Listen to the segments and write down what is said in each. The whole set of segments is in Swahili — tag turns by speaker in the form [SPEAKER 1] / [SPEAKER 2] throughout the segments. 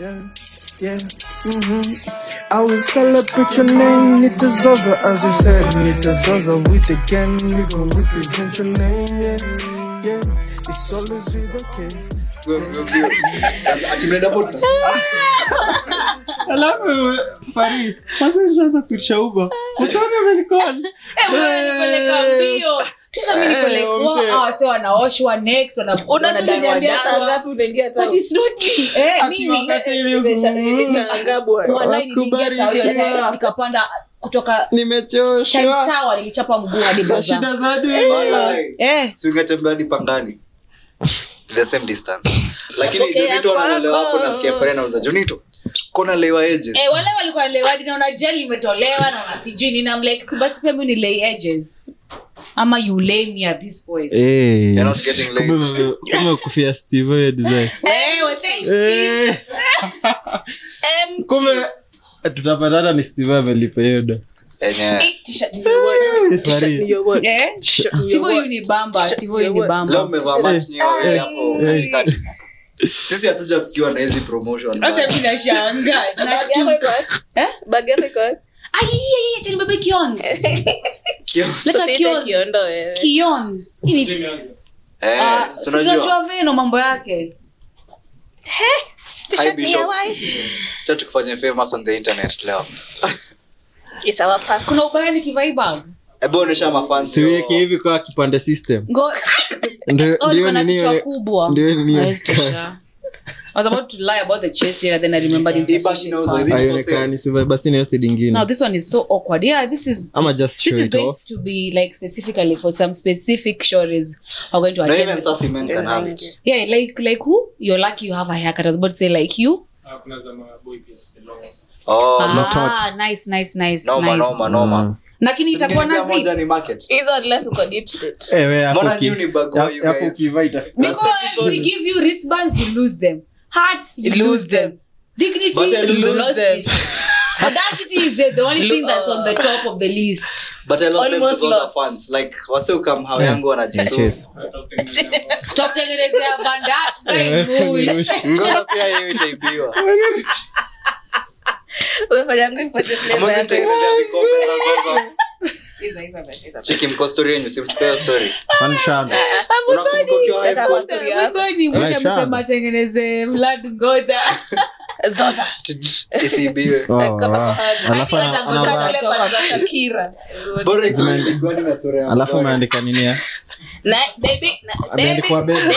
[SPEAKER 1] Yeah, yeah, mm-hmm. I will celebrate your name, Nita Zaza, as you said, Nita Zaza, with the gang, we gon' represent your name, yeah, yeah. It's always with okay.
[SPEAKER 2] atimeenda podcast
[SPEAKER 3] alafu farif kwanza nishaanza kuitisha uba ukiona amenikol
[SPEAKER 4] Eh, wewe unanipeleka mbio. Sasa mimi niko like,
[SPEAKER 3] Eh,
[SPEAKER 4] wa-
[SPEAKER 3] mzee.
[SPEAKER 4] hawa wasee wanaoshwa next, wana- wanadai wadawa. But it's not me. Eh, mimi. Walai niliingia tao hiyo
[SPEAKER 3] Wakubarikiwa.
[SPEAKER 4] time, nikapanda kutoka Times
[SPEAKER 3] nimechoshwa
[SPEAKER 4] Tower, nilichapa mguu hadi
[SPEAKER 3] na
[SPEAKER 4] Gaza.
[SPEAKER 3] shida za dunia
[SPEAKER 4] Eh.
[SPEAKER 2] Si ungetembea hadi pangani the same distance lakini
[SPEAKER 5] Okay,
[SPEAKER 2] jonito analewa hapo
[SPEAKER 5] ambako.
[SPEAKER 2] nasikia fare nauza jonito kona lewa ages
[SPEAKER 4] Eh, wale walikuwa lewadi naona jel imetolewa naona sijui nini I'm like, si basi pia mi ni lay edges ama you lay me at this
[SPEAKER 3] Eh.
[SPEAKER 4] point
[SPEAKER 2] You're not getting laid.
[SPEAKER 3] kufia steve hiyo design
[SPEAKER 4] Eh, wacha-
[SPEAKER 3] Eh, kumbe eh, tutapatana ni steve amelipa hiyo da
[SPEAKER 2] enye
[SPEAKER 4] Eh, t-shirt ni- Eh? Steve huyu ni bamba, Steve huyu ni bamba.
[SPEAKER 2] leo mmevaa match nyewe hapo
[SPEAKER 3] Eh.
[SPEAKER 2] katikati sisi hatujafikiwa na hizi promotion
[SPEAKER 4] Hata mimi nashangaa,
[SPEAKER 5] Ah,
[SPEAKER 4] nashtuka. Eh? Ai, ai, ai, acha nibebe kions.
[SPEAKER 2] Kio-
[SPEAKER 4] Leta kions. Kions. Hii ni-
[SPEAKER 2] Eh,
[SPEAKER 4] ah,
[SPEAKER 2] si
[SPEAKER 4] si
[SPEAKER 2] tunajua
[SPEAKER 4] tunajua veno mambo yake.
[SPEAKER 2] Hi, Bishop. Acha tukufanye famous on the internet leo
[SPEAKER 4] Kuna ubaya nikivaa hii bag?
[SPEAKER 2] hebu onyesha mafans
[SPEAKER 3] siweke hivi kwa kipande system
[SPEAKER 4] Ngo-
[SPEAKER 3] Ndio-
[SPEAKER 4] Oh,
[SPEAKER 3] ndio
[SPEAKER 4] niko na
[SPEAKER 3] nini
[SPEAKER 4] kichwa
[SPEAKER 3] ile-
[SPEAKER 4] kubwa.
[SPEAKER 3] ndio nini ile-
[SPEAKER 4] Hawezi tosha. I was about to lie about the chest area, then I remembered it's
[SPEAKER 2] Hii bag
[SPEAKER 4] sufficient
[SPEAKER 2] inauzwa
[SPEAKER 4] funds.
[SPEAKER 2] hizi-
[SPEAKER 3] haionekani si vya- basi nayo sidi
[SPEAKER 4] Now
[SPEAKER 3] ingine
[SPEAKER 4] this one is so awkward. Yeah, this is
[SPEAKER 3] ama just
[SPEAKER 4] this
[SPEAKER 3] show
[SPEAKER 4] is
[SPEAKER 3] it
[SPEAKER 4] going
[SPEAKER 3] off
[SPEAKER 4] to be like specifically for some specific shores are going to
[SPEAKER 2] na even
[SPEAKER 4] attend.
[SPEAKER 2] sasa men can have it
[SPEAKER 4] Yeah, like like who? You're lucky you have a haircut. I was about to say like you.
[SPEAKER 2] oh
[SPEAKER 4] ah,
[SPEAKER 2] no.
[SPEAKER 3] hot.
[SPEAKER 4] nice, nice, nice,
[SPEAKER 2] noma
[SPEAKER 4] nice.
[SPEAKER 2] noma
[SPEAKER 3] Mm.
[SPEAKER 2] noma
[SPEAKER 4] Lakini itakuwa na
[SPEAKER 2] Simgeni pia
[SPEAKER 4] zip.
[SPEAKER 2] moja ni market
[SPEAKER 3] Eh, we, hapo
[SPEAKER 2] Mbona
[SPEAKER 3] ki-
[SPEAKER 2] nyinyi ni bag
[SPEAKER 3] ya-
[SPEAKER 2] boy, you
[SPEAKER 3] hapo
[SPEAKER 2] guys?
[SPEAKER 3] ukivaa ita-
[SPEAKER 2] Last
[SPEAKER 4] Because
[SPEAKER 2] episode-
[SPEAKER 4] we give you wristbands, you lose them. Hearts, you
[SPEAKER 3] You
[SPEAKER 4] lose,
[SPEAKER 3] lose
[SPEAKER 4] them. Dignity,
[SPEAKER 2] But I
[SPEAKER 4] you
[SPEAKER 2] lose
[SPEAKER 4] lost
[SPEAKER 5] them.
[SPEAKER 4] it. Audacity is the the only thing that's on the top of the list.
[SPEAKER 2] but i lost them to
[SPEAKER 5] Almost
[SPEAKER 2] those are
[SPEAKER 5] lost.
[SPEAKER 2] fans like wase ukam hao
[SPEAKER 3] Yeah.
[SPEAKER 2] yangu wanajisu
[SPEAKER 3] Yes.
[SPEAKER 4] Top ten is there, banda, guy, muish.
[SPEAKER 2] ngoma pia hiyo itaibiwa Hamwezi tengenezea vikombe za Zozo. cheki mko story yenyu simtupea story unakumbuka ukiwa high school
[SPEAKER 4] Mgoni, mwisho
[SPEAKER 3] Right,
[SPEAKER 4] msema atengeneze Vlad Ngoda.
[SPEAKER 2] isiibiwe
[SPEAKER 3] Wow, Oh, wow.
[SPEAKER 4] Hadi
[SPEAKER 3] Alafu ana-
[SPEAKER 4] hata
[SPEAKER 3] anavaa-
[SPEAKER 4] Ngoda anatoka.
[SPEAKER 2] bora ikipigwa na sura ya
[SPEAKER 3] alafu
[SPEAKER 2] mdomo.
[SPEAKER 3] umeandika nini ya? Ameandikwa bebe.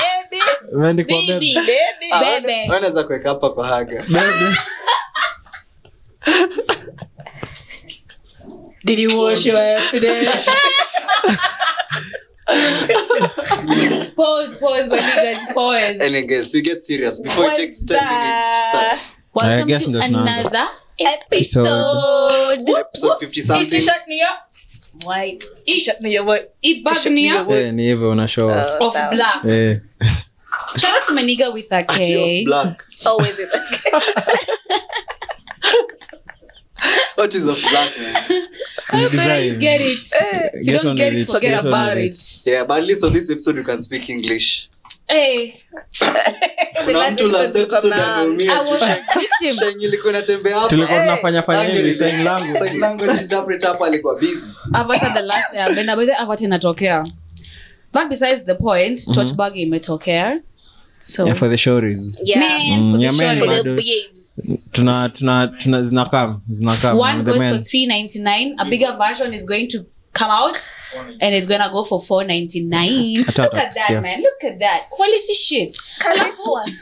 [SPEAKER 3] Umeandikwa
[SPEAKER 4] Baby,
[SPEAKER 3] bebe.
[SPEAKER 5] Oh,
[SPEAKER 2] Ah,
[SPEAKER 4] bebe.
[SPEAKER 2] wana- wanaweza kuweka hapa kwa haga
[SPEAKER 3] Bebe.
[SPEAKER 5] Did you wash your ass today?
[SPEAKER 4] Pause, pause, my niggas, pause.
[SPEAKER 2] anyways you get serious before it
[SPEAKER 5] What's
[SPEAKER 2] takes 10 minutes to start
[SPEAKER 3] I
[SPEAKER 4] Welcome
[SPEAKER 3] guess
[SPEAKER 4] to
[SPEAKER 3] that's not-
[SPEAKER 4] another
[SPEAKER 5] Episode.
[SPEAKER 2] episode 50
[SPEAKER 5] Hii
[SPEAKER 2] something
[SPEAKER 5] t-shirt ni ya- White. T-shirt ni ya white. T-shirt ni ya
[SPEAKER 4] Ibagnia
[SPEAKER 5] white.
[SPEAKER 3] Eh, ni hivyo unashowa
[SPEAKER 5] Oh,
[SPEAKER 4] of
[SPEAKER 5] sawa.
[SPEAKER 4] Black.
[SPEAKER 3] Eh.
[SPEAKER 4] Shout out to my nigga with a
[SPEAKER 2] Tea of
[SPEAKER 4] K.
[SPEAKER 2] black
[SPEAKER 5] Always it.
[SPEAKER 2] what is of black man
[SPEAKER 3] Ni
[SPEAKER 4] Baby,
[SPEAKER 3] design.
[SPEAKER 4] you get it.
[SPEAKER 5] Eh,
[SPEAKER 4] If you
[SPEAKER 3] Get
[SPEAKER 4] don't
[SPEAKER 3] on
[SPEAKER 4] get
[SPEAKER 3] with
[SPEAKER 4] it, forget
[SPEAKER 3] Get on
[SPEAKER 4] about
[SPEAKER 3] with
[SPEAKER 4] it.
[SPEAKER 2] yeah but at least on this episode you can speak english
[SPEAKER 4] Hey,
[SPEAKER 2] kuna mtu last episode
[SPEAKER 4] I
[SPEAKER 2] ameumia
[SPEAKER 4] was a victim.
[SPEAKER 2] shenye ilikuwa inatembea hapa
[SPEAKER 3] tulikuwa tunafanya fanya hivi
[SPEAKER 2] Language-
[SPEAKER 3] sign language.
[SPEAKER 2] sign language interpreter hapa alikuwa busy
[SPEAKER 4] Avatar the last airbender. By the way, Avatar inatokea. That besides the point, mm-hmm. Torchbag imetokea. So,
[SPEAKER 3] Yeah, for the showries.
[SPEAKER 4] man,
[SPEAKER 3] Mm,
[SPEAKER 4] for the
[SPEAKER 3] yeah, man,
[SPEAKER 4] shorties.
[SPEAKER 3] bado. Tuna- tuna- tuna- zinakam zinakam
[SPEAKER 4] One
[SPEAKER 3] the
[SPEAKER 4] goes
[SPEAKER 3] men.
[SPEAKER 4] for 399. A bigger version is going to come out and it's going to go for 499.
[SPEAKER 3] Hata
[SPEAKER 4] Look at that,
[SPEAKER 3] hatukusikia.
[SPEAKER 4] man. Look at that. Quality shit.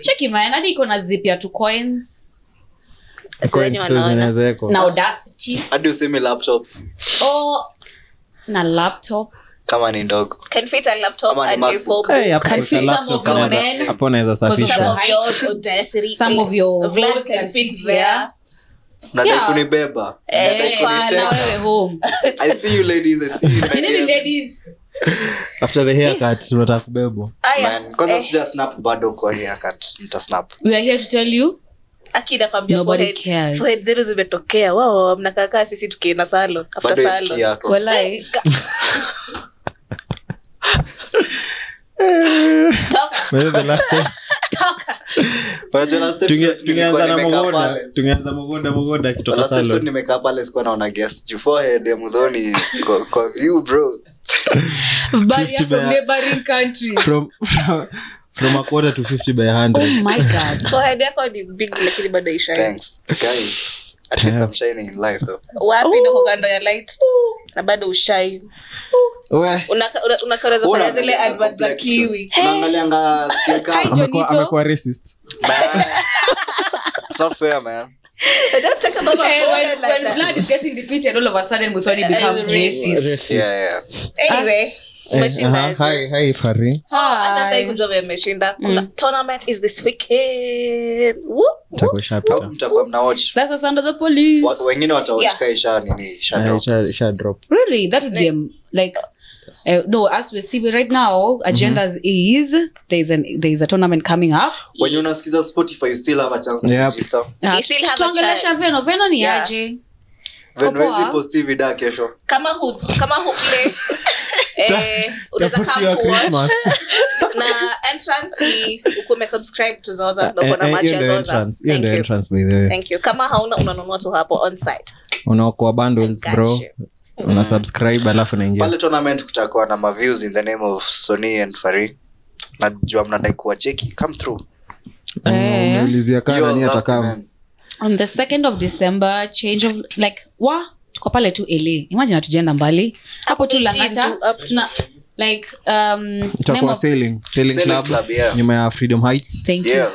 [SPEAKER 4] Check it, man. Hadi iko na zip ya two coins
[SPEAKER 3] Coins tu zinaweza
[SPEAKER 6] Oh.
[SPEAKER 3] wekwa.
[SPEAKER 4] na audacity.
[SPEAKER 2] hadi useme laptop
[SPEAKER 4] or na laptop
[SPEAKER 2] kama ni ndogo
[SPEAKER 5] Can fit a laptop
[SPEAKER 2] Ama ni
[SPEAKER 5] and a
[SPEAKER 2] MacBook.
[SPEAKER 5] full
[SPEAKER 3] Eh, hapo
[SPEAKER 4] Can
[SPEAKER 3] weka
[SPEAKER 4] fit some
[SPEAKER 3] laptop
[SPEAKER 4] of your
[SPEAKER 3] unaweza-
[SPEAKER 4] men.
[SPEAKER 3] hapo unaweza
[SPEAKER 4] Because
[SPEAKER 5] Some
[SPEAKER 3] safisha
[SPEAKER 5] of yours, audacity.
[SPEAKER 4] some of your
[SPEAKER 5] Vlad
[SPEAKER 4] votes
[SPEAKER 5] can
[SPEAKER 4] can
[SPEAKER 5] fit
[SPEAKER 4] fit
[SPEAKER 5] there.
[SPEAKER 4] there
[SPEAKER 2] nadai
[SPEAKER 4] Yeah.
[SPEAKER 2] kunibeba
[SPEAKER 5] Eh,
[SPEAKER 2] nadai
[SPEAKER 5] sana
[SPEAKER 4] na
[SPEAKER 2] kuniteka
[SPEAKER 4] wewe home
[SPEAKER 2] i see you ladies i see you in my
[SPEAKER 4] You need
[SPEAKER 2] DMs.
[SPEAKER 4] ladies
[SPEAKER 3] after the haircut tunataka kubebwa
[SPEAKER 5] Aya,
[SPEAKER 2] Man, kwanza
[SPEAKER 5] eh,
[SPEAKER 2] sija snap bado kwa haircut nita snap
[SPEAKER 4] we are here to tell you
[SPEAKER 5] akida kwambia
[SPEAKER 4] Nobody
[SPEAKER 5] forehead-
[SPEAKER 4] cares.
[SPEAKER 5] forehead zenu zimetokea wao mnakaakaa sisi tukienda salo after
[SPEAKER 2] bado ifiki
[SPEAKER 5] salo
[SPEAKER 2] yako
[SPEAKER 4] walai
[SPEAKER 5] Toka,
[SPEAKER 3] Maybe the last time
[SPEAKER 5] toka.
[SPEAKER 2] Unajua last episode nilikuwa
[SPEAKER 3] tungeanza na
[SPEAKER 2] nimekaa
[SPEAKER 3] mogoda
[SPEAKER 2] pale.
[SPEAKER 3] tungeanza mogoda mogoda akitoka
[SPEAKER 2] Last episode
[SPEAKER 3] salon
[SPEAKER 2] nimekaa pale sikuwa naona guest juu forehead ya mudhoni kwa, kwa view bro
[SPEAKER 4] Barrier
[SPEAKER 3] 50
[SPEAKER 4] from
[SPEAKER 3] bear.
[SPEAKER 4] neighboring countries.
[SPEAKER 3] from from a quarter to 50 by 100
[SPEAKER 4] Oh my God.
[SPEAKER 5] Forehead yako ni big lakini bado ishai
[SPEAKER 2] thanks guys at least i'm shining in life though
[SPEAKER 5] wapi nako kando ya light na bado ushai
[SPEAKER 3] Oh,
[SPEAKER 2] we
[SPEAKER 5] unakareza
[SPEAKER 2] Una-
[SPEAKER 5] kufanya
[SPEAKER 4] Zile
[SPEAKER 5] zile
[SPEAKER 2] Unaangalia
[SPEAKER 4] advert za
[SPEAKER 2] complexion.
[SPEAKER 4] kiwi.
[SPEAKER 2] unaangalianga skin
[SPEAKER 4] Hi,
[SPEAKER 2] color.
[SPEAKER 3] amekuwa
[SPEAKER 4] Jonito.
[SPEAKER 3] amekuwa racist
[SPEAKER 2] It's not fair, man
[SPEAKER 4] Hey, when- when blood is getting defeated, all of a sudden Muthoni becomes racist.
[SPEAKER 2] yeah yeah
[SPEAKER 5] anyway
[SPEAKER 3] Eh,
[SPEAKER 6] Eh, uh-huh.
[SPEAKER 5] umeshinda
[SPEAKER 4] Hi.
[SPEAKER 5] Oh, hata sahii kujua vile mmeshinda
[SPEAKER 4] Mm.
[SPEAKER 5] kuna tournament is this weekend Woo!
[SPEAKER 2] au mtakuwa mna watch
[SPEAKER 4] That's the sound of the police.
[SPEAKER 2] Wa- wengine
[SPEAKER 5] Yeah.
[SPEAKER 2] watawachka isha nini shadow
[SPEAKER 4] Really, that would be a, like uh, no. As we see right now, agendas is there's an there's a tournament coming up.
[SPEAKER 2] wenye unasikiza spotify you still have a chance to
[SPEAKER 3] Yep.
[SPEAKER 2] register
[SPEAKER 4] Uh,
[SPEAKER 5] You still have a
[SPEAKER 4] tuongelesha
[SPEAKER 5] chance.
[SPEAKER 4] Veno. Veno ni
[SPEAKER 5] Yeah.
[SPEAKER 4] aje?
[SPEAKER 2] venwezi
[SPEAKER 4] Poa.
[SPEAKER 2] posti vida kesho
[SPEAKER 5] kama hu kama hu ile eh, unaweza come kuwatch na entrance ni ukuwa umesubscribe to zoza
[SPEAKER 3] Eh,
[SPEAKER 5] ndogo
[SPEAKER 6] eh,
[SPEAKER 5] na machi ya zoza thank you thank you kama hauna unanunua tu hapo on site
[SPEAKER 3] unaokoa bundles
[SPEAKER 5] Got
[SPEAKER 3] bro
[SPEAKER 5] you.
[SPEAKER 3] una subscribe alafu naingia
[SPEAKER 2] pale tournament kutakuwa na maviews in the name of sony and fari najua mnadai kuwa cheki come through
[SPEAKER 4] Eh.
[SPEAKER 6] umeulizia kaa
[SPEAKER 2] You are
[SPEAKER 6] nani
[SPEAKER 2] last
[SPEAKER 6] atakaa
[SPEAKER 2] man.
[SPEAKER 4] On the second of December, change of like wa tuko pale tu LA. Imagine hatujaenda mbali hapo tu
[SPEAKER 5] Meeting
[SPEAKER 4] Langata
[SPEAKER 5] tu up-
[SPEAKER 4] tuna like um name
[SPEAKER 6] itakuwa
[SPEAKER 4] of,
[SPEAKER 6] sailing sailing
[SPEAKER 2] Sailing
[SPEAKER 6] club
[SPEAKER 2] club, yeah.
[SPEAKER 6] nyuma ya freedom heights
[SPEAKER 4] thank you.
[SPEAKER 2] Yeah.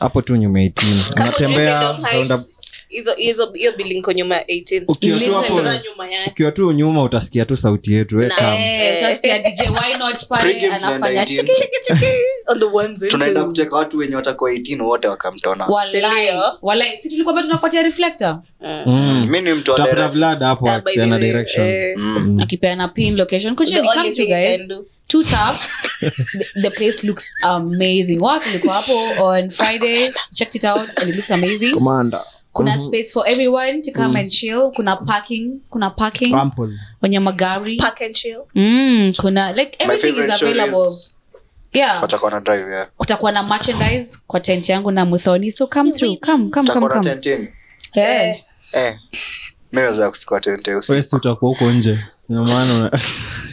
[SPEAKER 6] hapo tu nyuma ya 18
[SPEAKER 5] Kama ujui
[SPEAKER 6] unatembea
[SPEAKER 5] Freedom Heights,
[SPEAKER 6] round up-
[SPEAKER 5] hizo hizo hiyo building iko nyuma ya 18
[SPEAKER 6] ukiwa tu
[SPEAKER 4] Listen.
[SPEAKER 6] hapo
[SPEAKER 5] sasa nyuma yake
[SPEAKER 6] ukiwa tu nyuma utasikia tu sauti yetu we
[SPEAKER 5] Na-
[SPEAKER 6] come.
[SPEAKER 4] Eh, utasikia DJ why not pale
[SPEAKER 2] Pre-game tuna
[SPEAKER 4] anafanya
[SPEAKER 2] 19.
[SPEAKER 4] chiki chiki
[SPEAKER 5] on the ones and
[SPEAKER 2] tunaenda
[SPEAKER 5] twos.
[SPEAKER 2] kucheka watu wenye watakuwa 18 wote wakamtona
[SPEAKER 4] walai
[SPEAKER 5] Sindio?
[SPEAKER 4] walai si tulikuwa bado tunakupatia reflector
[SPEAKER 6] Mm.
[SPEAKER 2] mi ni mtu wa
[SPEAKER 6] Utapata
[SPEAKER 2] direct.
[SPEAKER 6] Vlad hapo
[SPEAKER 5] Ah, by the
[SPEAKER 6] akipeana
[SPEAKER 5] way,
[SPEAKER 6] directions.
[SPEAKER 5] eh,
[SPEAKER 2] Mm.
[SPEAKER 4] akipeana pin location
[SPEAKER 5] the
[SPEAKER 4] kujeni
[SPEAKER 5] only
[SPEAKER 4] come to
[SPEAKER 5] thing I
[SPEAKER 4] guys
[SPEAKER 5] can do.
[SPEAKER 4] two taps the, the place looks amazing wa tulikuwa hapo on friday checked it out and it looks amazing
[SPEAKER 6] Commander.
[SPEAKER 4] kuna
[SPEAKER 2] Mhm.
[SPEAKER 6] Mhm.
[SPEAKER 4] space for everyone to
[SPEAKER 2] Mm.
[SPEAKER 4] come and chill kuna parking kuna parking
[SPEAKER 3] Ample.
[SPEAKER 4] wenye magari
[SPEAKER 5] Park and chill.
[SPEAKER 4] mm, kuna like
[SPEAKER 2] my
[SPEAKER 4] everything
[SPEAKER 2] favorite
[SPEAKER 4] is
[SPEAKER 2] show
[SPEAKER 4] available
[SPEAKER 2] is
[SPEAKER 4] yeah
[SPEAKER 2] watakuwa na drive yeah
[SPEAKER 4] kutakuwa na merchandise kwa tent yangu na muthoni so come through come come come
[SPEAKER 2] watakuwa na
[SPEAKER 4] come
[SPEAKER 2] 10.
[SPEAKER 4] yeah.
[SPEAKER 2] eh mi naweza kuchukua tente
[SPEAKER 3] Wewe si utakuwa huko nje Sina maana una-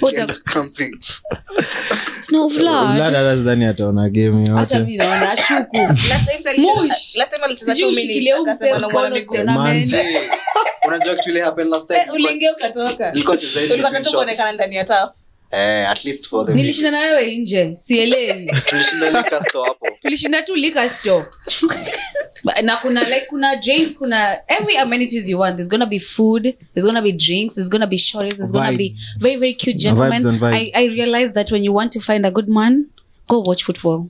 [SPEAKER 4] Uta-
[SPEAKER 2] camping
[SPEAKER 4] snow flood
[SPEAKER 3] Vlad hata sidhani ataona game
[SPEAKER 4] hata
[SPEAKER 3] yote
[SPEAKER 4] mi naona shuku
[SPEAKER 5] Last time alicheza-
[SPEAKER 4] Mush.
[SPEAKER 5] last time alicheza
[SPEAKER 4] Sijui
[SPEAKER 5] two minutes,
[SPEAKER 4] ushikilie huu
[SPEAKER 5] akasema
[SPEAKER 4] msee
[SPEAKER 5] na
[SPEAKER 4] mkono
[SPEAKER 5] mwanamke.
[SPEAKER 4] tena, man.
[SPEAKER 2] Manzi, unajua kitu ile happened last time?
[SPEAKER 5] Eh, uliingia ukatoka
[SPEAKER 2] Ilikuwa design
[SPEAKER 5] Ulikuwa
[SPEAKER 2] between
[SPEAKER 5] tu kuonekana
[SPEAKER 2] shots.
[SPEAKER 5] ndani ya taf
[SPEAKER 2] Eh, at least for the
[SPEAKER 4] nilishinda na wewe nje sielewi
[SPEAKER 2] video. Tulishinda liquor store hapo.
[SPEAKER 4] tulishinda tu liquor store Ba- na kuna like kuna drinks kuna every amenities you want there's gonna be food there's gonna be drinks there's gonna be shorties there's gonna be
[SPEAKER 3] Vibes.
[SPEAKER 4] very very cute
[SPEAKER 3] Vibes
[SPEAKER 4] gentlemen
[SPEAKER 3] on vibes.
[SPEAKER 4] I, I realize that when you want to find a good man go watch football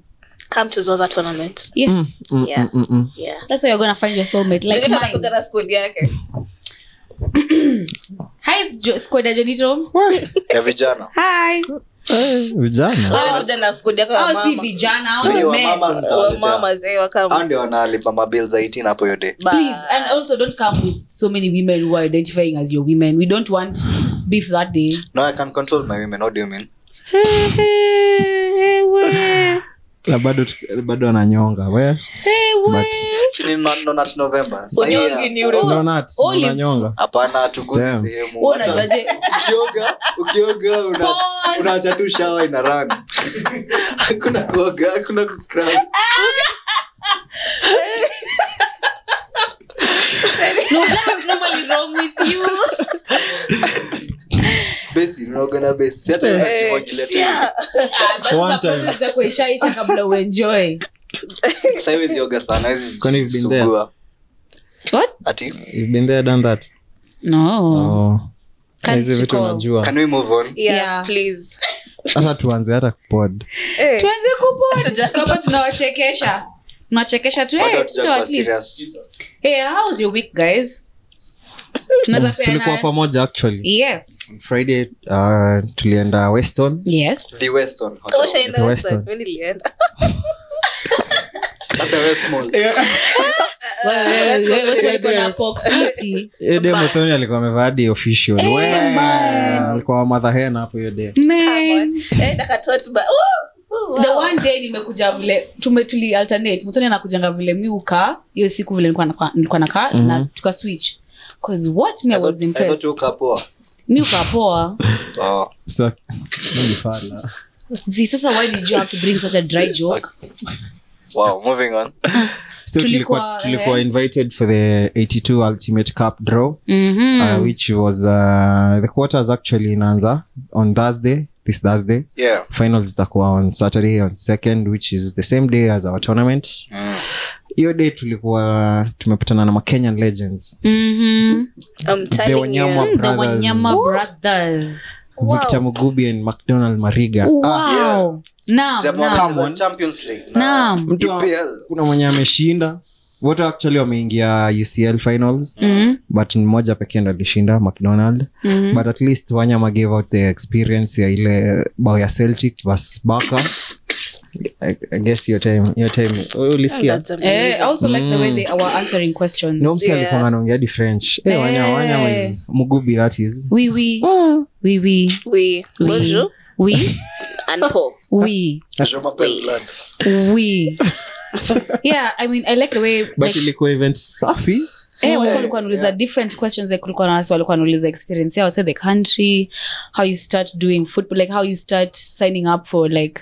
[SPEAKER 5] come to zoza tournament
[SPEAKER 4] yes
[SPEAKER 5] yeah
[SPEAKER 6] Mm, mm.
[SPEAKER 5] yeah
[SPEAKER 4] that's where you're gonna find your soulmate like
[SPEAKER 5] Jonathan
[SPEAKER 4] mine.
[SPEAKER 5] anakuja na squad yake
[SPEAKER 4] hi jo- squad ya Jonito
[SPEAKER 2] Ya vijana.
[SPEAKER 4] hi
[SPEAKER 3] Eh, vijana
[SPEAKER 5] anakuja Ah, na squad yake ya
[SPEAKER 4] hao si
[SPEAKER 5] mama
[SPEAKER 4] vijana hao
[SPEAKER 2] Mi
[SPEAKER 4] ni
[SPEAKER 2] wa
[SPEAKER 4] men
[SPEAKER 2] mama
[SPEAKER 5] Ah, wa
[SPEAKER 2] nitawaletea.
[SPEAKER 5] mama zee wa kama.
[SPEAKER 2] Hao ndio wanalipa mabil za 18 hapo hiyo day.
[SPEAKER 5] Ba-
[SPEAKER 4] please and also don't come with so many women who are identifying as your women we don't want beef that day
[SPEAKER 2] No, I can control my women. What do you mean?
[SPEAKER 3] Na bado tu- bado ananyonga we
[SPEAKER 2] Si ni na- no, not November. Saa hii
[SPEAKER 5] Unyongi
[SPEAKER 2] ya-
[SPEAKER 5] ni ule.
[SPEAKER 3] no not no,
[SPEAKER 4] Olive.
[SPEAKER 3] unanyonga
[SPEAKER 2] Hapana, hatuguzi
[SPEAKER 6] Damn.
[SPEAKER 2] sehemu.
[SPEAKER 4] Wewe
[SPEAKER 2] Hata-
[SPEAKER 4] unajuaje?
[SPEAKER 2] ukioga ukioga una-
[SPEAKER 4] Pause.
[SPEAKER 2] unaacha tu shawa ina run hakuna kuoga hakuna kuscrub
[SPEAKER 4] No, that is normally wrong with you.
[SPEAKER 2] besi unaoga na besi Si hata
[SPEAKER 5] Eh,
[SPEAKER 2] unajimwagilia
[SPEAKER 5] yeah.
[SPEAKER 2] tu
[SPEAKER 4] Ah, but
[SPEAKER 3] One
[SPEAKER 4] za process za kuishaisha kabla uenjoy.
[SPEAKER 2] Sasa huwezi oga sana
[SPEAKER 3] Kwani
[SPEAKER 2] huwezi
[SPEAKER 3] you've been there?
[SPEAKER 2] sugua
[SPEAKER 4] What?
[SPEAKER 2] ati
[SPEAKER 3] you've been there done that
[SPEAKER 4] No.
[SPEAKER 3] oh
[SPEAKER 4] Can't
[SPEAKER 3] hizi vitu
[SPEAKER 4] recall.
[SPEAKER 3] unajua
[SPEAKER 2] can we move on
[SPEAKER 5] Yeah,
[SPEAKER 4] Yeah.
[SPEAKER 5] please.
[SPEAKER 3] hata tuanze hata pod
[SPEAKER 5] Eh,
[SPEAKER 4] Tuanze kupona. Kama tunawachekesha. Tunawachekesha tu.
[SPEAKER 2] Bado
[SPEAKER 4] Hey,
[SPEAKER 2] hatujakuwa
[SPEAKER 4] still at least.
[SPEAKER 2] serious.
[SPEAKER 4] Hey, how's your week guys?
[SPEAKER 6] Oh,
[SPEAKER 4] Tunaweza
[SPEAKER 3] tulikuwa
[SPEAKER 4] peana.
[SPEAKER 3] pamoja actually
[SPEAKER 4] Yes.
[SPEAKER 6] friday uh, tulienda weston
[SPEAKER 4] Yes.
[SPEAKER 2] The Weston Hotel.
[SPEAKER 5] ushaenda
[SPEAKER 3] The
[SPEAKER 5] Western.
[SPEAKER 3] Western.
[SPEAKER 5] Mimi nilienda.
[SPEAKER 2] Labda West Mall.
[SPEAKER 4] Wewe wewe wewe wewe uko na poke fiti.
[SPEAKER 6] Eh,
[SPEAKER 3] edemethoni alikuwa amevaa hadi official
[SPEAKER 4] Eh,
[SPEAKER 3] We-
[SPEAKER 4] bye.
[SPEAKER 3] alikuwa madhahena hapo hiyo de
[SPEAKER 4] Man.
[SPEAKER 5] Eh, dakika tot ba- Woo!
[SPEAKER 4] the one day nimekuja vile tume tuli alternate mtoni anakujanga vile mi ukaa hiyo siku vile nilikuwa nakaa- nilikuwa nakaa
[SPEAKER 6] Mhm.
[SPEAKER 4] mm-hmm. na tuka switch cause what me I was impressed
[SPEAKER 2] ukapoa
[SPEAKER 4] mi ukapoa
[SPEAKER 2] Oh.
[SPEAKER 6] So- Ni fala.
[SPEAKER 4] zi sasa why did you have to bring such a dry joke
[SPEAKER 2] Wow, moving on.
[SPEAKER 6] So
[SPEAKER 4] Tulikuwa-
[SPEAKER 6] tulikuwa tulikuwa invited for the 82 ultimate cup draw
[SPEAKER 4] mm-hmm.
[SPEAKER 6] uh, which was uh, the quarters actually inaanza on thursday this thursday
[SPEAKER 2] Yeah.
[SPEAKER 6] finals zitakuwa on saturday on second which is the same day as our tournament
[SPEAKER 2] Mm.
[SPEAKER 6] hiyo day tulikuwa tumepatana na makenyan legends
[SPEAKER 4] mm-hmm.
[SPEAKER 5] I'm
[SPEAKER 6] the
[SPEAKER 5] telling you.
[SPEAKER 6] wanyama
[SPEAKER 4] the wanyama
[SPEAKER 6] brothers
[SPEAKER 4] brothers
[SPEAKER 6] victor mugubi and mcdonald mariga Ah,
[SPEAKER 4] wow Naam,
[SPEAKER 2] Jamaa
[SPEAKER 4] naam,
[SPEAKER 2] wanacheza
[SPEAKER 6] on.
[SPEAKER 2] Champions League E na
[SPEAKER 4] naam
[SPEAKER 6] Mtu wa-
[SPEAKER 2] EPL.
[SPEAKER 6] kuna mwenye ameshinda wote actually wameingia ucl finals
[SPEAKER 4] Mhm,
[SPEAKER 6] but ni mmoja pekee ndo alishinda mcdonald
[SPEAKER 4] mhm.
[SPEAKER 6] but at least wanyama gave out the experience ya ile eh, bao ya celtic versus Barca. I, I guess your time your time Oh, ulisikia
[SPEAKER 5] That's
[SPEAKER 4] Eh, I
[SPEAKER 5] amazing.
[SPEAKER 4] also like the way they were answering questions.
[SPEAKER 6] Mm. no msi
[SPEAKER 5] Yeah.
[SPEAKER 6] alikuwa anaongea di french eh wanyama
[SPEAKER 4] Eh.
[SPEAKER 6] wanyama is mugubi that is
[SPEAKER 4] Oui, oui.
[SPEAKER 6] Ah.
[SPEAKER 4] Oui, oui.
[SPEAKER 5] We-
[SPEAKER 4] Oui.
[SPEAKER 5] Bonjour
[SPEAKER 4] Oui,
[SPEAKER 5] and Paul.
[SPEAKER 4] oui.
[SPEAKER 2] Jean-Paul Belhand.
[SPEAKER 4] Oui. Yeah, I mean, I like the way,
[SPEAKER 6] but
[SPEAKER 4] like,
[SPEAKER 6] ilikuwa event safi
[SPEAKER 4] eh, wasi walikuwa wanauliza different questions, like, kulikuwa na wasi walikuwa wanauliza experience yao, say the country, how you start doing football, like, how you start signing up for, like,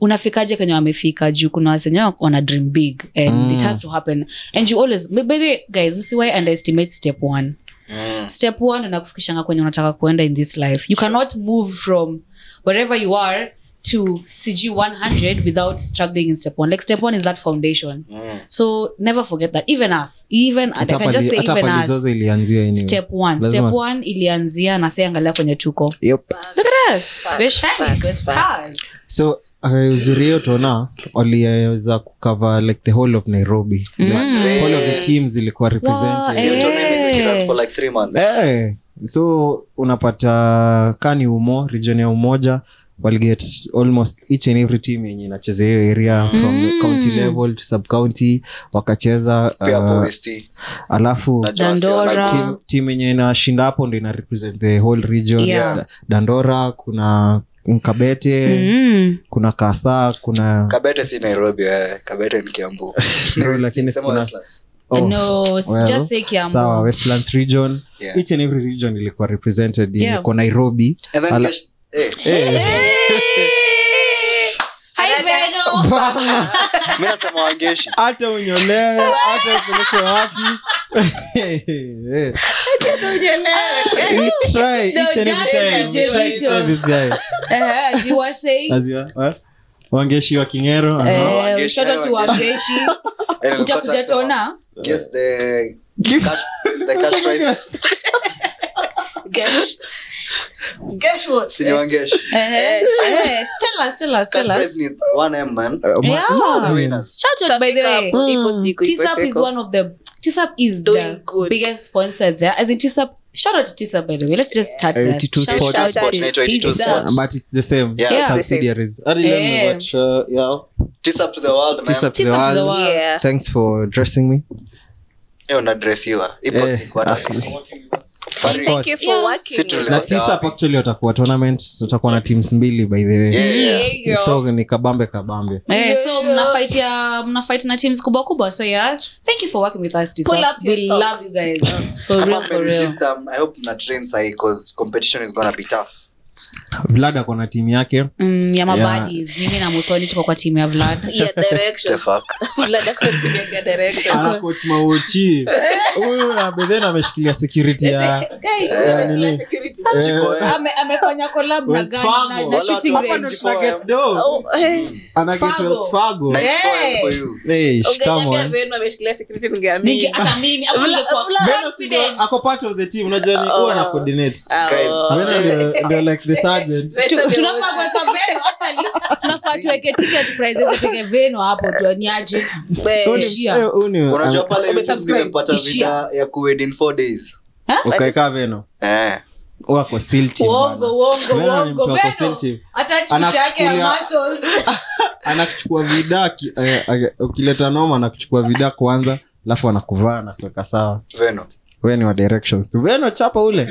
[SPEAKER 4] unafikaje kenye wamefika juu kuna wasenyewe wana dream big and
[SPEAKER 6] Mm.
[SPEAKER 4] it has to happen and you always by the way, guys msiwai underestimate step one
[SPEAKER 2] Mm.
[SPEAKER 4] step one inakufikishanga kwenye unataka kuenda in this life you cannot move from wherever you are to cg 100 without struggling in step one like step one is that foundation
[SPEAKER 2] Mm.
[SPEAKER 4] so never forget that even us even i
[SPEAKER 6] Hata
[SPEAKER 4] can just
[SPEAKER 6] pali-
[SPEAKER 4] say
[SPEAKER 6] hata
[SPEAKER 4] even
[SPEAKER 6] palizozo
[SPEAKER 4] us
[SPEAKER 6] ilianzia anyway.
[SPEAKER 4] step one step
[SPEAKER 6] Lazima-
[SPEAKER 4] one ilianzia na say angalia kwenye tuko
[SPEAKER 6] Yep.
[SPEAKER 4] look at us
[SPEAKER 5] Facts,
[SPEAKER 4] we're shining
[SPEAKER 5] facts,
[SPEAKER 4] we're
[SPEAKER 5] facts.
[SPEAKER 4] stars
[SPEAKER 6] so uh, uzuri hiyo tuona waliweza kukava like the whole of nairobi
[SPEAKER 4] Mm.
[SPEAKER 6] like, all of the teams ilikuwa represented
[SPEAKER 4] Eh.
[SPEAKER 2] Hiyo tournament we ran for like three months.
[SPEAKER 6] Eh, so unapata kaa ni umo region ya umoja wal get almost each and every team yenye inacheza hiyo area from
[SPEAKER 4] Mm.
[SPEAKER 6] county level to sub county wakacheza
[SPEAKER 2] Pia hapo
[SPEAKER 6] uh,
[SPEAKER 2] OST.
[SPEAKER 6] alafu
[SPEAKER 2] Na Jonas
[SPEAKER 4] Dandora.
[SPEAKER 2] Yanagusa.
[SPEAKER 6] tim yenye inashinda hapo ndo ina represent the whole region
[SPEAKER 4] Yeah.
[SPEAKER 6] Da- dandora kuna mkabete
[SPEAKER 4] Mm.
[SPEAKER 6] kuna kasaa kuna
[SPEAKER 2] kabete si nairobi eh. kabete ni kiambu
[SPEAKER 6] No, lakini
[SPEAKER 2] Sema
[SPEAKER 6] kuna-
[SPEAKER 2] Westlands.
[SPEAKER 6] oh,
[SPEAKER 4] no
[SPEAKER 6] well,
[SPEAKER 4] just say
[SPEAKER 6] sawa
[SPEAKER 4] kiambo
[SPEAKER 6] westlands region
[SPEAKER 2] Yeah.
[SPEAKER 6] each and every region ilikuwa represented yenye
[SPEAKER 4] Yeah.
[SPEAKER 6] iko nairobi
[SPEAKER 2] And then
[SPEAKER 6] Ala-
[SPEAKER 2] kesho- eh,
[SPEAKER 4] Hi, Venom.
[SPEAKER 2] mi nasema wangeshi
[SPEAKER 6] hata unyolewe hata upeleke wapi We try each and every time. We try to serve this guy.
[SPEAKER 4] Eh, you were saying
[SPEAKER 6] As you- eh? wangeshi wa kingero uh-huh.
[SPEAKER 4] Eh,
[SPEAKER 6] aha.
[SPEAKER 2] Wangeshi,
[SPEAKER 4] shout out to
[SPEAKER 2] wangeshi.
[SPEAKER 4] wangeshi
[SPEAKER 2] Eh,
[SPEAKER 4] utakuja
[SPEAKER 2] nilipata
[SPEAKER 4] tona
[SPEAKER 2] sema, guess the
[SPEAKER 6] Give-
[SPEAKER 2] cash- the cash prize.
[SPEAKER 5] Guess- guess what?
[SPEAKER 2] Si ni wangeshi
[SPEAKER 4] Eh, eh, tell us, tell us,
[SPEAKER 2] Cash
[SPEAKER 4] tell us.
[SPEAKER 2] prize ni 1M, man.
[SPEAKER 6] Uh, ma-
[SPEAKER 4] Yeah.
[SPEAKER 2] For the winners.
[SPEAKER 4] Shout out
[SPEAKER 5] Tá
[SPEAKER 4] by the way.
[SPEAKER 5] Tafika ipo siku, ipo
[SPEAKER 4] TSAP is
[SPEAKER 5] siku.
[SPEAKER 4] one of the TSAP is
[SPEAKER 5] Doing
[SPEAKER 4] the
[SPEAKER 5] good.
[SPEAKER 4] biggest sponsor there. As in TSAP, shout out to TSAP by the way. Let's just start there.
[SPEAKER 6] 82
[SPEAKER 4] Shout
[SPEAKER 6] Sports.
[SPEAKER 4] out to
[SPEAKER 5] Shout out to
[SPEAKER 2] 82
[SPEAKER 4] TSAP.
[SPEAKER 2] Sports.
[SPEAKER 6] but it's the same
[SPEAKER 2] Yeah, it's
[SPEAKER 4] the
[SPEAKER 5] same.
[SPEAKER 6] subsidiaries I didn't
[SPEAKER 4] Yeah.
[SPEAKER 6] know much, uh, yeah.
[SPEAKER 2] Tis up to the world, man.
[SPEAKER 6] Kiss up to the
[SPEAKER 4] TSAP to the
[SPEAKER 6] world.
[SPEAKER 4] world.
[SPEAKER 5] Yeah.
[SPEAKER 6] thanks for dressing me
[SPEAKER 2] Eh, unadressiwa. Ipo
[SPEAKER 6] Eh,
[SPEAKER 2] siku hata
[SPEAKER 6] ah,
[SPEAKER 2] sisi.
[SPEAKER 5] And
[SPEAKER 2] Fari-
[SPEAKER 5] thank you for
[SPEAKER 4] Yeah.
[SPEAKER 5] working
[SPEAKER 2] Si tuli-
[SPEAKER 5] with
[SPEAKER 6] na
[SPEAKER 2] Because they
[SPEAKER 6] tisap
[SPEAKER 2] are-
[SPEAKER 6] actually watakuwa tournament tutakuwa na teams mbili by the way
[SPEAKER 2] Yeah, yeah.
[SPEAKER 5] me, girl.
[SPEAKER 6] so ni kabambe kabambe
[SPEAKER 4] Eh, so mnafight ya mnafight na teams kubwa kubwa so yeah thank you for working with us
[SPEAKER 5] Pull
[SPEAKER 4] TSAP.
[SPEAKER 5] up your
[SPEAKER 4] we
[SPEAKER 5] socks.
[SPEAKER 4] love you guys Oh, for
[SPEAKER 2] Kama
[SPEAKER 4] real for real
[SPEAKER 2] mmeregister, I hope mna train sahi, 'cause competition is gonna be tough.
[SPEAKER 6] vlad ako na timu yake
[SPEAKER 4] mm, ya mabadis mimi na mutoni tuko kwa timu ya vlad
[SPEAKER 5] Yeah, directions.
[SPEAKER 2] The fuck?
[SPEAKER 5] Vlad akutumia vya directions.
[SPEAKER 6] Ana coach mauchi huyu na bedhen ameshikilia security ya
[SPEAKER 5] Guy,
[SPEAKER 2] Eh,
[SPEAKER 5] kuna
[SPEAKER 6] nini?
[SPEAKER 5] security.
[SPEAKER 2] Chico, eh.
[SPEAKER 4] Ame- amefanya collab na
[SPEAKER 6] Wells
[SPEAKER 4] gani na,
[SPEAKER 6] Fargo.
[SPEAKER 4] na
[SPEAKER 2] Wala
[SPEAKER 4] shooting
[SPEAKER 2] watu-
[SPEAKER 4] range
[SPEAKER 5] Oh, eh.
[SPEAKER 6] Ana get
[SPEAKER 4] Fargo.
[SPEAKER 6] Wells Fargo.
[SPEAKER 4] Nice.
[SPEAKER 2] 94
[SPEAKER 4] Hey.
[SPEAKER 2] for you.
[SPEAKER 6] Hey, shikamo,
[SPEAKER 5] Ungeambia
[SPEAKER 6] eh.
[SPEAKER 5] Venu ameshikilia security ningeamini.
[SPEAKER 4] Ninge- hata mimi hapo
[SPEAKER 5] Vla-
[SPEAKER 4] ningekuwa
[SPEAKER 5] Vla-
[SPEAKER 6] Veno si ndio ako part of the team unajua ni huwa ana coordinate
[SPEAKER 5] Ah,
[SPEAKER 2] Guys,
[SPEAKER 5] oh.
[SPEAKER 6] Veno ndio- ndio like the sergeant
[SPEAKER 5] Venu
[SPEAKER 4] Tu-
[SPEAKER 5] ndio-
[SPEAKER 4] tunafaa kuweka veno actually tunafaa tuweke ticket prices tuweke veno hapo tuoniaje
[SPEAKER 5] Eh,
[SPEAKER 6] Huyu ni-
[SPEAKER 4] Ishia.
[SPEAKER 6] eh, huyu ni-
[SPEAKER 2] unajua
[SPEAKER 6] ah,
[SPEAKER 2] pale YouTube
[SPEAKER 5] Umesubscribe.
[SPEAKER 2] nimepata
[SPEAKER 4] Ishia.
[SPEAKER 2] vina ya kuwed in four days
[SPEAKER 6] ukaeka Um, veno
[SPEAKER 2] eh.
[SPEAKER 6] wako seal team
[SPEAKER 4] uongo
[SPEAKER 6] bana.
[SPEAKER 4] uongo
[SPEAKER 6] Veno ni
[SPEAKER 4] uongo
[SPEAKER 6] mtu wako seal
[SPEAKER 4] veno
[SPEAKER 6] team.
[SPEAKER 4] hata chuchu yake ya
[SPEAKER 6] Anakuchukulia-
[SPEAKER 4] muscles
[SPEAKER 6] anakuchukua vida ki- eh, eh, ukileta noma anakuchukua vida kwanza alafu anakuvaa na kuweka sawa
[SPEAKER 2] veno
[SPEAKER 6] we ni wa directions tu veno chapa ule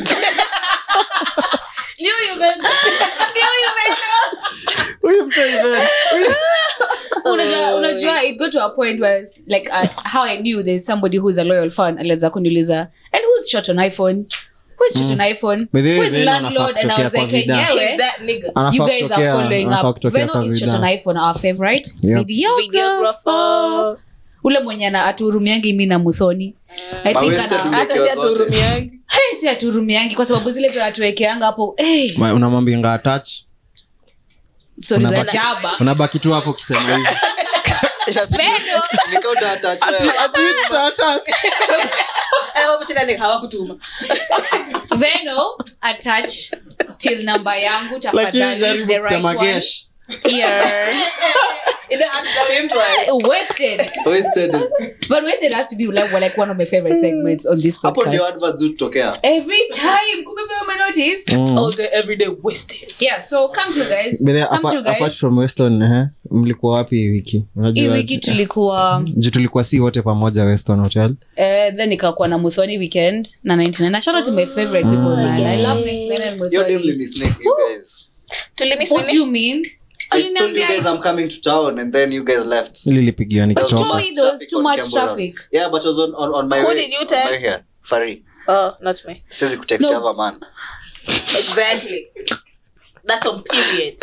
[SPEAKER 5] New Venu. New Venu.
[SPEAKER 6] huyu mtu event
[SPEAKER 4] unajua unajua it got to a point where it's like uh, how i knew there's somebody who's a loyal fan alianza kuniuliza and who's shot on iphone who's shot on iphone
[SPEAKER 6] Hmm. By the way,
[SPEAKER 4] who's
[SPEAKER 6] Veno anafaa
[SPEAKER 4] landlord and i
[SPEAKER 6] kutokea
[SPEAKER 4] was
[SPEAKER 6] kwa
[SPEAKER 4] like
[SPEAKER 6] vida.
[SPEAKER 5] She's
[SPEAKER 4] yenyewe
[SPEAKER 5] that nigga.
[SPEAKER 6] Anafaa
[SPEAKER 4] you guys are
[SPEAKER 6] kutokea-
[SPEAKER 4] following
[SPEAKER 6] anafaa
[SPEAKER 4] up
[SPEAKER 6] kutokea
[SPEAKER 4] veno
[SPEAKER 6] kwa
[SPEAKER 4] is shot on
[SPEAKER 6] vida.
[SPEAKER 4] iphone our favorite
[SPEAKER 6] Yep.
[SPEAKER 4] videographer
[SPEAKER 5] Videographer.
[SPEAKER 4] ule mwenye ana- atuhurumiangi mi na muthoni I
[SPEAKER 2] Ma
[SPEAKER 4] think
[SPEAKER 2] wasted
[SPEAKER 4] ana-
[SPEAKER 2] Hata
[SPEAKER 5] Hata
[SPEAKER 2] si
[SPEAKER 5] si
[SPEAKER 2] hatuhurumiangi.
[SPEAKER 5] atuhurumiangi.
[SPEAKER 4] Hey, si atuhurumiangi kwa sababu zile tunatuwekeanga hapo hey,
[SPEAKER 6] Ma- unamwambinga attach
[SPEAKER 4] sorry za
[SPEAKER 6] unabaki-
[SPEAKER 4] chaba
[SPEAKER 6] unabaki tu hapo ukisema hivi
[SPEAKER 4] Veno.
[SPEAKER 2] eh.
[SPEAKER 5] É, Hawakutuma.
[SPEAKER 4] veno attach till namba yangu tafadhali
[SPEAKER 3] jaribu
[SPEAKER 4] the right
[SPEAKER 3] kusema
[SPEAKER 4] one
[SPEAKER 3] gesh
[SPEAKER 4] here
[SPEAKER 5] You don't have to tell him
[SPEAKER 4] É,
[SPEAKER 5] twice.
[SPEAKER 4] wasted but wasted has to be like, well, like one of my favorite segments on this
[SPEAKER 2] hapo ndio
[SPEAKER 4] podcast
[SPEAKER 2] adverts hutokea.
[SPEAKER 4] every time kumbe umenotice
[SPEAKER 6] Mm.
[SPEAKER 5] All day, every day wasted.
[SPEAKER 4] yeah so come to guys
[SPEAKER 6] Bele,
[SPEAKER 4] Oh, come
[SPEAKER 6] apa-
[SPEAKER 4] to
[SPEAKER 6] apart
[SPEAKER 4] guys
[SPEAKER 6] from weston eh, mlikuwa wapi hii wiki
[SPEAKER 4] hii
[SPEAKER 6] unajua
[SPEAKER 4] wiki tulikuwa
[SPEAKER 6] juu tulikuwa si wote pamoja weston hotel
[SPEAKER 4] eh, then nikakuwa na muthoni weekend na 99 na shout out to my favorite people man i love 99 and
[SPEAKER 2] Hiyo dem
[SPEAKER 4] muthoni
[SPEAKER 2] mlinisnake, you guys.
[SPEAKER 4] what do you mean
[SPEAKER 2] I told you guys
[SPEAKER 4] Tuliniambia-
[SPEAKER 2] I'm coming to town and then you guys left.
[SPEAKER 6] lilipigiwa
[SPEAKER 2] There was too
[SPEAKER 4] Told
[SPEAKER 6] nikichoka
[SPEAKER 4] me
[SPEAKER 2] much
[SPEAKER 4] there was
[SPEAKER 2] traffic
[SPEAKER 4] too
[SPEAKER 2] on
[SPEAKER 4] much
[SPEAKER 2] Kiambu Road.
[SPEAKER 4] traffic.
[SPEAKER 2] Yeah, but I was on- on- on my
[SPEAKER 5] Who
[SPEAKER 2] way-
[SPEAKER 5] did you
[SPEAKER 2] on
[SPEAKER 5] tell?
[SPEAKER 2] my way here. Fari.
[SPEAKER 5] Oh, not me.
[SPEAKER 2] Siwezi kutext
[SPEAKER 4] No.
[SPEAKER 2] Java man.
[SPEAKER 5] Exactly. That's on period.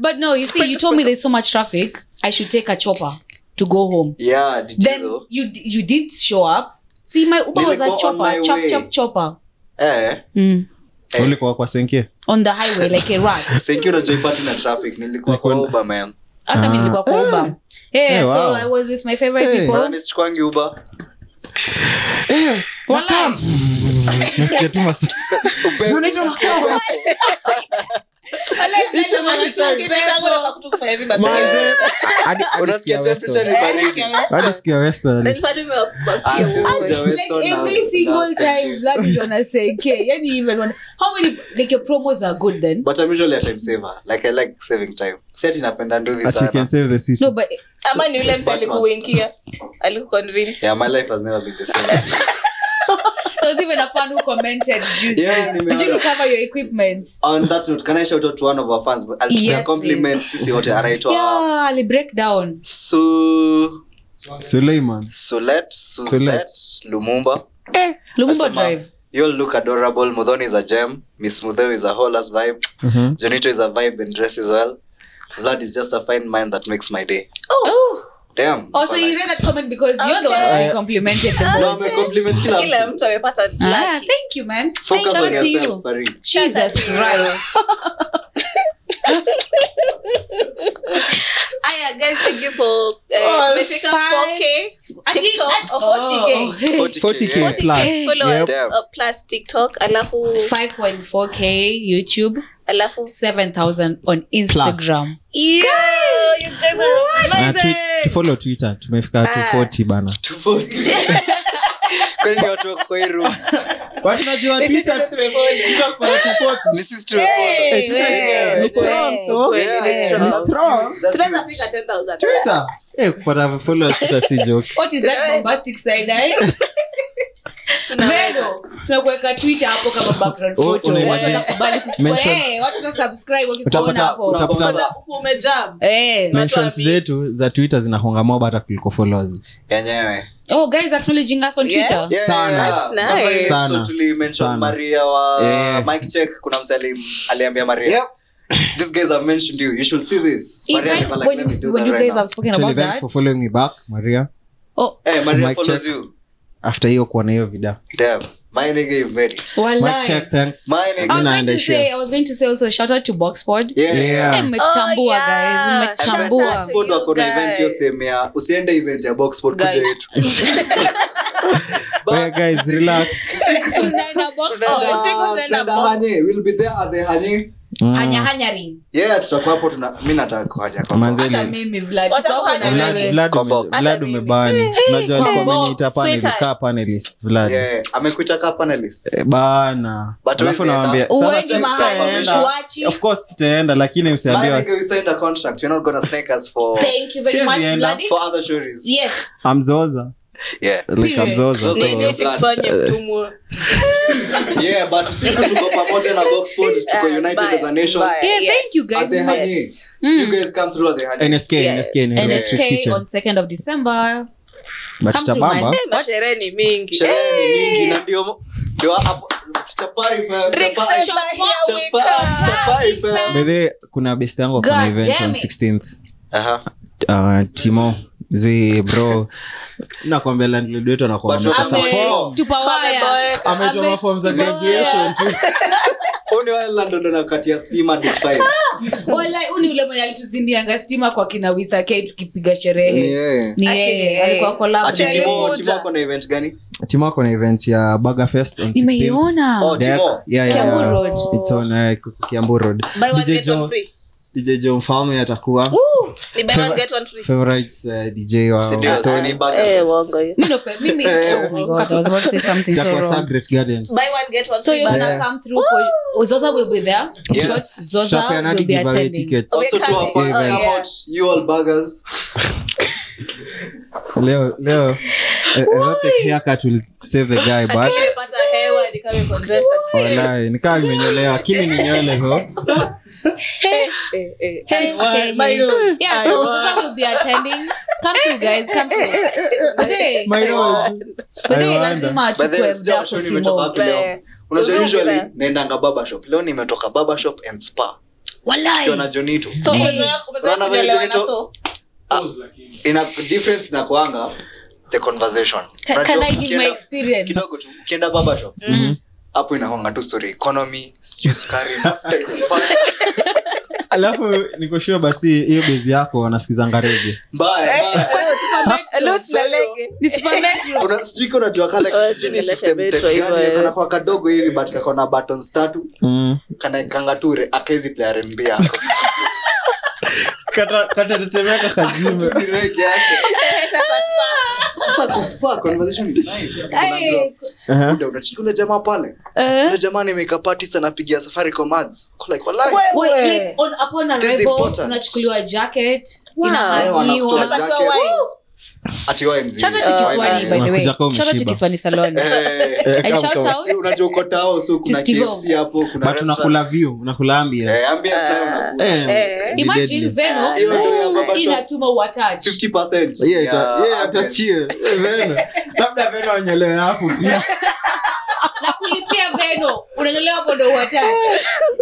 [SPEAKER 4] But no, you see, you told me there's so much traffic. I should take a chopper to go home.
[SPEAKER 2] Yeah, did you
[SPEAKER 4] Then
[SPEAKER 2] though?
[SPEAKER 4] you d- you did show up. See, my Uber was a
[SPEAKER 2] Nilikuwa on
[SPEAKER 4] chopper,
[SPEAKER 2] my
[SPEAKER 4] chop
[SPEAKER 2] way.
[SPEAKER 4] chop chopper.
[SPEAKER 2] Eh,
[SPEAKER 4] Mm.
[SPEAKER 2] eh.
[SPEAKER 6] ulikuwa kwa senkie
[SPEAKER 4] On the highway like a rat.
[SPEAKER 2] Thank you najoipati na traffic nilikuwa kwa
[SPEAKER 6] Nilikuwa-
[SPEAKER 2] uber man
[SPEAKER 4] Hata mimi
[SPEAKER 6] Ah.
[SPEAKER 4] nilikuwa kwa Uber. Yeah,
[SPEAKER 6] Hey,
[SPEAKER 4] so
[SPEAKER 6] wow.
[SPEAKER 4] I was with my favorite
[SPEAKER 6] Hey.
[SPEAKER 4] people.
[SPEAKER 2] Nadhani sichukuangi uber
[SPEAKER 4] Walai.
[SPEAKER 6] nasikia tu masi
[SPEAKER 4] Walai, lazima nitoke
[SPEAKER 5] Ukifika
[SPEAKER 4] hapo.
[SPEAKER 5] ngoro nakutu kufanya hivi basi.
[SPEAKER 6] Hadi- hadi
[SPEAKER 2] unasikia
[SPEAKER 6] sikia
[SPEAKER 2] temperature ni
[SPEAKER 6] Weston.
[SPEAKER 2] baridi
[SPEAKER 6] Hadi sikia Weston.
[SPEAKER 5] Then fadi
[SPEAKER 2] Ah,
[SPEAKER 5] umewasikia
[SPEAKER 2] sisi
[SPEAKER 5] wote.
[SPEAKER 2] kuja
[SPEAKER 4] Like
[SPEAKER 2] Weston na-
[SPEAKER 4] every
[SPEAKER 2] na
[SPEAKER 4] single
[SPEAKER 2] Saint
[SPEAKER 4] time,
[SPEAKER 2] Jude.
[SPEAKER 4] blood is on a senke. Yani even when how many like your promos are good then?
[SPEAKER 2] but i'm usually a time saver like i like saving time set inapenda nduthi
[SPEAKER 6] But you can
[SPEAKER 2] sana
[SPEAKER 6] save the city.
[SPEAKER 4] No, but
[SPEAKER 5] ama ni ule mtu
[SPEAKER 2] Batman.
[SPEAKER 5] alikuinkia alikuconvince
[SPEAKER 2] yeah my life has never been the same
[SPEAKER 4] there was even a fan who commented, "Juicy,
[SPEAKER 2] Yeah,
[SPEAKER 4] did you
[SPEAKER 2] nimeona.
[SPEAKER 4] recover your equipment?"
[SPEAKER 2] on that note can i shout out to one of our fans but i'll
[SPEAKER 4] Yes,
[SPEAKER 2] compliment
[SPEAKER 4] please.
[SPEAKER 2] sisi wote anaitwa
[SPEAKER 4] yeah ali break down
[SPEAKER 2] su
[SPEAKER 6] Suleiman.
[SPEAKER 2] sulet sulet
[SPEAKER 6] Sulet.
[SPEAKER 2] lumumba
[SPEAKER 4] lumumba
[SPEAKER 2] That's a man.
[SPEAKER 4] drive
[SPEAKER 2] you all look adorable mudhoni is a gem miss mudheo is a whole ass vibe
[SPEAKER 6] Mhm.
[SPEAKER 2] jonito is a vibe and dresses well vlad is just a fine mind that makes my day
[SPEAKER 4] oh
[SPEAKER 2] damn
[SPEAKER 4] also
[SPEAKER 2] But
[SPEAKER 4] you
[SPEAKER 2] like-
[SPEAKER 4] read that comment because you're the one who really complimented the
[SPEAKER 2] No,
[SPEAKER 4] boys
[SPEAKER 2] I'm a compliment kila
[SPEAKER 5] kila
[SPEAKER 2] mtu
[SPEAKER 5] mtu amepata
[SPEAKER 4] ah,
[SPEAKER 5] lucky.
[SPEAKER 4] thank you man
[SPEAKER 2] focus
[SPEAKER 4] Shout
[SPEAKER 2] on
[SPEAKER 4] out to
[SPEAKER 2] yourself
[SPEAKER 4] you.
[SPEAKER 2] Farid.
[SPEAKER 4] jesus christ
[SPEAKER 5] Aya, guys, thank you for, eh,
[SPEAKER 4] Oh,
[SPEAKER 5] tumefika
[SPEAKER 4] five.
[SPEAKER 5] 4K
[SPEAKER 4] Ati-
[SPEAKER 5] TikTok
[SPEAKER 4] ati-
[SPEAKER 5] or 40K?
[SPEAKER 4] oh, hey.
[SPEAKER 2] 40K, yeah.
[SPEAKER 6] 40K plus.
[SPEAKER 5] followers,
[SPEAKER 2] Yep.
[SPEAKER 5] uh, plus tiktok alafu
[SPEAKER 4] 5.4k youtube
[SPEAKER 5] alafu
[SPEAKER 4] 7000 on instagram
[SPEAKER 5] Yeah, you guys are
[SPEAKER 6] Na
[SPEAKER 5] amazing.
[SPEAKER 6] tu- tufollow Twitter. Tumefika
[SPEAKER 4] Ah.
[SPEAKER 6] 240 bana.
[SPEAKER 2] tofauti kwani ni watu wako kwa hii room
[SPEAKER 3] watu najua
[SPEAKER 5] This is
[SPEAKER 3] Twitter-
[SPEAKER 5] what we follow.
[SPEAKER 3] Twitter kuna tofauti.
[SPEAKER 2] ni sisi tu wako.
[SPEAKER 4] Hey,
[SPEAKER 3] Twitter
[SPEAKER 2] hey,
[SPEAKER 4] hey,
[SPEAKER 2] hey.
[SPEAKER 3] is strong,
[SPEAKER 4] hey.
[SPEAKER 3] though.
[SPEAKER 2] Yeah,
[SPEAKER 5] It's
[SPEAKER 2] yeah,
[SPEAKER 5] strong.
[SPEAKER 2] that's
[SPEAKER 3] Strong.
[SPEAKER 2] huge, that's
[SPEAKER 5] Tunaweza
[SPEAKER 2] huge.
[SPEAKER 5] fika 10,000.
[SPEAKER 3] Twitter.
[SPEAKER 6] Eh, kupata followers Twitter si joke.
[SPEAKER 4] what is that bombastic side eh?
[SPEAKER 5] Tunaweza.
[SPEAKER 4] Vero, tunakuweka twitter hapo kama background
[SPEAKER 6] Oh,
[SPEAKER 4] photo watu
[SPEAKER 6] unaimagine-
[SPEAKER 4] watakubali kukuona.
[SPEAKER 6] mentions.
[SPEAKER 4] Eh, watu watasubscribe wakikuona
[SPEAKER 6] Utapata-
[SPEAKER 4] hapo
[SPEAKER 5] Kwanza
[SPEAKER 6] utapata
[SPEAKER 5] huku umejam.
[SPEAKER 4] Eh.
[SPEAKER 6] mentions
[SPEAKER 5] wapi.
[SPEAKER 6] zetu za twitter zinakonga mob hata kuliko followers
[SPEAKER 2] yenyewe
[SPEAKER 4] oh guys acknowledging us on
[SPEAKER 5] Yes.
[SPEAKER 4] twitter
[SPEAKER 2] Yeah,
[SPEAKER 6] Sana.
[SPEAKER 2] yeah, yeah.
[SPEAKER 5] That's nice.
[SPEAKER 2] Kwanza ile episode
[SPEAKER 6] Sana.
[SPEAKER 2] tulimention
[SPEAKER 6] Sana.
[SPEAKER 2] maria wa
[SPEAKER 6] Yeah.
[SPEAKER 2] Mike check kuna mse ali- aliambia maria these guys have mentioned you you should see this maria
[SPEAKER 4] Even
[SPEAKER 2] alikuwa like
[SPEAKER 4] when
[SPEAKER 2] let me
[SPEAKER 4] you,
[SPEAKER 2] do
[SPEAKER 4] when
[SPEAKER 2] that
[SPEAKER 4] you
[SPEAKER 2] right
[SPEAKER 4] guys
[SPEAKER 2] now
[SPEAKER 4] have spoken
[SPEAKER 6] Actually,
[SPEAKER 4] about
[SPEAKER 6] thanks
[SPEAKER 4] that,
[SPEAKER 6] for following me back maria
[SPEAKER 4] oh,
[SPEAKER 2] hey maria
[SPEAKER 6] Mike
[SPEAKER 2] follows
[SPEAKER 6] check.
[SPEAKER 2] you
[SPEAKER 6] after hiyo kuona hiyo video
[SPEAKER 2] damn my nigga you've made it
[SPEAKER 6] Mic
[SPEAKER 4] walai.
[SPEAKER 6] check, thanks.
[SPEAKER 2] my nigga
[SPEAKER 4] I was
[SPEAKER 6] Nina
[SPEAKER 4] going to
[SPEAKER 6] and
[SPEAKER 4] say, I was going to say also shout out to Boxpod.
[SPEAKER 2] yeah, yeah.
[SPEAKER 6] Yeah.
[SPEAKER 4] Eh, Mmetambua
[SPEAKER 5] Oh, yeah.
[SPEAKER 4] guys,
[SPEAKER 5] Shout out
[SPEAKER 4] mmetambua.
[SPEAKER 5] to-
[SPEAKER 2] Boxport wako na
[SPEAKER 5] you
[SPEAKER 2] event hiyo
[SPEAKER 5] guys.
[SPEAKER 2] sehemu ya usiende event ya boxport kuja
[SPEAKER 5] Guys.
[SPEAKER 2] yetu But
[SPEAKER 6] Hey, guys relax
[SPEAKER 4] Tunaenda
[SPEAKER 2] tunaenda-
[SPEAKER 4] Boxpod.
[SPEAKER 2] tunaenda Hanye. We'll be there at the Hanye.
[SPEAKER 6] Mm.
[SPEAKER 4] Hanya hanya ring.
[SPEAKER 2] Yeah, tutakuwa hapo tuna mi nataka kuhaja kwa
[SPEAKER 6] Manze,
[SPEAKER 2] box.
[SPEAKER 4] Hata mimi Vlad,
[SPEAKER 5] Wacha
[SPEAKER 4] tuko hapo na
[SPEAKER 5] kuhanya
[SPEAKER 6] Vlad-
[SPEAKER 5] Wewe.
[SPEAKER 4] wewe.
[SPEAKER 6] Vlad
[SPEAKER 2] Kwa
[SPEAKER 6] ume-
[SPEAKER 2] box.
[SPEAKER 6] Vlad
[SPEAKER 5] Hata mimi.
[SPEAKER 6] umebani unajua
[SPEAKER 4] kwa
[SPEAKER 6] alikuwa
[SPEAKER 4] box.
[SPEAKER 6] ameniita panelist,
[SPEAKER 5] Sweaters.
[SPEAKER 6] panelist, Vlad.
[SPEAKER 2] Yeah, amekuita kaa panelist
[SPEAKER 6] Eh, bana
[SPEAKER 2] But
[SPEAKER 6] Alafu
[SPEAKER 2] huwezi
[SPEAKER 6] nawaambia-
[SPEAKER 2] enda.
[SPEAKER 6] sasa
[SPEAKER 4] Uwendi
[SPEAKER 6] sasa
[SPEAKER 4] mahali,
[SPEAKER 6] tutaenda.
[SPEAKER 4] tuwachi.
[SPEAKER 6] Of course tutaenda lakini usiambie
[SPEAKER 2] Maana
[SPEAKER 6] wasi-
[SPEAKER 2] you signed a contract you're not gonna snake us for
[SPEAKER 4] Thank you very
[SPEAKER 6] Siwezi
[SPEAKER 4] much,
[SPEAKER 6] enda.
[SPEAKER 4] Vlad.
[SPEAKER 2] for other shows
[SPEAKER 4] Yes.
[SPEAKER 6] amzoza
[SPEAKER 2] yeah.
[SPEAKER 6] like amzoza
[SPEAKER 2] Zoza.
[SPEAKER 6] so,
[SPEAKER 2] Nini? yeah but usiku tuko pamoja na box pod tuko
[SPEAKER 5] Eh,
[SPEAKER 2] united as a nation
[SPEAKER 4] Yeah, thank you guys.
[SPEAKER 2] as a honey
[SPEAKER 5] Yes.
[SPEAKER 4] Mm.
[SPEAKER 2] you guys come through as a honey
[SPEAKER 6] NSK, NSK, NSK
[SPEAKER 4] nsk
[SPEAKER 6] kitchen.
[SPEAKER 4] on 2nd of december
[SPEAKER 6] But
[SPEAKER 4] come to
[SPEAKER 6] Tabamba,
[SPEAKER 4] my-
[SPEAKER 5] Eh, masherehe ni mingi
[SPEAKER 2] sherehe ni mingi na ndio ndio hapo chapai fam
[SPEAKER 5] Drink
[SPEAKER 2] chapai
[SPEAKER 5] Simba, Eh, here we
[SPEAKER 2] chapai
[SPEAKER 5] come.
[SPEAKER 2] chapai fam
[SPEAKER 6] by the way, kuna best yangu ako na
[SPEAKER 4] God
[SPEAKER 6] event
[SPEAKER 4] damn
[SPEAKER 6] on
[SPEAKER 4] it.
[SPEAKER 6] 16th
[SPEAKER 2] aha
[SPEAKER 6] uh, timo zi bro nakwambia landlord wetu anakuwa
[SPEAKER 2] But
[SPEAKER 6] ametoa
[SPEAKER 2] tutamwambia-
[SPEAKER 6] form.
[SPEAKER 2] Form.
[SPEAKER 4] tupawaya
[SPEAKER 6] Ametoa
[SPEAKER 4] Ame-
[SPEAKER 6] form za graduation tu.
[SPEAKER 2] Oni wale landlord wanakatia stima date five.
[SPEAKER 4] Walai, uni ule mwenye alituzimbianga stima kwa kina witha k tukipiga sherehe
[SPEAKER 2] Yeah.
[SPEAKER 4] ni
[SPEAKER 5] Akili,
[SPEAKER 4] yeye
[SPEAKER 5] eh.
[SPEAKER 4] alikuwa
[SPEAKER 2] Ati
[SPEAKER 5] Acheni
[SPEAKER 4] collab
[SPEAKER 2] Timo
[SPEAKER 5] moja.
[SPEAKER 2] Timo ako na event gani?
[SPEAKER 6] timo ako na event ya burger fest on 16th
[SPEAKER 4] nimeiona
[SPEAKER 2] Oh,
[SPEAKER 6] Deck-
[SPEAKER 2] Timo.
[SPEAKER 6] yeah, yeah,
[SPEAKER 4] Kiambu
[SPEAKER 6] yeah.
[SPEAKER 4] Road.
[SPEAKER 6] It's on, uh, Kiambu Road.
[SPEAKER 5] Buy one,
[SPEAKER 6] DJ
[SPEAKER 5] get one
[SPEAKER 6] Jo-
[SPEAKER 5] free.
[SPEAKER 6] DJ jo mfalme atakuwa
[SPEAKER 5] Ni buy one, get one free.
[SPEAKER 6] favorites uh, dj wa-
[SPEAKER 2] Sidio,
[SPEAKER 6] watoto.
[SPEAKER 2] sini baga.
[SPEAKER 5] Eh, uongo hiyo.
[SPEAKER 4] Mimi ndo fe-
[SPEAKER 6] Eh.
[SPEAKER 4] mimi- oh my God, I was about to say something so
[SPEAKER 6] Itakuwa
[SPEAKER 4] wrong.
[SPEAKER 6] Sagret Gardens.
[SPEAKER 5] Buy one, get one
[SPEAKER 4] So
[SPEAKER 5] free,
[SPEAKER 4] you're
[SPEAKER 5] bana.
[SPEAKER 4] gonna come through for Zoza will be there.
[SPEAKER 2] Yes.
[SPEAKER 4] Short Zoza
[SPEAKER 6] Tutapeana hadi
[SPEAKER 4] will be
[SPEAKER 6] giveaway
[SPEAKER 4] attending.
[SPEAKER 6] tickets.
[SPEAKER 2] Also to our fans,
[SPEAKER 5] Oh,
[SPEAKER 2] come
[SPEAKER 5] yeah.
[SPEAKER 2] out, you all buggers.
[SPEAKER 4] Oh.
[SPEAKER 6] Leo- leo, eh, erotic haircut will save the guy, but-
[SPEAKER 5] Nimepata hewa, nikawe congested.
[SPEAKER 6] Walai, nikaa nimenyolewa lakini ni nyole ho
[SPEAKER 5] Eh, eh,
[SPEAKER 4] Hey, hey, hey. Yeah, so Zoza will be attending. Come through guys, come through. Okay. But
[SPEAKER 6] I
[SPEAKER 4] then
[SPEAKER 6] wonder.
[SPEAKER 4] lazima
[SPEAKER 2] But then
[SPEAKER 4] achukue
[SPEAKER 2] sijao
[SPEAKER 4] mda
[SPEAKER 2] show
[SPEAKER 4] kwa Timo.
[SPEAKER 2] nimetoka wapi leo.
[SPEAKER 5] Eh.
[SPEAKER 2] Unajua
[SPEAKER 5] Unajua
[SPEAKER 2] usually
[SPEAKER 5] vile?
[SPEAKER 2] naendanga barber shop. Leo nimetoka barber shop and spa. Tukiwa na
[SPEAKER 4] Walai.
[SPEAKER 2] Johnny tu.
[SPEAKER 5] So,
[SPEAKER 4] Hey.
[SPEAKER 5] umezoea- umezoea
[SPEAKER 2] Rana
[SPEAKER 5] kunyolewa
[SPEAKER 2] vile
[SPEAKER 5] na
[SPEAKER 2] tu-
[SPEAKER 5] so?
[SPEAKER 2] Ina difference na kuanga the conversation.
[SPEAKER 4] Can,
[SPEAKER 2] Unajua
[SPEAKER 4] can I give my
[SPEAKER 2] ukienda-
[SPEAKER 4] experience?
[SPEAKER 2] kidogo tu ukienda barber shop
[SPEAKER 4] Mhm.
[SPEAKER 2] hapo inakwanga tu story economy sijui sukari mafuta imepanda.
[SPEAKER 6] alafu nikoshua basi hiyo bezi yako wanasikizanga rege
[SPEAKER 5] Eh?
[SPEAKER 4] Eh?
[SPEAKER 2] mbaya mbaya.
[SPEAKER 4] Kwa hiyo tupa metro.
[SPEAKER 5] Loot na lege.
[SPEAKER 4] Ni super metro.
[SPEAKER 2] Una- sijui kama unajua kale
[SPEAKER 5] Oh,
[SPEAKER 2] sijui ni
[SPEAKER 5] tumeleta
[SPEAKER 2] system
[SPEAKER 5] metro
[SPEAKER 2] tech gani,
[SPEAKER 5] hivyo, eh.
[SPEAKER 2] kana kwa kadogo hivi but kako na buttons tatu kanaekanga tu re- akezi play R&B yako Ni reggae yake. sasa kwa spa, conversation is nice.
[SPEAKER 4] Hey.
[SPEAKER 2] Muda, unachiki ule jamaa pale
[SPEAKER 4] Eh.
[SPEAKER 2] ule jamaa ni makeup artist anapigia safari kwa mads like wallahi
[SPEAKER 4] Wait, like, on- upon
[SPEAKER 2] This is
[SPEAKER 4] arrival
[SPEAKER 2] important.
[SPEAKER 4] unachukuliwa jacket
[SPEAKER 5] Wow.
[SPEAKER 2] Leo wanakutoa
[SPEAKER 4] inahangiwa
[SPEAKER 5] Unapatiwa
[SPEAKER 2] Eh, jackets.
[SPEAKER 5] wine.
[SPEAKER 2] Ati OMG.
[SPEAKER 4] Shout out
[SPEAKER 2] Eh,
[SPEAKER 4] to
[SPEAKER 5] Kiswani,
[SPEAKER 4] Kiswani, by the way.
[SPEAKER 6] Unakuja kama
[SPEAKER 4] Shout out to
[SPEAKER 6] umeshiba.
[SPEAKER 4] Kiswani salon.
[SPEAKER 2] eh,
[SPEAKER 4] And shout out-
[SPEAKER 2] si unajua uko tao so kuna
[SPEAKER 4] Kistivo.
[SPEAKER 2] kfc hapo kuna
[SPEAKER 6] unakula
[SPEAKER 2] restaurants.
[SPEAKER 6] view unakula ambience.
[SPEAKER 2] Eh, ambience
[SPEAKER 4] Ah.
[SPEAKER 2] nayo unakula.
[SPEAKER 6] Eh,
[SPEAKER 5] Eh.
[SPEAKER 6] ni
[SPEAKER 4] Imagine
[SPEAKER 6] deadly.
[SPEAKER 4] Veno
[SPEAKER 2] Hiyo ndio ya baba shop.
[SPEAKER 4] inatuma watouch.
[SPEAKER 2] 50%
[SPEAKER 6] Yeah, ita-
[SPEAKER 2] ya
[SPEAKER 6] yeah,
[SPEAKER 2] ambience.
[SPEAKER 6] atachie. Eh, Veno. labda veno wanyolewe hapo pia
[SPEAKER 4] na kulipia veno unanyolewa pondo watatu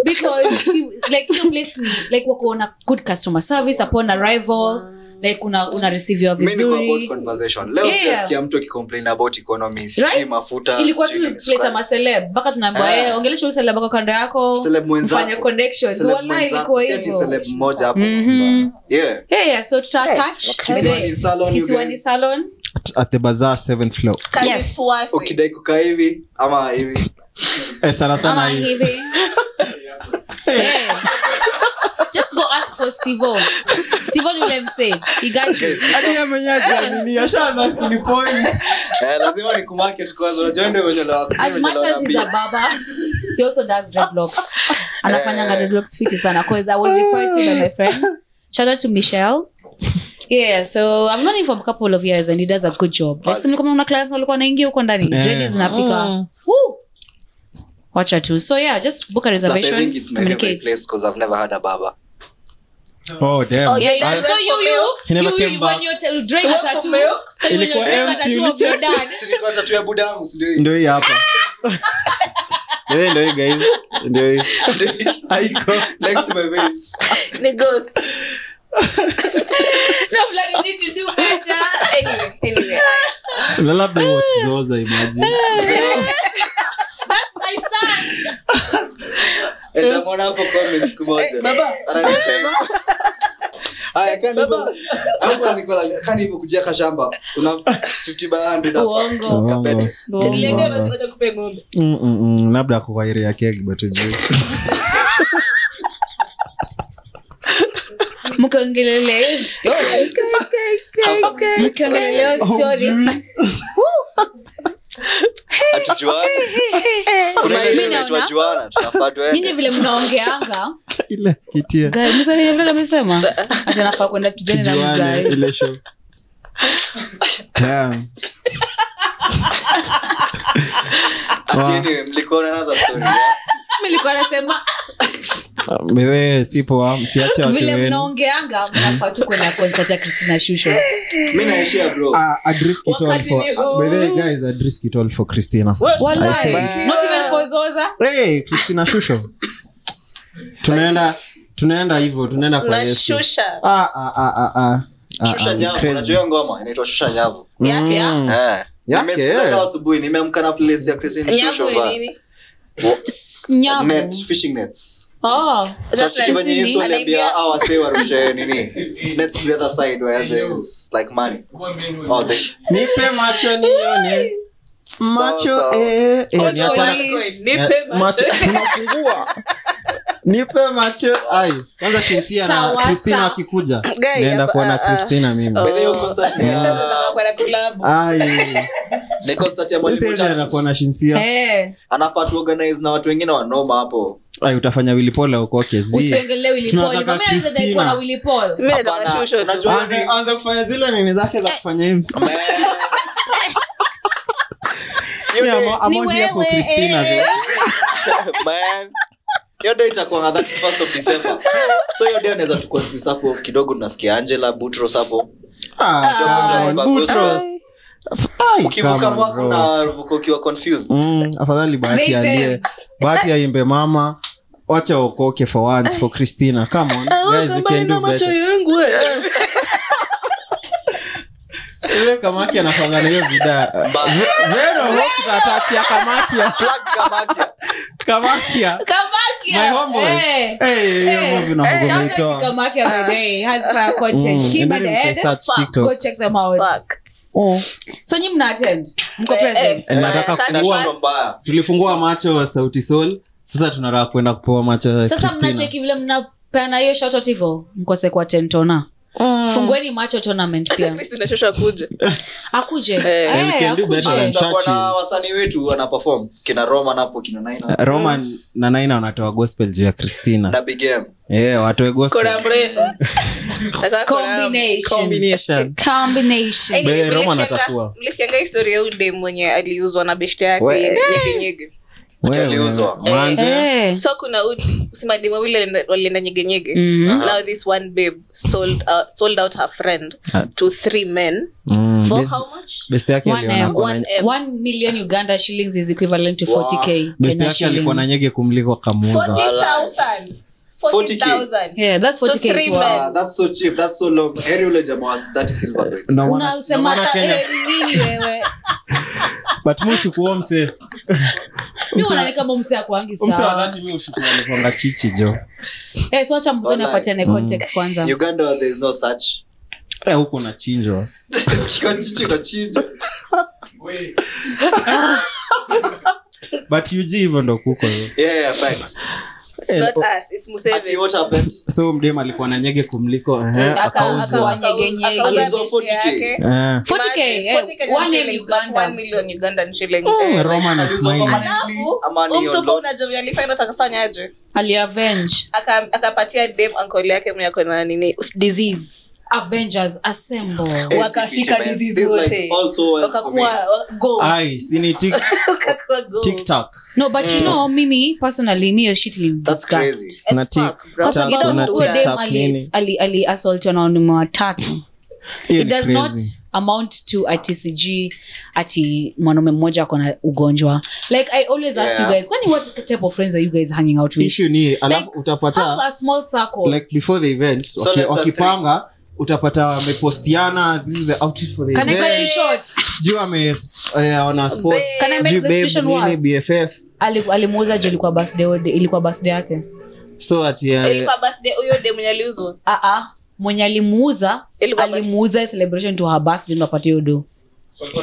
[SPEAKER 4] because Steve- like hiyo place ni like wako na good customer service upon arrival like una una receive your
[SPEAKER 2] Mi niko about
[SPEAKER 4] vizuri
[SPEAKER 2] conversation. Leo
[SPEAKER 4] Yeah.
[SPEAKER 2] sijasikia mtu akicomplain about economy, sijui
[SPEAKER 4] Right?
[SPEAKER 2] mafuta,
[SPEAKER 4] ilikuwa tu
[SPEAKER 2] sijui
[SPEAKER 4] place ya
[SPEAKER 2] sukari.
[SPEAKER 4] maseleb mpaka tunaambiwa
[SPEAKER 2] Ah.
[SPEAKER 4] eh ongelesha huyu seleb ako kando yako
[SPEAKER 2] Celeb mwenzako.
[SPEAKER 4] fanya connections
[SPEAKER 2] Celeb
[SPEAKER 4] wala
[SPEAKER 2] mwenzako,
[SPEAKER 4] ilikuwa
[SPEAKER 2] si ati
[SPEAKER 4] hivyo
[SPEAKER 2] celeb mmoja hapo.
[SPEAKER 4] Mhm.
[SPEAKER 2] Yeah.
[SPEAKER 4] yeah yeah so tuta touch
[SPEAKER 2] Kisiwani salon, you
[SPEAKER 4] Kisiwani
[SPEAKER 2] guys.
[SPEAKER 4] salon
[SPEAKER 6] At- at the bazaar seventh floor
[SPEAKER 5] Kazi
[SPEAKER 4] Yes.
[SPEAKER 5] swafi.
[SPEAKER 2] Ukidai kukaa hivi ama hivi.
[SPEAKER 6] eh, sana sana
[SPEAKER 4] ama
[SPEAKER 6] hii
[SPEAKER 4] hivi Eh. just go ask for stevo stevo ni ule msee he got you
[SPEAKER 6] Hadi yeye mwenyewe hajui nini, ashaanza kunipoint.
[SPEAKER 2] Eh, lazima ni kumarket kwanza. Unajua ndio wenye leo-
[SPEAKER 4] as
[SPEAKER 2] wenye
[SPEAKER 4] much
[SPEAKER 2] leo
[SPEAKER 4] as he's a
[SPEAKER 2] wanapia.
[SPEAKER 4] baba he also does dreadlocks anafanyanga dreadlocks fiti sana cause i was referred to by my friend shout out to michelle yeah so i've known him for a couple of years and he does a good job like sini kama una clients walikuwa wanaingia huko ndani
[SPEAKER 6] Eh.
[SPEAKER 4] dread
[SPEAKER 2] Mm.
[SPEAKER 4] zinafika Woo! wacha tu so yeah just book a
[SPEAKER 2] Plus, I
[SPEAKER 4] reservation
[SPEAKER 2] think it's my favorite
[SPEAKER 4] communicate
[SPEAKER 2] place 'cause I've never had a barber.
[SPEAKER 6] Oh, damn.
[SPEAKER 5] Oh,
[SPEAKER 4] Yeah, yeah. So you- you-
[SPEAKER 6] He never
[SPEAKER 4] you-
[SPEAKER 6] came
[SPEAKER 4] you-
[SPEAKER 6] back.
[SPEAKER 4] when you're t- drawing a
[SPEAKER 5] Welcome
[SPEAKER 4] tattoo,
[SPEAKER 5] milk.
[SPEAKER 4] so when you're
[SPEAKER 6] Ilikuwa
[SPEAKER 4] drawing a
[SPEAKER 6] empty,
[SPEAKER 4] tattoo of your
[SPEAKER 6] ulicheka.
[SPEAKER 4] dad,
[SPEAKER 2] Si nilikuwa tatu ya buda yangu, si ndio hii?
[SPEAKER 6] ndio hii hapa Eh, ndio hii guys ndio hii haiko
[SPEAKER 2] Next to my veins.
[SPEAKER 5] Ni girls.
[SPEAKER 4] no, Vlad, you need to do better.
[SPEAKER 5] Anyway, anyway, haya.
[SPEAKER 6] na labda wachizoza imagine
[SPEAKER 4] My son.
[SPEAKER 2] Nitamwona Eh, hapo comments siku
[SPEAKER 4] Eh,
[SPEAKER 2] moja. Ananicheka. Haya, kani hivyo- au kwa Nicola, kani hivyo kujia kashamba una 50 by 100 hapa.
[SPEAKER 4] Uongo.
[SPEAKER 2] Kapete.
[SPEAKER 5] Lege
[SPEAKER 6] Wow.
[SPEAKER 5] Yaani basi wacha kupe ng'ombe.
[SPEAKER 6] Mm, mm, mm. labda ako kwa area ya kegi but hujui.
[SPEAKER 4] mkiongelelea hiyo story.
[SPEAKER 2] Have some respect.
[SPEAKER 4] mkiongelelea hiyo story.
[SPEAKER 2] Hatujuani. Kuna
[SPEAKER 4] Mimi
[SPEAKER 2] ile inaitwa
[SPEAKER 4] naona-
[SPEAKER 2] juana, tunafaa tuende.
[SPEAKER 4] nyinyi vile mnaongeanga
[SPEAKER 6] ile kitia
[SPEAKER 4] guys, msa- vile amesema atanafaa kwenda kijani na
[SPEAKER 6] Kijuani,
[SPEAKER 4] mzai
[SPEAKER 6] ile show. Damn.
[SPEAKER 2] But anyway, mlikuwa na another story, yeah?
[SPEAKER 4] nilikuwa nasema
[SPEAKER 6] Mithee, sipo wa- msiache watu
[SPEAKER 4] vile
[SPEAKER 6] wenu
[SPEAKER 4] mnaongeanga mnafaa tu kwenda concert ya christina shusho
[SPEAKER 2] Mi naishia bro.
[SPEAKER 6] Ah, Adris Kitol
[SPEAKER 5] Wakati
[SPEAKER 6] for-
[SPEAKER 5] ni
[SPEAKER 6] ah,
[SPEAKER 5] huu.
[SPEAKER 6] Mithee, guys, Adris Kitol for Christina.
[SPEAKER 4] Walai,
[SPEAKER 6] said-
[SPEAKER 4] not even for Zoza.
[SPEAKER 6] Hey, Christina Shusho. Tunaenda- tunaenda hivyo tunaenda kwa Yesu.
[SPEAKER 5] nashusha
[SPEAKER 6] Ah, ah, ah, ah, ah. Ah,
[SPEAKER 2] Shusha
[SPEAKER 6] ah,
[SPEAKER 2] nyavu.
[SPEAKER 6] crazy.
[SPEAKER 2] Unajua hiyo ngoma inaitwa shusha nyavu.
[SPEAKER 5] yake ah, ya
[SPEAKER 6] Mm.
[SPEAKER 2] Eh.
[SPEAKER 6] Yake,
[SPEAKER 2] Nimesikiza
[SPEAKER 6] eh.
[SPEAKER 2] leo asubuhi nimeamka na playlist ya Christine
[SPEAKER 5] nyavu
[SPEAKER 2] Shusho
[SPEAKER 5] ni
[SPEAKER 2] ba.
[SPEAKER 5] nini
[SPEAKER 4] S- nyavu.
[SPEAKER 2] Net, fishing nets.
[SPEAKER 4] Oh,
[SPEAKER 2] So
[SPEAKER 5] That's
[SPEAKER 2] chiki
[SPEAKER 5] right.
[SPEAKER 2] venye Yesu
[SPEAKER 5] Sydney,
[SPEAKER 2] aliambia
[SPEAKER 5] anaibia-
[SPEAKER 2] hao wasee warushe nini? Nets the other side where there is like money. Oh, they-
[SPEAKER 6] nipe macho nione macho
[SPEAKER 2] sawa.
[SPEAKER 6] eh, eh,
[SPEAKER 5] Oh,
[SPEAKER 6] niachana-
[SPEAKER 5] please.
[SPEAKER 6] Eh, macho- tunafungua. nipe macho ai kwanza shinsia na
[SPEAKER 4] Sawa, uh,
[SPEAKER 6] kristina
[SPEAKER 4] sawa.
[SPEAKER 6] akikuja
[SPEAKER 5] Guy,
[SPEAKER 6] naenda
[SPEAKER 5] hapa,
[SPEAKER 6] kuona
[SPEAKER 5] ah, ah.
[SPEAKER 6] kristina mimi
[SPEAKER 2] By the way, hiyo concert ni ya-
[SPEAKER 6] Oh.
[SPEAKER 5] Nataka kwenda
[SPEAKER 4] uh,
[SPEAKER 5] club.
[SPEAKER 6] Ai,
[SPEAKER 2] ni concert ya mwalimu
[SPEAKER 6] sisi
[SPEAKER 2] Chacha.
[SPEAKER 6] naenda kuona shinsia
[SPEAKER 4] eh,
[SPEAKER 2] anafaa tuorganize na watu wengine wanoma hapo
[SPEAKER 6] ai utafanya wilipola ukoke
[SPEAKER 4] usiongelee Willy Paul.
[SPEAKER 6] Tunataka
[SPEAKER 4] Mama anaweza dai kuwa na
[SPEAKER 6] Christina.
[SPEAKER 4] Willy Paul.
[SPEAKER 5] Mimi nataka
[SPEAKER 2] Hapana,
[SPEAKER 5] shusho tu.
[SPEAKER 2] unajua hizi-
[SPEAKER 6] Ah, anza kufanya zile nini zake za kufanya hivi
[SPEAKER 2] Hiyo
[SPEAKER 6] Yeah,
[SPEAKER 2] day-
[SPEAKER 6] I'm- I'm
[SPEAKER 4] Ni
[SPEAKER 6] on here for
[SPEAKER 4] wewe,
[SPEAKER 6] Christina,
[SPEAKER 4] eh.
[SPEAKER 6] dude.
[SPEAKER 2] Man. hiyo day itakuanga 31st of december so hiyo day anaweza tuconfuse hapo kidogo tunasikia angela butros hapo
[SPEAKER 6] Ah,
[SPEAKER 2] Kidogo
[SPEAKER 6] come
[SPEAKER 2] ndio
[SPEAKER 6] on,
[SPEAKER 2] kwa
[SPEAKER 6] Butros.
[SPEAKER 2] Christmas.
[SPEAKER 6] Ai, come
[SPEAKER 2] ukivuka
[SPEAKER 6] on,
[SPEAKER 2] mwaka
[SPEAKER 6] bro.
[SPEAKER 2] na ruvuka ukiwa confused
[SPEAKER 6] Mm, afadhali bahati
[SPEAKER 5] They said-
[SPEAKER 6] alie bahati aimbe mama wacha okoke for once for christina come on guys you can do better
[SPEAKER 5] eh.
[SPEAKER 6] ile Eh, kamaki anafanga na hiyo vida
[SPEAKER 2] Ba-
[SPEAKER 6] zero hope atatia kamakia
[SPEAKER 2] plug kamakia.
[SPEAKER 6] kamakia
[SPEAKER 4] Kamakia.
[SPEAKER 6] My homeboy.
[SPEAKER 4] Eh.
[SPEAKER 6] hey hiyo
[SPEAKER 4] Eh,
[SPEAKER 6] movie na
[SPEAKER 4] Shout
[SPEAKER 6] Mungu
[SPEAKER 4] out to
[SPEAKER 6] umeitoa
[SPEAKER 4] Kamakia, by
[SPEAKER 5] Ah.
[SPEAKER 4] the way. Has fire content.
[SPEAKER 6] Mm,
[SPEAKER 4] Kim
[SPEAKER 6] and
[SPEAKER 4] and
[SPEAKER 6] then you can
[SPEAKER 4] Ed.
[SPEAKER 6] search
[SPEAKER 4] Fuck.
[SPEAKER 6] TikTok.
[SPEAKER 4] Go check them out.
[SPEAKER 6] Oh.
[SPEAKER 4] So nyi mna attend? Mko
[SPEAKER 5] Eh,
[SPEAKER 4] present?
[SPEAKER 5] eh.
[SPEAKER 6] Eh, nataka
[SPEAKER 2] Christina
[SPEAKER 6] kuwa-
[SPEAKER 2] Shusho mbaya.
[SPEAKER 6] tulifungua macho wa sauti sol sasa tunataka kwenda kupewa macho ya
[SPEAKER 4] sasa
[SPEAKER 6] Eh, christina
[SPEAKER 4] mnacheki vile mnapeana hiyo shoutout hivo mkose kwa tentona
[SPEAKER 5] Mm.
[SPEAKER 4] fungueni macho tournament pia
[SPEAKER 5] Christina shusho akuje.
[SPEAKER 4] akuje
[SPEAKER 5] Eh,
[SPEAKER 4] Eh,
[SPEAKER 6] we can do better than
[SPEAKER 4] akuje.
[SPEAKER 6] that.
[SPEAKER 2] tutakuwa na
[SPEAKER 6] Chachi.
[SPEAKER 2] wasanii wetu wanapefom kina roma napo kina
[SPEAKER 6] Eh,
[SPEAKER 2] naina
[SPEAKER 6] roman na naina wanatoa gospel juu ya christina
[SPEAKER 2] na big M.
[SPEAKER 6] Eh, watoe gospel
[SPEAKER 5] Collaboration. Nataka
[SPEAKER 4] Combination.
[SPEAKER 6] Combination.
[SPEAKER 4] Combination.
[SPEAKER 5] Anyway,
[SPEAKER 6] Be, Roman
[SPEAKER 5] mlisikianga-
[SPEAKER 6] atakuwa.
[SPEAKER 5] mlisikianga historia ya udem mwenye aliuzwa na beshte yake
[SPEAKER 6] We.
[SPEAKER 5] ya nyegenyege
[SPEAKER 6] Wewe,
[SPEAKER 2] Utaliuzwa.
[SPEAKER 6] manze.
[SPEAKER 4] Eh.
[SPEAKER 5] so kuna simadem wawili walienda- walienda nyegenyege
[SPEAKER 4] Mhm.
[SPEAKER 5] now this one babe sold, uh, sold out her friend
[SPEAKER 6] Ah.
[SPEAKER 5] to three men
[SPEAKER 6] Mm,
[SPEAKER 5] for
[SPEAKER 6] best-
[SPEAKER 5] how much
[SPEAKER 6] best yake
[SPEAKER 4] Eh. One
[SPEAKER 6] aliona
[SPEAKER 4] M.
[SPEAKER 6] kwa
[SPEAKER 5] One
[SPEAKER 6] na-
[SPEAKER 5] M.
[SPEAKER 4] 1 million uganda shillings is equivalent to 40k
[SPEAKER 6] best
[SPEAKER 4] Kenya
[SPEAKER 6] yake alikuwa na
[SPEAKER 4] shillings.
[SPEAKER 6] nyege kumliko kamuuza
[SPEAKER 5] 40,000.
[SPEAKER 2] 40K.
[SPEAKER 5] 40,000.
[SPEAKER 4] Yeah, that's 40K
[SPEAKER 5] three
[SPEAKER 4] it was.
[SPEAKER 5] men.
[SPEAKER 2] Ah, that's so cheap that's so long heri ule jamaa wa 30 silver coins.
[SPEAKER 6] Na wana-
[SPEAKER 4] unasema
[SPEAKER 6] na wana
[SPEAKER 4] hata,
[SPEAKER 6] Kenya.
[SPEAKER 4] eh, nini wewe
[SPEAKER 6] but mi ushukua mse
[SPEAKER 4] mi wanani kama mse akwangi
[SPEAKER 3] Mse wa
[SPEAKER 4] sawa
[SPEAKER 3] dhati mi ushukuru.
[SPEAKER 6] alikwanga chichi jo
[SPEAKER 4] Eh, so acha mvana
[SPEAKER 2] Walai.
[SPEAKER 4] apatiane
[SPEAKER 6] Mm.
[SPEAKER 4] context kwanza
[SPEAKER 2] uganda there is no such
[SPEAKER 6] Eh, huko nachinjwa
[SPEAKER 2] Ukiwa chichi unachinjwa.
[SPEAKER 6] but ug hivyo ndo kuko yo.
[SPEAKER 2] Yeah, yeah, facts.
[SPEAKER 5] It's
[SPEAKER 2] Eh,
[SPEAKER 5] not
[SPEAKER 2] oh.
[SPEAKER 5] us, it's
[SPEAKER 2] Ati
[SPEAKER 5] Museveni.
[SPEAKER 2] what happened?
[SPEAKER 6] so mdem alikuwa na nyege kumliko eh, ehe,
[SPEAKER 5] Aka-
[SPEAKER 6] akauzwa
[SPEAKER 5] akawa
[SPEAKER 4] Akauzwa.
[SPEAKER 5] nyege- nyege.
[SPEAKER 2] Akauzwa 40K.
[SPEAKER 5] Yake.
[SPEAKER 6] Eh.
[SPEAKER 4] 40K, eh,
[SPEAKER 5] Imagine, 40K
[SPEAKER 4] one M
[SPEAKER 5] shillings, not
[SPEAKER 4] Uganda.
[SPEAKER 5] one million Ugandan shillings. Oh,
[SPEAKER 6] Eh, Roman is
[SPEAKER 2] Aliuzwa
[SPEAKER 6] smiling.
[SPEAKER 2] permanently,
[SPEAKER 5] Alafu,
[SPEAKER 2] ama ni
[SPEAKER 5] huyo msopa
[SPEAKER 2] Oh. on loan?
[SPEAKER 5] unajua vile alifanya ndio atakafanya aje
[SPEAKER 4] aliavenge
[SPEAKER 5] Aka- akapatia dem ankol yake mwenye ako na nini disease
[SPEAKER 4] avengers assemble
[SPEAKER 2] Eh,
[SPEAKER 5] wakashika
[SPEAKER 2] secret, man.
[SPEAKER 5] disease
[SPEAKER 2] This is
[SPEAKER 5] wote.
[SPEAKER 2] like also well for me.
[SPEAKER 5] wakakuwa wa- goals.
[SPEAKER 6] Ai, si ni tik-
[SPEAKER 5] Wakakuwa goals.
[SPEAKER 6] tiktok
[SPEAKER 4] no but you know mimi personally mi hiyo shit ilini
[SPEAKER 2] Mm. That's
[SPEAKER 4] disgust.
[SPEAKER 2] crazy.
[SPEAKER 5] As
[SPEAKER 6] Kuna
[SPEAKER 5] fuck, bro.
[SPEAKER 4] kwa
[SPEAKER 6] Tap,
[SPEAKER 5] You don't
[SPEAKER 4] sababu
[SPEAKER 6] kuna
[SPEAKER 5] do
[SPEAKER 4] huyo
[SPEAKER 5] that.
[SPEAKER 6] TikTok
[SPEAKER 4] dem ali-
[SPEAKER 6] nini?
[SPEAKER 4] ali- ali assault wanaume watatu
[SPEAKER 6] Hiyo ni
[SPEAKER 4] it does
[SPEAKER 6] crazy.
[SPEAKER 4] not amount to ati sijui ati mwanaume mmoja akona ugonjwa like i always ask
[SPEAKER 2] Yeah.
[SPEAKER 4] you guys kwani what type of friends are you guys hanging out with
[SPEAKER 6] Issue ni alafu
[SPEAKER 4] Like, have
[SPEAKER 6] utapata
[SPEAKER 4] a small circle
[SPEAKER 6] like before the event
[SPEAKER 2] So
[SPEAKER 6] waki-
[SPEAKER 2] less than
[SPEAKER 6] wakipanga utapata wamepostiana this is the outfit for the
[SPEAKER 4] can i cut you
[SPEAKER 6] event
[SPEAKER 4] short
[SPEAKER 6] sijui ame eh, wana sports
[SPEAKER 4] Can I make
[SPEAKER 6] sijui
[SPEAKER 4] the
[SPEAKER 6] babe,
[SPEAKER 4] situation
[SPEAKER 6] nini, bff
[SPEAKER 4] Ali- alimuuza juu ilikuwa birthday ode- ilikuwa birthday yake
[SPEAKER 6] so ati eh,
[SPEAKER 5] Ilikuwa birthday huyo dem mwenye aliuzwa
[SPEAKER 4] Ah, ah. mwenye alimuuza
[SPEAKER 5] Ilikuwa birthday.
[SPEAKER 4] alimuuza celebration to her birthday ndo apate hiyo do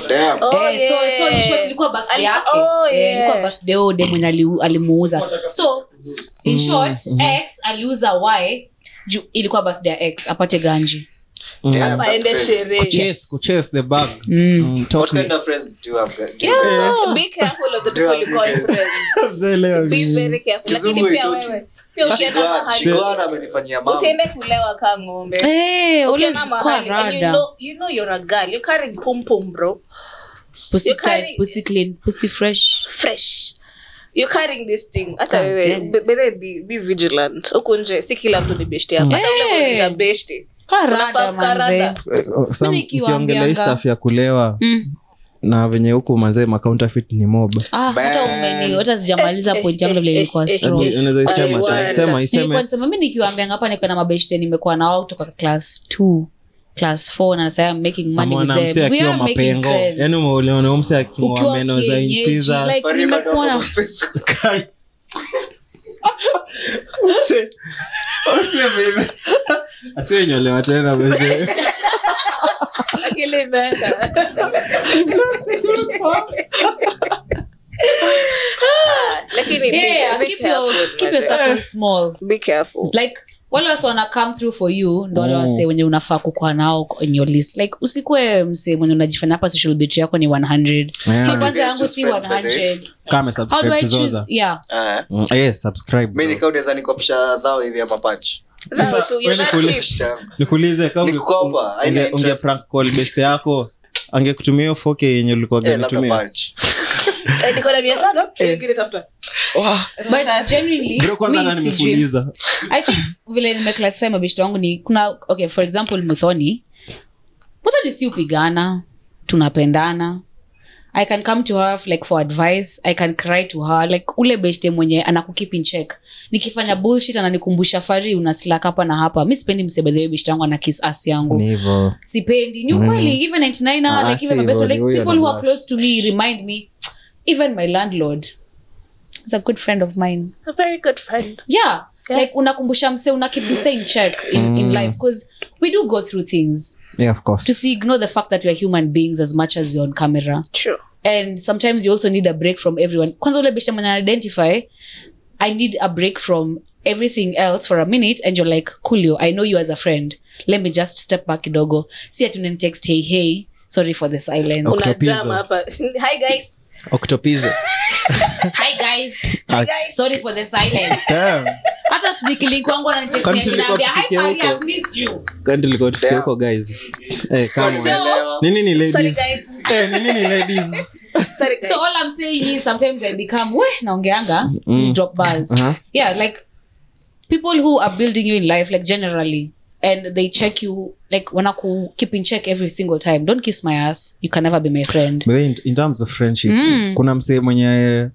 [SPEAKER 2] Damn.
[SPEAKER 5] Oh,
[SPEAKER 4] Eh, so- so in
[SPEAKER 5] yeah.
[SPEAKER 4] short ilikuwa birthday
[SPEAKER 5] Alikuwa-
[SPEAKER 4] yake.
[SPEAKER 5] oh,
[SPEAKER 4] Eh,
[SPEAKER 5] yeah.
[SPEAKER 4] ilikuwa birthday ode mwenye ali- alimuuza so in short x aliuza y juu ilikuwa birthday ya x apate ganji
[SPEAKER 6] mm,
[SPEAKER 2] Damn, that's
[SPEAKER 5] Aende
[SPEAKER 2] crazy.
[SPEAKER 5] sherehe. Oh,
[SPEAKER 6] chase- kuchase the bag
[SPEAKER 4] mm.
[SPEAKER 6] Mm, talk
[SPEAKER 2] What
[SPEAKER 6] me.
[SPEAKER 2] kind of friends do you have, guys? Do you
[SPEAKER 4] Yeah.
[SPEAKER 2] guys have?
[SPEAKER 5] Be careful of the
[SPEAKER 2] Do
[SPEAKER 5] people
[SPEAKER 2] you
[SPEAKER 5] you call
[SPEAKER 2] have-
[SPEAKER 5] friends.
[SPEAKER 6] Mzee leo
[SPEAKER 5] Be
[SPEAKER 6] ni-
[SPEAKER 5] very careful.
[SPEAKER 2] Kizungu
[SPEAKER 5] Lakini pia
[SPEAKER 2] haitoki.
[SPEAKER 5] wewe, pia ukienda
[SPEAKER 2] Shigwana-
[SPEAKER 5] mahali,
[SPEAKER 2] Shigwana amenifanyia mambo.
[SPEAKER 5] usiende kulewa kaa ng'ombe
[SPEAKER 4] Eh, always
[SPEAKER 5] ukienda
[SPEAKER 4] kuwa
[SPEAKER 5] mahali and you
[SPEAKER 4] rada.
[SPEAKER 5] know, you know you're a girl you're carrying pum pum bro
[SPEAKER 4] pussy
[SPEAKER 5] You carry-
[SPEAKER 4] tight pussy clean pussy fresh
[SPEAKER 5] fresh You're carrying this thing hata
[SPEAKER 4] Ah,
[SPEAKER 5] wewe
[SPEAKER 4] damn.
[SPEAKER 5] be- by the way, be, be vigilant huku nje si kila mtu ni beshti yako hata
[SPEAKER 4] Hey.
[SPEAKER 5] ule mwenye beshti
[SPEAKER 4] karada
[SPEAKER 5] Unafaa
[SPEAKER 4] manze
[SPEAKER 5] karada.
[SPEAKER 6] Sam,
[SPEAKER 4] Mimi nikiwaambianga-
[SPEAKER 6] ukiongelea hii stuff ya kulewa
[SPEAKER 4] Mm.
[SPEAKER 6] na venye huku manzee macounterfeit ni mob
[SPEAKER 4] Ah, hata umeni hata sijamaliza point yangu vile
[SPEAKER 5] Eh,
[SPEAKER 4] ilikuwa strong
[SPEAKER 6] Yaani, unaweza isema,
[SPEAKER 5] Kwanza.
[SPEAKER 6] isema,
[SPEAKER 4] Nilikuwa
[SPEAKER 6] iseme
[SPEAKER 4] nisema, mi nikiwaambianga hapa niko na mabeshte nimekuwa na wao kutoka class two class four na sasa I'm making money with
[SPEAKER 6] amwana
[SPEAKER 4] them
[SPEAKER 6] mse
[SPEAKER 4] we
[SPEAKER 6] akiwa
[SPEAKER 4] are making
[SPEAKER 6] mapengo
[SPEAKER 4] sense
[SPEAKER 6] yaani umeona mse aking'oa
[SPEAKER 4] ukiwa
[SPEAKER 6] meno za
[SPEAKER 4] kienyeji,
[SPEAKER 6] insiza
[SPEAKER 4] like,
[SPEAKER 2] Sorry, bado
[SPEAKER 4] nimekuwa na-
[SPEAKER 2] hapo
[SPEAKER 6] asienyolewa tena mzee.
[SPEAKER 5] ile imeenda Ah, lakini be-
[SPEAKER 4] Yeah,
[SPEAKER 5] be
[SPEAKER 4] keep
[SPEAKER 5] careful,
[SPEAKER 4] your- keep your
[SPEAKER 5] Nadia.
[SPEAKER 4] circle small
[SPEAKER 5] Be careful.
[SPEAKER 4] like wale wasi wana come through for you ndo wale
[SPEAKER 6] Oh.
[SPEAKER 4] wase wenye unafaa kukwa nao in your list like usikue mse mwenye unajifanya hapa social bet yako ni 100
[SPEAKER 6] Yeah.
[SPEAKER 4] Mi kwanza
[SPEAKER 2] Guys
[SPEAKER 4] yangu
[SPEAKER 2] choose
[SPEAKER 4] si
[SPEAKER 2] friends, by the way.
[SPEAKER 4] 100
[SPEAKER 6] Kaa ame
[SPEAKER 4] how do
[SPEAKER 6] subscribe
[SPEAKER 4] i
[SPEAKER 6] to
[SPEAKER 4] choose
[SPEAKER 6] Zoza.
[SPEAKER 4] yeah
[SPEAKER 2] Ah, eh.
[SPEAKER 6] Mm, yes, subscribe, bro.
[SPEAKER 2] mi nikaudeza nikopisha dhao hivi ya mapachi
[SPEAKER 5] Zao tu, you're
[SPEAKER 6] wewe
[SPEAKER 5] not
[SPEAKER 6] kule-
[SPEAKER 5] cheap.
[SPEAKER 2] Shtam.
[SPEAKER 6] nikuulize kama unge-
[SPEAKER 2] Nikukopa, haina
[SPEAKER 6] unge- unge
[SPEAKER 2] interest.
[SPEAKER 6] prank call best yako angekutumia hiyo 4K yenye ulikuwa
[SPEAKER 2] Eh, labda
[SPEAKER 6] unatumia.
[SPEAKER 2] punch
[SPEAKER 5] Eh, niko na mia tano, nyingine tafuta.
[SPEAKER 4] but genuinely
[SPEAKER 6] Bro, kwanza
[SPEAKER 4] mi
[SPEAKER 6] nani
[SPEAKER 4] sijui.
[SPEAKER 6] nimefuliza?
[SPEAKER 4] i think vile nimeclassify mabishto wangu ni kuna okay for example muthoni muthoni si upigana tunapendana i can come to her like for advice i can cry to her like ule beshte mwenye anakukip in check nikifanya bullshit ananikumbusha fari unaslak hapa na hapa mi sipendi msebedhewe beshte yangu ana kiss ass yangu
[SPEAKER 6] Ni hivyo.
[SPEAKER 4] sipendi ni ukweli even 99 hour,
[SPEAKER 6] Mm. Ah,
[SPEAKER 4] like even
[SPEAKER 6] si
[SPEAKER 4] my best friend,
[SPEAKER 6] hivyo,
[SPEAKER 4] like
[SPEAKER 6] huyo
[SPEAKER 4] people who are
[SPEAKER 6] anablash.
[SPEAKER 4] close to me remind me even my landlord is a good friend of mine
[SPEAKER 5] A very good friend.
[SPEAKER 4] yeah, like unakumbusha mse una keep mse in check in, in life because we do go through things
[SPEAKER 6] Yeah, of course.
[SPEAKER 4] to see ignore the fact that we're human beings as much as we're on camera
[SPEAKER 5] True.
[SPEAKER 4] and sometimes you also need a break from everyone kwanza ule beshta mwenye identify i need a break from everything else for a minute and you're like coolio i know you as a friend let me just step back kidogo see atunani text hey hey sorry for the silence
[SPEAKER 6] Okay.
[SPEAKER 5] Una
[SPEAKER 6] Kutopiza.
[SPEAKER 5] jam hapa. Hi guys.
[SPEAKER 6] Octopizo.
[SPEAKER 4] hi guys
[SPEAKER 6] Ah,
[SPEAKER 4] sorry for the silence
[SPEAKER 6] damn.
[SPEAKER 4] hata sijikilink wangu
[SPEAKER 6] Kwani tulikuwa
[SPEAKER 4] ananitextinaambia hi
[SPEAKER 6] tufikie
[SPEAKER 4] Fally,
[SPEAKER 6] huko?"
[SPEAKER 4] I've missed you
[SPEAKER 6] Kwani tulikuwa tukiwa huko, guys? Eh, come on.
[SPEAKER 2] Sikuelewa.
[SPEAKER 6] Nini ni
[SPEAKER 5] Sorry
[SPEAKER 6] ladies?
[SPEAKER 5] guys.
[SPEAKER 6] Eh, nini ni ladies?
[SPEAKER 5] Sorry guys.
[SPEAKER 4] so all i'm saying is sometimes i become we naongeanga
[SPEAKER 6] Mm.
[SPEAKER 5] Mm-hmm.
[SPEAKER 4] mm. drop bars
[SPEAKER 6] Uh-huh.
[SPEAKER 4] yeah like people who are building you in life like generally and they check you like wanaku keep in check every single time don't kiss my ass you can never be my friend
[SPEAKER 6] But then in- in terms of friendship
[SPEAKER 4] Mm.
[SPEAKER 6] kuna msee mwenye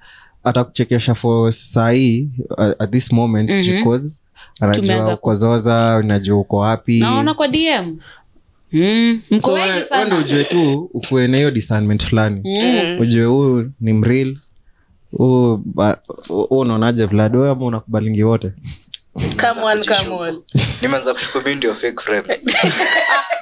[SPEAKER 6] atakuchekesha for sahii uh, at this moment
[SPEAKER 4] Mhm.
[SPEAKER 6] because anajua
[SPEAKER 4] Tumeanza
[SPEAKER 6] uko zoza unajua uko wapi
[SPEAKER 5] Mm-hmm.
[SPEAKER 4] naona kwa dm mm. mko
[SPEAKER 6] so
[SPEAKER 4] wengi
[SPEAKER 6] we- we ndo
[SPEAKER 4] sana
[SPEAKER 6] ujue tu ukuwe na hiyo discernment fulani
[SPEAKER 4] mm.
[SPEAKER 6] ujue huyu ni mril huu ba- huu unaonaje vlad wewe ama unakubalingi wote
[SPEAKER 5] Come on, come on.
[SPEAKER 2] nimeanza kushuku mi ndio fake friend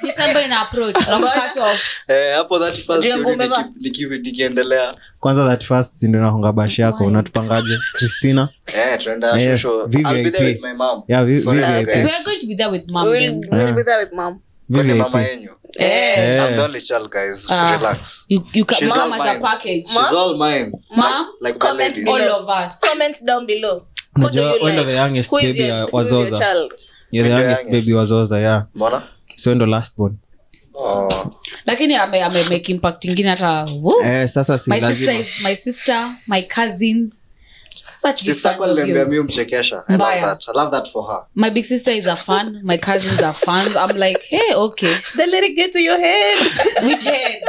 [SPEAKER 4] december ina approach Tunakucut off.
[SPEAKER 2] Eh, hapo 31st
[SPEAKER 5] Ndio
[SPEAKER 2] Juni
[SPEAKER 5] umevaa.
[SPEAKER 2] niki- niki- nikiendelea
[SPEAKER 6] kwanza that first ndio nakonga bashi yako unatupangaje kristina
[SPEAKER 2] Eh, tunaenda
[SPEAKER 6] Eh,
[SPEAKER 2] shosho. I'll be
[SPEAKER 6] VVIP.
[SPEAKER 2] there with my mom.
[SPEAKER 6] Yeah, vi-
[SPEAKER 2] Sorry,
[SPEAKER 6] VVIP.
[SPEAKER 2] guys.
[SPEAKER 4] we are going to be there with mom
[SPEAKER 5] We'll,
[SPEAKER 4] then.
[SPEAKER 6] Ah.
[SPEAKER 5] we'll be there with mom.
[SPEAKER 2] Kwani
[SPEAKER 6] VIP.
[SPEAKER 2] mama yenyu
[SPEAKER 5] Eh.
[SPEAKER 2] I'm the
[SPEAKER 6] Eh,
[SPEAKER 2] only child, guys.
[SPEAKER 4] Ah.
[SPEAKER 2] Relax.
[SPEAKER 4] you, you can
[SPEAKER 2] She's
[SPEAKER 4] mom
[SPEAKER 2] all
[SPEAKER 4] as a
[SPEAKER 2] mine.
[SPEAKER 4] package
[SPEAKER 2] She's all mine.
[SPEAKER 4] Mom,
[SPEAKER 2] Like- like the
[SPEAKER 5] comment
[SPEAKER 2] lady.
[SPEAKER 4] all of us
[SPEAKER 5] Comment down below. Who
[SPEAKER 6] Unajua,
[SPEAKER 5] do you
[SPEAKER 6] wewe ndo the
[SPEAKER 5] like?
[SPEAKER 6] youngest
[SPEAKER 5] Who is
[SPEAKER 6] baby
[SPEAKER 5] your-
[SPEAKER 6] wa-
[SPEAKER 5] who is your
[SPEAKER 6] wazoza.
[SPEAKER 5] child?
[SPEAKER 6] You're the
[SPEAKER 2] Ndio
[SPEAKER 6] youngest
[SPEAKER 2] youngest.
[SPEAKER 6] baby wazoza yeah.
[SPEAKER 2] Mbona?
[SPEAKER 6] so ndo last born.
[SPEAKER 2] Oh.
[SPEAKER 4] lakini ame, ame make impact ingine hata woo.
[SPEAKER 6] eh, sasa si
[SPEAKER 4] my
[SPEAKER 6] lazima
[SPEAKER 4] sister is my sister my cousins such big
[SPEAKER 2] Sister
[SPEAKER 4] fans
[SPEAKER 2] yako
[SPEAKER 4] of
[SPEAKER 2] aliniambia
[SPEAKER 4] you.
[SPEAKER 2] mi umchekesha. I love
[SPEAKER 4] Mbaya.
[SPEAKER 2] that. I love that for her.
[SPEAKER 4] my big sister is a fan my cousins are fans i'm like hey okay
[SPEAKER 5] Don't let it get to your head.
[SPEAKER 4] which head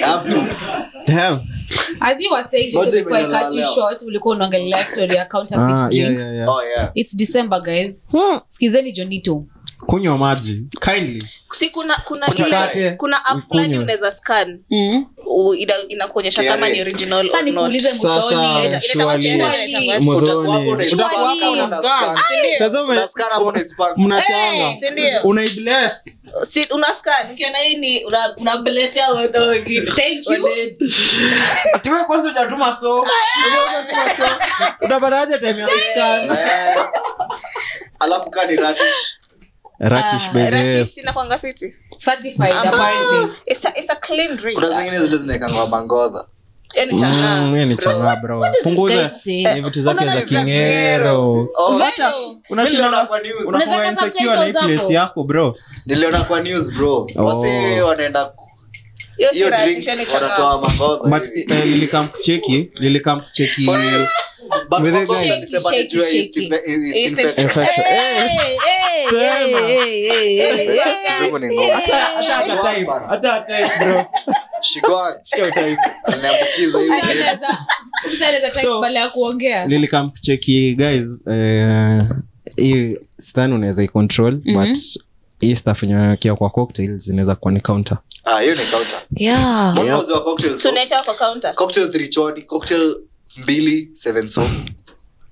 [SPEAKER 2] I have to.
[SPEAKER 6] Damn.
[SPEAKER 4] as you were saying
[SPEAKER 2] Moja
[SPEAKER 4] Jitu, before i cut you
[SPEAKER 2] imenilala leo.
[SPEAKER 4] short ulikuwa unaongelea story ya counterfeit
[SPEAKER 6] Ah, yeah,
[SPEAKER 4] drinks
[SPEAKER 6] yeah, Hmm. yeah.
[SPEAKER 2] Oh, yeah.
[SPEAKER 4] it's december guys skizeni jonito
[SPEAKER 6] kunywa maji kindly
[SPEAKER 5] si kuna kuna
[SPEAKER 2] Kuna
[SPEAKER 5] ile-
[SPEAKER 2] kate,
[SPEAKER 5] kuna app fulani
[SPEAKER 6] ukunywe.
[SPEAKER 5] unaweza scan
[SPEAKER 4] mm.
[SPEAKER 5] u- ina- inakuonyesha
[SPEAKER 2] Tayari.
[SPEAKER 5] kama ni original
[SPEAKER 4] sasa
[SPEAKER 5] or not.
[SPEAKER 4] nikuulize
[SPEAKER 6] Sasa,
[SPEAKER 4] muzoni
[SPEAKER 6] surely.
[SPEAKER 4] Surely.
[SPEAKER 2] Utakuwa hapo
[SPEAKER 6] Mozoni.
[SPEAKER 2] unais-
[SPEAKER 4] Surely.
[SPEAKER 2] utakuwa hapo una scan.
[SPEAKER 6] Tazama,
[SPEAKER 2] Una scan hapo unaispark.
[SPEAKER 4] Eh,
[SPEAKER 6] mnachanga
[SPEAKER 5] Si ndio?
[SPEAKER 6] unaibless
[SPEAKER 5] Si- una scan ukiona hii ni una- una bless ya watu wengine.
[SPEAKER 4] Thank you.
[SPEAKER 5] Wale-
[SPEAKER 6] atiwe kwanza ujatuma so utapataje time ya kuscan?
[SPEAKER 2] Eh. Alafu kaa ni ratish.
[SPEAKER 6] Ratish, by the way.
[SPEAKER 5] Rafiki, sina kwanga fiti.
[SPEAKER 4] certified apparently
[SPEAKER 5] It's a- it's a clean drink.
[SPEAKER 2] kuna zingine zile zinaekangwa mangodha
[SPEAKER 5] Yaani chang'aa.
[SPEAKER 6] Mm, yeye ni changa bro
[SPEAKER 4] this guy
[SPEAKER 6] punguza
[SPEAKER 4] say?
[SPEAKER 6] ni vitu zake za
[SPEAKER 2] Unaweza
[SPEAKER 6] kingero
[SPEAKER 2] Oh,
[SPEAKER 6] unashinda
[SPEAKER 2] niliona
[SPEAKER 6] na-
[SPEAKER 2] kwa news.
[SPEAKER 4] Unaweza
[SPEAKER 6] unafunga
[SPEAKER 4] weka
[SPEAKER 6] insecure
[SPEAKER 4] subtitles
[SPEAKER 6] na hii place
[SPEAKER 4] hapo.
[SPEAKER 6] yako bro
[SPEAKER 2] niliona kwa news bro
[SPEAKER 6] Oh.
[SPEAKER 2] wase wanaenda ku- hiyo drink
[SPEAKER 5] yaani
[SPEAKER 2] wanatoa magodha
[SPEAKER 6] but eh, nilikam kucheki nilikam kucheki
[SPEAKER 2] For real? But
[SPEAKER 6] With
[SPEAKER 2] for
[SPEAKER 6] it,
[SPEAKER 2] God,
[SPEAKER 6] guys.
[SPEAKER 2] nisema ni
[SPEAKER 4] Shaky,
[SPEAKER 2] jua is
[SPEAKER 4] shaky.
[SPEAKER 2] infe- is
[SPEAKER 5] Is
[SPEAKER 2] infectious.
[SPEAKER 6] infection. Eh,
[SPEAKER 2] Kizungu ni ngumu. Shigwan, She gone. Nimeambukiza hiyo kitu.
[SPEAKER 6] So-
[SPEAKER 4] ya kuongea
[SPEAKER 6] nilikam kucheki Eh, guys eh, hii stani unaweza icontrol mm-hmm. but hii staff inyokia kwa cocktail zinaweza kuwa ni counter
[SPEAKER 2] Ah, hiyo ni counter.
[SPEAKER 4] yeah.
[SPEAKER 2] Mbona unajua cocktail soap?
[SPEAKER 5] tunaeka kwa kaunta
[SPEAKER 2] Cocktail three choni, cocktail mbili, seven soap.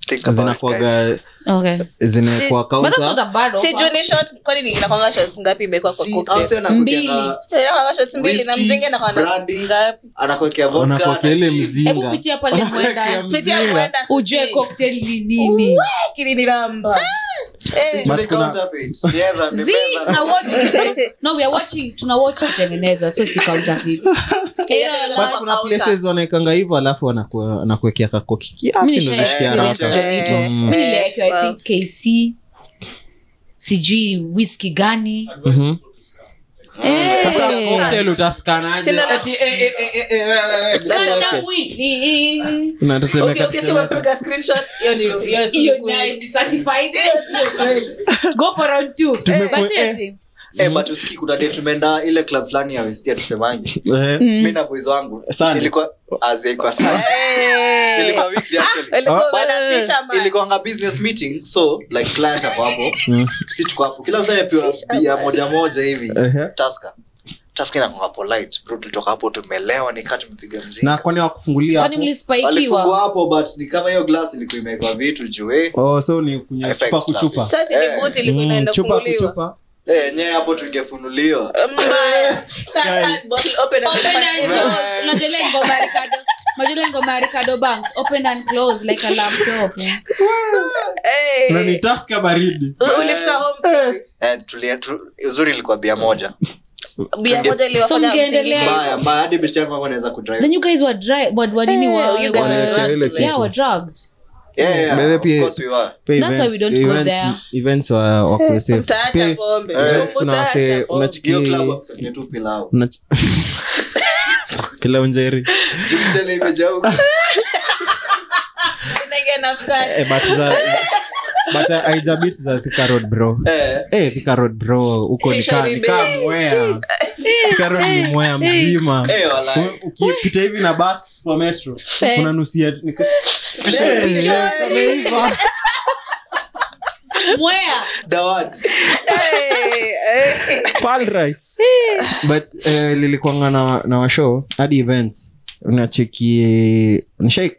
[SPEAKER 2] Think about it, guys.
[SPEAKER 6] zinakuaga
[SPEAKER 4] okay.
[SPEAKER 6] zinakuwa
[SPEAKER 4] But that's not
[SPEAKER 6] counter
[SPEAKER 4] a bad offer.
[SPEAKER 5] sijuu ni shot kwani ni- inakwanga shots ngapi imekuwa kwa
[SPEAKER 2] Si, ah.
[SPEAKER 5] cocktail?
[SPEAKER 2] Austin anakujenga-
[SPEAKER 4] Mbili.
[SPEAKER 5] Inakwanga shots mbili na
[SPEAKER 2] Whiskey,
[SPEAKER 5] mzinga inakwanga
[SPEAKER 2] brandy.
[SPEAKER 5] ngapi
[SPEAKER 2] anakuwekea vodka
[SPEAKER 6] unakuakia
[SPEAKER 2] na
[SPEAKER 6] ile
[SPEAKER 2] gin.
[SPEAKER 4] hebu
[SPEAKER 6] mzinga
[SPEAKER 4] pitia pale mwenda
[SPEAKER 5] Pitia kwenda
[SPEAKER 4] ujue Ah.
[SPEAKER 5] sijui.
[SPEAKER 4] cocktail ni nini
[SPEAKER 5] Akili ni Eh. namba
[SPEAKER 2] Si juu
[SPEAKER 6] But
[SPEAKER 2] ni
[SPEAKER 6] kuna-
[SPEAKER 2] Eh. counterfeit. Ni either- ni
[SPEAKER 4] Zee,
[SPEAKER 2] either-
[SPEAKER 4] tuna watch kute- no, we are watching- tuna watch kutengeneza so si Eh, counterfeit.
[SPEAKER 6] But kuna places wanaekanga hivyo alafu wanakuwa- wanakuwekea kakoki
[SPEAKER 4] Mi
[SPEAKER 6] kiasi ndo
[SPEAKER 4] nishawahi
[SPEAKER 6] zisikia
[SPEAKER 4] experience
[SPEAKER 2] eh,
[SPEAKER 6] raha.
[SPEAKER 4] hicho kitu.
[SPEAKER 5] eh,
[SPEAKER 4] Mi niliwekewa, I
[SPEAKER 5] wow.
[SPEAKER 4] think, KC, sijui whisky gani
[SPEAKER 6] Mhm.
[SPEAKER 4] Eh.
[SPEAKER 6] Sasa cocktail utaskanaje?
[SPEAKER 4] Scan na mwili.
[SPEAKER 6] Unatetemeka-
[SPEAKER 4] Hiyo nayo ni certified. Go for round two. But seriously,
[SPEAKER 2] Eh, but usikii kuna day tumeenda ile club fulani ya westia tusemangi
[SPEAKER 6] Eh.
[SPEAKER 2] mi na boys wangu
[SPEAKER 6] Sunday.
[SPEAKER 2] ilikuwa Ah, as ilikuwa sana
[SPEAKER 5] Eh.
[SPEAKER 2] ilikuwa weekly actually eh, ilikuanga business meeting so like client hapo hapo
[SPEAKER 6] Mm.
[SPEAKER 2] si tuko hapo kila mtu amepewa bia moja moja hivi
[SPEAKER 4] Mm.
[SPEAKER 6] Ehe.
[SPEAKER 2] taska taska inakuanga polite bro tulitoka hapo tumelewa nikaa tumepiga mziki
[SPEAKER 6] na kwani wakufungulia
[SPEAKER 4] kwani
[SPEAKER 6] hapo?
[SPEAKER 2] walifungua
[SPEAKER 4] mlispaikiwa
[SPEAKER 2] hapo but ni kama hiyo glass ilikuwa imewekwa vitu juu eh
[SPEAKER 6] Oh, so ni kunywa
[SPEAKER 2] Effects
[SPEAKER 6] chupa kuchupa
[SPEAKER 2] service. Eh.
[SPEAKER 6] Mm, chupa kuchupa
[SPEAKER 2] Eh, yenyewe hapo tungefunuliwa
[SPEAKER 5] Mm,
[SPEAKER 4] Open and
[SPEAKER 2] Right.
[SPEAKER 4] close. Unajua ile ngoma ya Ricardo- unajua ile ngoma ya Ricardo Banks, open and close like a laptop. Eh.
[SPEAKER 6] na ni taska baridi
[SPEAKER 2] Eh, tulia- tu- uzuri ilikuwa bia moja
[SPEAKER 4] Eh.
[SPEAKER 2] mbaya mbaya hadi bishi yangu hapo anaweza kudrive
[SPEAKER 4] Then you guys were dry, but what didn't Eh, you were- were- yeah, were drugged.
[SPEAKER 2] yeah, yeah,
[SPEAKER 6] Mbele
[SPEAKER 2] of
[SPEAKER 6] pia-
[SPEAKER 2] course we were
[SPEAKER 6] Pay
[SPEAKER 4] That's why we don't go
[SPEAKER 6] events-
[SPEAKER 4] there. Eh,
[SPEAKER 6] events wa- wa kuesave. Pay- events kuna wase- unachiki-
[SPEAKER 2] hiyo club ni tu pilau
[SPEAKER 6] unach- pilau njeri
[SPEAKER 2] jimchele imejauka
[SPEAKER 6] Eh, but za- but haijabit za Thika road bro
[SPEAKER 2] eh
[SPEAKER 6] Eh, Thika road bro huko ni kaa- ni kaa mwea Thika road ni mwea mzima
[SPEAKER 2] eh wala
[SPEAKER 6] U- ukipita hivi na bus kwa metro
[SPEAKER 4] Eh.
[SPEAKER 6] unanusia ni- Eh, ameiva.
[SPEAKER 4] Mwea.
[SPEAKER 2] dawati
[SPEAKER 5] Eh.
[SPEAKER 6] but eh, lilikwanga na, na washow hadi events unacheki nishai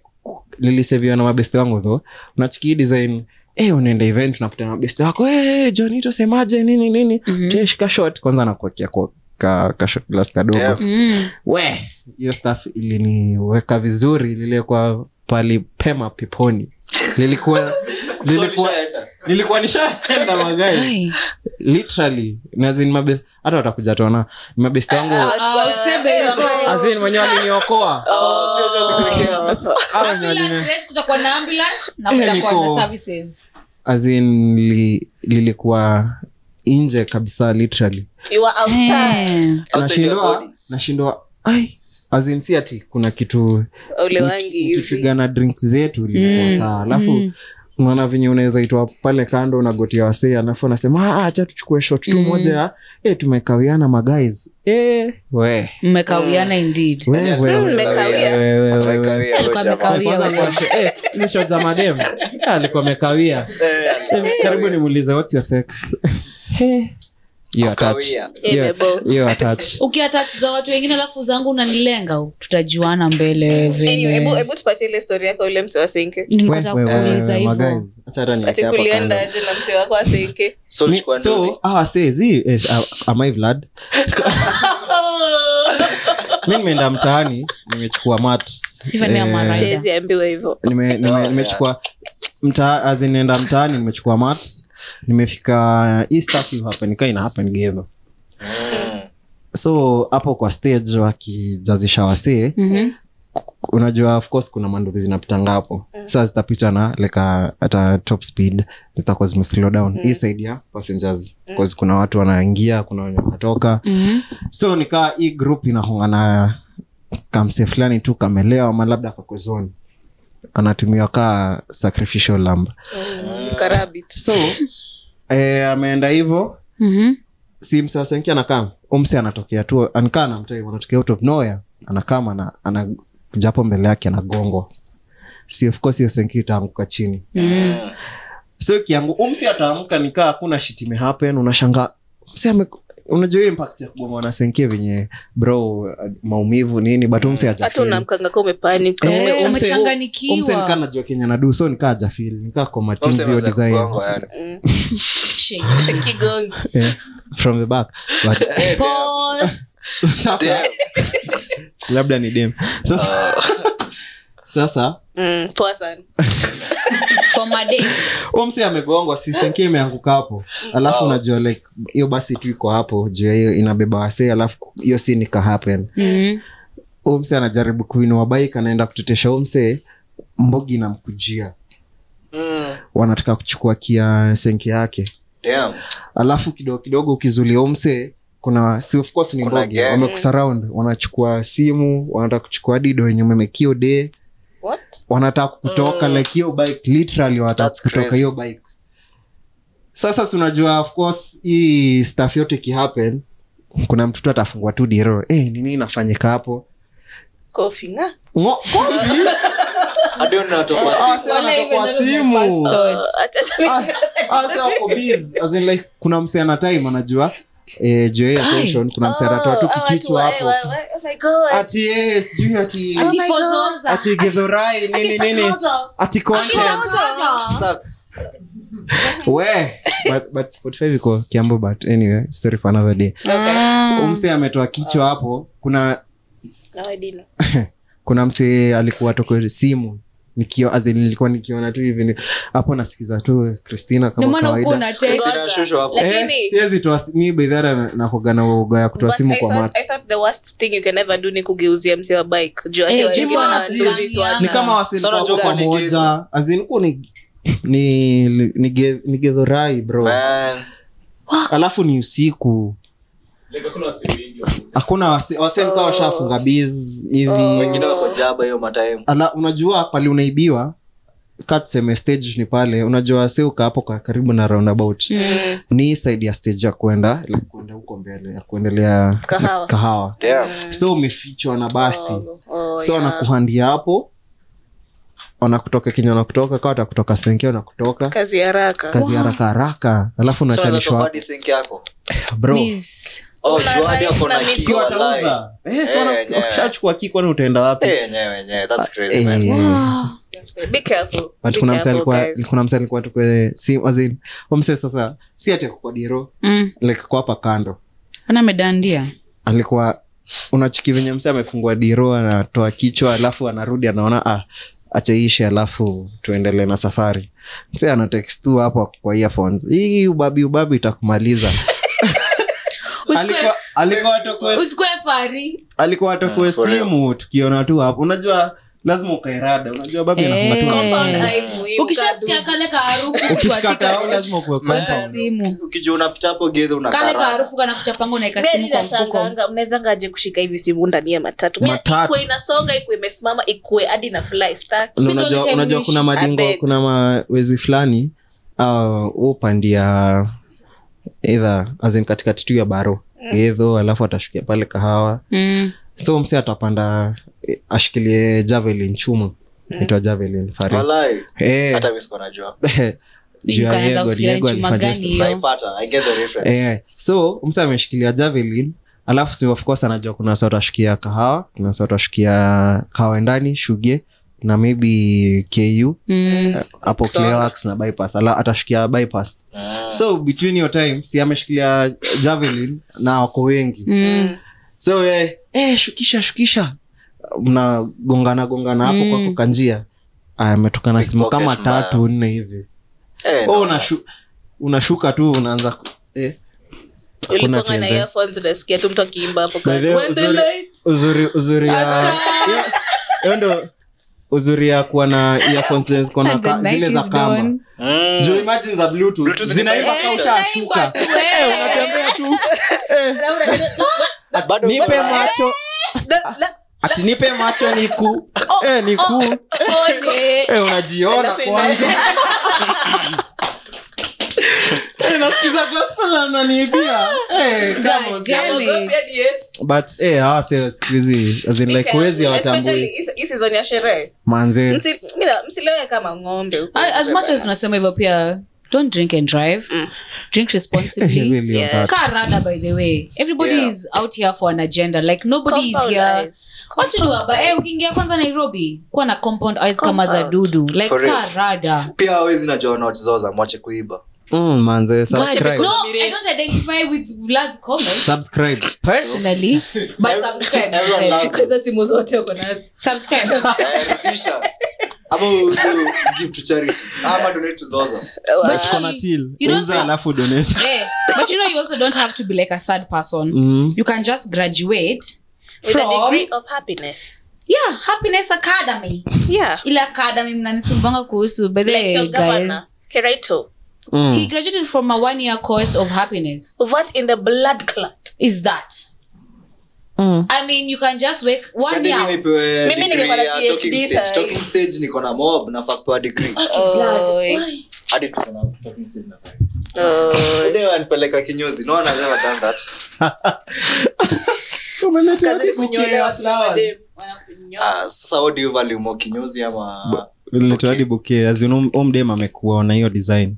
[SPEAKER 6] liliseviwa na mabeste wangu tho unacheki hii design Eh, unaenda event unapata na mabeste wako "Eh, hey, joni tosemaje nini nini
[SPEAKER 4] Mhm.
[SPEAKER 6] tueshika shot kwanza nakuekea ka, ka shot glass kadogo
[SPEAKER 2] Yeah.
[SPEAKER 4] Mm.
[SPEAKER 6] we hiyo staff iliniweka vizuri lilikuwa palipema peponi lilikuwa lilikuwa
[SPEAKER 2] Solishaenda.
[SPEAKER 6] nilikuwa nishaenda magari
[SPEAKER 4] Ai.
[SPEAKER 6] literally nazin mabest hata watakuja tuona mabest
[SPEAKER 5] Ah,
[SPEAKER 2] Ah,
[SPEAKER 6] wangu azin mwenyewe aliniokoa
[SPEAKER 2] Oh, sio ndio nikuwekea.
[SPEAKER 6] Hawa wenye walini-
[SPEAKER 4] Ambulance, kutakuwa na ambulance na
[SPEAKER 6] Eh,
[SPEAKER 4] kutakuwa
[SPEAKER 6] niko-
[SPEAKER 4] na services.
[SPEAKER 6] azin li, lilikuwa nje kabisa literally
[SPEAKER 4] Eh.
[SPEAKER 2] Outside your
[SPEAKER 6] nashindwa
[SPEAKER 2] body.
[SPEAKER 6] nashindwa ai azin si ati kuna kitu kipigana drinks zetu lilikuwa
[SPEAKER 4] Mm.
[SPEAKER 6] saa alafu
[SPEAKER 4] Mm.
[SPEAKER 6] unaona venye unaweza itwa pale kando unagotia wasee alafu anasema "Ah, acha tuchukue shot tu
[SPEAKER 4] Mm.
[SPEAKER 6] moja ya eh, tumekawiana magais eh, we Eh.
[SPEAKER 4] mmekawiana indeed
[SPEAKER 6] we, we,
[SPEAKER 2] Yaani
[SPEAKER 6] we,
[SPEAKER 2] alikuwa amekawia.
[SPEAKER 6] we, we, we, we.
[SPEAKER 2] Amekawia huyo
[SPEAKER 4] Alikuwa
[SPEAKER 2] jamaa.
[SPEAKER 4] amekawia.
[SPEAKER 6] Kwanza kwa- eh, hizi shot za madem Eh, alikuwa amekawia
[SPEAKER 2] Eh,
[SPEAKER 6] Eh, karibu nimuulize what's your sex Eh, hiyo attach.
[SPEAKER 2] kawia.
[SPEAKER 5] Eh,
[SPEAKER 6] Hiyo- hiyo attach.
[SPEAKER 4] ukiatach za watu wengine alafu zangu unanilenga tutajuana mbele vile
[SPEAKER 5] hebu tupatie ile story yako ule mse wasinke
[SPEAKER 4] nilipata
[SPEAKER 6] We, we, we,
[SPEAKER 4] kuuliza
[SPEAKER 6] we,
[SPEAKER 4] hivo
[SPEAKER 6] maguys. Acha hata niweke
[SPEAKER 5] ati
[SPEAKER 6] hapa kando.
[SPEAKER 5] kulienda je na mse wako asinke
[SPEAKER 2] So
[SPEAKER 6] Ni-
[SPEAKER 2] chukua ndozi.
[SPEAKER 6] so ah, hawa sezi yes, a- eh, ah, am I Vlad? So- mi nimeenda mtaani nimechukua mats eh,
[SPEAKER 4] Even me, I'm alright.
[SPEAKER 5] siwezi ambiwa hivyo
[SPEAKER 6] nime, nime,
[SPEAKER 2] Oh, Yeah,
[SPEAKER 6] nimechukua mtaa azinaenda mtaani nimechukua mats nimefika hii stuff you happen kaa ina happen game
[SPEAKER 2] Mm.
[SPEAKER 4] Mhm,
[SPEAKER 6] so hapo kwa stage wakijazisha wasee unajua of course kuna manduthi zinapitanga hapo mm. saa zitapita na like a- at a top speed zitakuwa zimeslow down hii side ya passengers bcause kuna watu wanaingia kuna wenye wanatoka
[SPEAKER 4] Mhm.
[SPEAKER 6] so nikaa hii group inahongana kamse fulani tu kamelewa ama labda kakozoni anatumiwa kaa sacrificial lamb
[SPEAKER 5] Mm.
[SPEAKER 6] so eh, ameenda hivo
[SPEAKER 4] Mhm.
[SPEAKER 6] si msasanki anakam umse anatokea tu ankaa namtai anatokea out of nowhere anakam ana, ana japo mbele yake anagongwa si of course hiyo senki itaanguka chini
[SPEAKER 4] Mm.
[SPEAKER 2] Mm.
[SPEAKER 6] mm, so kiangu umsi ataamka nikaa hakuna shit imehappen unashanga msi ame unajua hiyo impact ya kugongwa na senki venye bro maumivu nini but umsi
[SPEAKER 5] hata
[SPEAKER 6] hajafeel.
[SPEAKER 5] unamkanga ka umepanik
[SPEAKER 6] Eh,
[SPEAKER 4] Eh,
[SPEAKER 6] umse- Umse nikaa
[SPEAKER 4] umechanganikiwa
[SPEAKER 6] najua kenya nadu so nikaa hajafeel. nikaa koma team
[SPEAKER 2] Mse
[SPEAKER 6] zero
[SPEAKER 2] ameweza
[SPEAKER 6] design
[SPEAKER 2] kugongwa, yani.
[SPEAKER 4] Shake.
[SPEAKER 5] kigongi
[SPEAKER 6] Eh, from the back but
[SPEAKER 4] Pause.
[SPEAKER 6] Ah, sasa labda ni dem sasa sasa
[SPEAKER 5] Mm, poa sana
[SPEAKER 4] For my day.
[SPEAKER 6] omsi amegongwa sisenki imeanguka hapo alafu najua like hiyo basi tu iko hapo juu ya hiyo inabeba wasee alafu hiyo si nika happen
[SPEAKER 4] Mhm.
[SPEAKER 6] omse anajaribu kuinua bike anaenda kutetesha omse mbogi inamkujia
[SPEAKER 2] Mm.
[SPEAKER 6] wanataka kuchukua kia senki yake
[SPEAKER 2] Damn.
[SPEAKER 6] alafu kidogo kidogo ukizulia umse kuna si of course ni
[SPEAKER 2] Kuna
[SPEAKER 6] mbogi
[SPEAKER 2] gang.
[SPEAKER 6] wamekusurround wanachukua simu wanataka kuchukua dido yenye umemekio de
[SPEAKER 5] What?
[SPEAKER 6] wanataka kutoka
[SPEAKER 2] Mm.
[SPEAKER 6] like hiyo bike literally
[SPEAKER 2] That's
[SPEAKER 6] wanataka kutoka
[SPEAKER 2] crazy.
[SPEAKER 6] hiyo bike sasa si unajua of course hii staff yote ikihappen kuna mtoto atafungua tu diro hey, nini inafanyika hapo
[SPEAKER 5] Kofi, na?
[SPEAKER 6] Ngo-
[SPEAKER 2] I don't know how to pass
[SPEAKER 6] Ah,
[SPEAKER 2] it.
[SPEAKER 6] sasa
[SPEAKER 4] Wala even
[SPEAKER 6] anatoka
[SPEAKER 4] that was my
[SPEAKER 6] simu.
[SPEAKER 4] first
[SPEAKER 5] Oh,
[SPEAKER 4] thought.
[SPEAKER 6] Ah, ah, sasa wako busy. As in like, kuna msiana time anajua eh, juu ya attention kuna msianatoa tu
[SPEAKER 5] Oh, hawa tu,
[SPEAKER 6] kikichwa
[SPEAKER 5] eh,
[SPEAKER 6] hapo
[SPEAKER 5] wa- wa- oh my God.
[SPEAKER 6] ati eh, sijui ati
[SPEAKER 4] Ati
[SPEAKER 5] my
[SPEAKER 4] for
[SPEAKER 5] God.
[SPEAKER 4] Zoza.
[SPEAKER 6] ati gidhurai nini nini
[SPEAKER 5] Kisakauto.
[SPEAKER 6] ati content
[SPEAKER 4] Zoza.
[SPEAKER 2] Sucks.
[SPEAKER 6] we but, but spotify iko kiambo but anyway story for another day
[SPEAKER 4] Ah.
[SPEAKER 6] umse ametoa kichwa hapo kuna
[SPEAKER 5] Na wadino.
[SPEAKER 6] kuna mse alikuwa toko simu nikio azin nilikuwa nikiona tu hivi ni- hapo nasikiza tu christina
[SPEAKER 4] Ndio
[SPEAKER 6] kama
[SPEAKER 4] maana huko
[SPEAKER 6] kawaida
[SPEAKER 4] una text.
[SPEAKER 2] Christina Shusho hapo.
[SPEAKER 5] Like-
[SPEAKER 6] Eh,
[SPEAKER 5] Lakini-
[SPEAKER 6] siwezi toa si- mi bedhara nakoga na uoga ya kutoa
[SPEAKER 5] But
[SPEAKER 6] simu
[SPEAKER 5] I
[SPEAKER 6] kwa
[SPEAKER 5] thought- I
[SPEAKER 6] matu
[SPEAKER 5] thought the worst thing you can ever do ni kugeuzia msee wa bike juu
[SPEAKER 4] Eh,
[SPEAKER 5] wasee wa-
[SPEAKER 4] juu
[SPEAKER 5] wasee
[SPEAKER 4] wana
[SPEAKER 5] wana do this one.
[SPEAKER 6] ni kama waseni
[SPEAKER 2] Sana
[SPEAKER 6] kwa
[SPEAKER 2] joke
[SPEAKER 6] kwa
[SPEAKER 2] ni gezo.
[SPEAKER 6] moja azinku ni ni ni ge- ni gedhorai bro
[SPEAKER 2] Eh, Man.
[SPEAKER 6] alafu ni usiku hakuna wase- wase nikawa washafunga biz hivi
[SPEAKER 2] Wengine wako jaba hiyo matime.
[SPEAKER 6] Ala, unajua pale unaibiwa ka tuseme stage ni pale unajua se uka hapo ka karibu na roundabout
[SPEAKER 5] Mm,
[SPEAKER 6] ni hii side ya stage ya kuenda ya kuenda huko mbele ya kuendelea
[SPEAKER 5] Kahawa.
[SPEAKER 6] kahawa
[SPEAKER 2] Damn.
[SPEAKER 4] Mm.
[SPEAKER 6] so umefichwa na basi
[SPEAKER 5] oh, oh,
[SPEAKER 6] so
[SPEAKER 5] yeah.
[SPEAKER 6] wanakuhandia hapo wanakutoka kenye wanakutoka kaa watakutoka senke wanakutoka
[SPEAKER 5] kazi ya haraka
[SPEAKER 6] kazi haraka haraka alafu
[SPEAKER 2] So unaweza
[SPEAKER 6] unachanishwa
[SPEAKER 2] kuhadi sink yako.
[SPEAKER 6] bro
[SPEAKER 4] Miss.
[SPEAKER 2] Oh,
[SPEAKER 5] Una
[SPEAKER 2] juu hadi
[SPEAKER 5] life
[SPEAKER 2] ako na
[SPEAKER 5] na
[SPEAKER 2] kitu,
[SPEAKER 5] miti.
[SPEAKER 2] wallahi.
[SPEAKER 6] Eh, so
[SPEAKER 2] Eh,
[SPEAKER 6] wana-
[SPEAKER 2] yeah.
[SPEAKER 6] wakishachukua kii kwani utaenda wapi
[SPEAKER 2] Eh, yenyewe, yenyewe. That's crazy,
[SPEAKER 6] Eh,
[SPEAKER 2] man.
[SPEAKER 5] Be careful.
[SPEAKER 6] but
[SPEAKER 5] Be
[SPEAKER 6] kuna mse
[SPEAKER 5] careful,
[SPEAKER 6] alikuwa
[SPEAKER 5] guys.
[SPEAKER 6] kuna mse alikuwa tukwe si wazin mse sasa si ati kwa diro
[SPEAKER 4] Mm.
[SPEAKER 6] like kwa hapa kando
[SPEAKER 4] Ana amedandia.
[SPEAKER 6] alikuwa unachiki venye mse amefungua diro anatoa kichwa alafu anarudi anaona ah achaishe alafu tuendelee na safari mse anatekstu hapo kwa earphones hii ubabi ubabi itakumaliza
[SPEAKER 4] Usikwe-
[SPEAKER 6] alikuwa alikuwa tokwe
[SPEAKER 4] usikwe fari.
[SPEAKER 6] alikuwa atokue
[SPEAKER 2] Mm, for real.
[SPEAKER 6] simu tukiona tu hapo unajua lazima ukairada unajua babi
[SPEAKER 4] Eh.
[SPEAKER 5] Compound
[SPEAKER 6] hey.
[SPEAKER 5] eyes muhimu,
[SPEAKER 4] ukishasikia
[SPEAKER 5] kadu.
[SPEAKER 4] kale kaharufu
[SPEAKER 6] ukifika kao
[SPEAKER 4] kuatika
[SPEAKER 6] lazima ukuwe
[SPEAKER 2] Man.
[SPEAKER 4] weka
[SPEAKER 6] compound.
[SPEAKER 4] simu
[SPEAKER 2] ukijua unapita hapo gedhe
[SPEAKER 4] kale
[SPEAKER 2] unakaraka
[SPEAKER 4] kaharufu kana kuchapanga unaeka
[SPEAKER 5] Mimi
[SPEAKER 4] simu kwa mfuko
[SPEAKER 5] nashangaanga, mnawezangaje kushika hivi simu ndani ya matatu Mimi
[SPEAKER 6] Matatu.
[SPEAKER 5] ikuwe inasonga ikuwe imesimama ikuwe hadi na fly stack
[SPEAKER 6] Na
[SPEAKER 4] Mimi ndo
[SPEAKER 6] unajua
[SPEAKER 4] nilitaka
[SPEAKER 6] unajua kuna
[SPEAKER 4] niishi.
[SPEAKER 6] madingo
[SPEAKER 5] Abeg.
[SPEAKER 6] kuna mawezi fulani uh, au upandia either azin katikati tu ya baro edho alafu atashukia pale kahawa
[SPEAKER 4] Mm.
[SPEAKER 6] so mse atapanda eh, ashikilie javelin chuma
[SPEAKER 4] Mm.
[SPEAKER 6] itwa javelin fari
[SPEAKER 2] Walai.
[SPEAKER 6] Eh,
[SPEAKER 2] hata misko najua
[SPEAKER 6] juu ya
[SPEAKER 4] Ukaanza
[SPEAKER 6] Yego,
[SPEAKER 4] kufikiria
[SPEAKER 6] Yego
[SPEAKER 4] chuma
[SPEAKER 6] alifanya
[SPEAKER 4] gani hiyo?
[SPEAKER 2] naipata i get the reference
[SPEAKER 6] Eh, so mse ameshikilia javelin alafu si of course anajua kuna sa utashikia kahawa kuna sa utashikia kahawa ndani shuge na maybe ku
[SPEAKER 4] Mm.
[SPEAKER 6] hapo
[SPEAKER 5] Sawa.
[SPEAKER 6] clearwax na bypass ala atashikia bypass
[SPEAKER 2] Mm.
[SPEAKER 6] so between your time si ameshikilia javelin na wako wengi
[SPEAKER 4] Mm.
[SPEAKER 6] so eh, eh, shukisha shukisha mnagongana gongana hapo
[SPEAKER 4] Mm.
[SPEAKER 6] kwako kanjia ametoka na simu kama
[SPEAKER 2] Pickpocket mbaya.
[SPEAKER 6] tatu nne hivi
[SPEAKER 2] Eh,
[SPEAKER 6] oh,
[SPEAKER 2] no.
[SPEAKER 6] unashu, unashuka tu unaanza ku- eh. Hakuna
[SPEAKER 5] ulikuwa na
[SPEAKER 6] kienze.
[SPEAKER 5] earphones unasikia tu mtu akiimba hapo
[SPEAKER 6] By the way,
[SPEAKER 5] When the
[SPEAKER 6] uzuri-
[SPEAKER 5] lights
[SPEAKER 6] uzuri uzuri ya-
[SPEAKER 5] are sky.
[SPEAKER 6] hiyo ndo uzuri ya kuwa na earphones kuwa na
[SPEAKER 4] And the
[SPEAKER 6] ka-
[SPEAKER 4] night
[SPEAKER 6] zile za
[SPEAKER 4] is
[SPEAKER 6] kamba
[SPEAKER 4] gone.
[SPEAKER 2] Mm.
[SPEAKER 6] juu imagine za bluetooth,
[SPEAKER 2] Bluetooth
[SPEAKER 6] zinaimba
[SPEAKER 2] ni-
[SPEAKER 6] kama
[SPEAKER 2] Eh,
[SPEAKER 6] ushashuka Eh, unatembea tu
[SPEAKER 2] Ah, bado
[SPEAKER 6] nipe
[SPEAKER 2] bado-
[SPEAKER 6] macho
[SPEAKER 2] Da- la-
[SPEAKER 6] ati nipe macho niku
[SPEAKER 4] Oh,
[SPEAKER 6] eh, niku eh, unajiona
[SPEAKER 5] Alafu
[SPEAKER 6] kwanza Eh, nasikiza gospel na mnaniibia. Eh, come on.
[SPEAKER 4] God damn it.
[SPEAKER 6] but eh, hawa sio siku hizi, as in like huwezi hawatambui
[SPEAKER 5] isizon ya sherehe
[SPEAKER 6] manze
[SPEAKER 5] Msi- mila- msilewe kama ng'ombe huko.
[SPEAKER 4] A- as much as tunasema hivyo pia don't drink and drive drink responsibly
[SPEAKER 6] Eh, Really on
[SPEAKER 5] Yeah.
[SPEAKER 6] that.
[SPEAKER 4] car rada by the way everybody
[SPEAKER 2] Yeah.
[SPEAKER 4] is out here for an agenda like nobody is
[SPEAKER 5] Compound
[SPEAKER 4] here
[SPEAKER 5] eyes.
[SPEAKER 4] What to do about- eh, ukiingia kwanza nairobi kuwa na compound eyes kama za
[SPEAKER 5] Compound.
[SPEAKER 4] dudu like
[SPEAKER 2] For real.
[SPEAKER 4] car rada
[SPEAKER 2] pia awezi najua wanaochizoza mwache kuiba
[SPEAKER 6] Mm, manze
[SPEAKER 4] But-
[SPEAKER 6] subscribe
[SPEAKER 4] no, I don't identify with Vlad's comments
[SPEAKER 6] subscribe
[SPEAKER 4] personally, but
[SPEAKER 2] Ev-
[SPEAKER 4] subscribe.
[SPEAKER 2] everyone loves
[SPEAKER 5] Hizo
[SPEAKER 2] us.
[SPEAKER 5] simu zote uko nazo.
[SPEAKER 4] Subscribe.
[SPEAKER 2] Eh, rudisha ama u- u- give to charity ama donate to zoza
[SPEAKER 5] Uh,
[SPEAKER 4] But
[SPEAKER 6] Tuko na
[SPEAKER 4] you-
[SPEAKER 6] till.
[SPEAKER 4] Yaani, you don't
[SPEAKER 6] Uza
[SPEAKER 4] have-
[SPEAKER 6] alafu donate.
[SPEAKER 4] Eh, but you know, you also don't have to be like a sad person.
[SPEAKER 6] Mm.
[SPEAKER 4] You can just graduate
[SPEAKER 5] With a
[SPEAKER 4] from
[SPEAKER 5] degree of happiness.
[SPEAKER 4] yeah, Happiness Academy.
[SPEAKER 5] Yeah.
[SPEAKER 4] Ile academy mnanisumbanga kuhusu by the
[SPEAKER 5] Like your
[SPEAKER 4] way,
[SPEAKER 5] governor,
[SPEAKER 4] guys.
[SPEAKER 5] Keraito.
[SPEAKER 6] Mm.
[SPEAKER 4] He graduated from a one year course of happiness.
[SPEAKER 5] What in the blood clot?
[SPEAKER 4] Is that?
[SPEAKER 6] Hmm.
[SPEAKER 4] I mean, you can just wake one
[SPEAKER 2] Sadi mi
[SPEAKER 4] year.
[SPEAKER 2] nipewe
[SPEAKER 5] Mimi
[SPEAKER 2] degree
[SPEAKER 5] niko na
[SPEAKER 2] ya
[SPEAKER 5] PhD
[SPEAKER 2] talking stage.
[SPEAKER 5] sahi.
[SPEAKER 2] Talking stage niko na mob nafaa kupewa degree
[SPEAKER 4] Oh,
[SPEAKER 5] Oi.
[SPEAKER 2] hadi tuko na talking stage nafaa
[SPEAKER 5] Oi.
[SPEAKER 2] Today wanipeleka kinyozi no one has ever done that
[SPEAKER 5] Kazini kunyolewa tu na mademu.
[SPEAKER 2] Ah, sasa what do you value more kinyozi ama
[SPEAKER 6] litoadi buke omdem amekuwa na hiyo design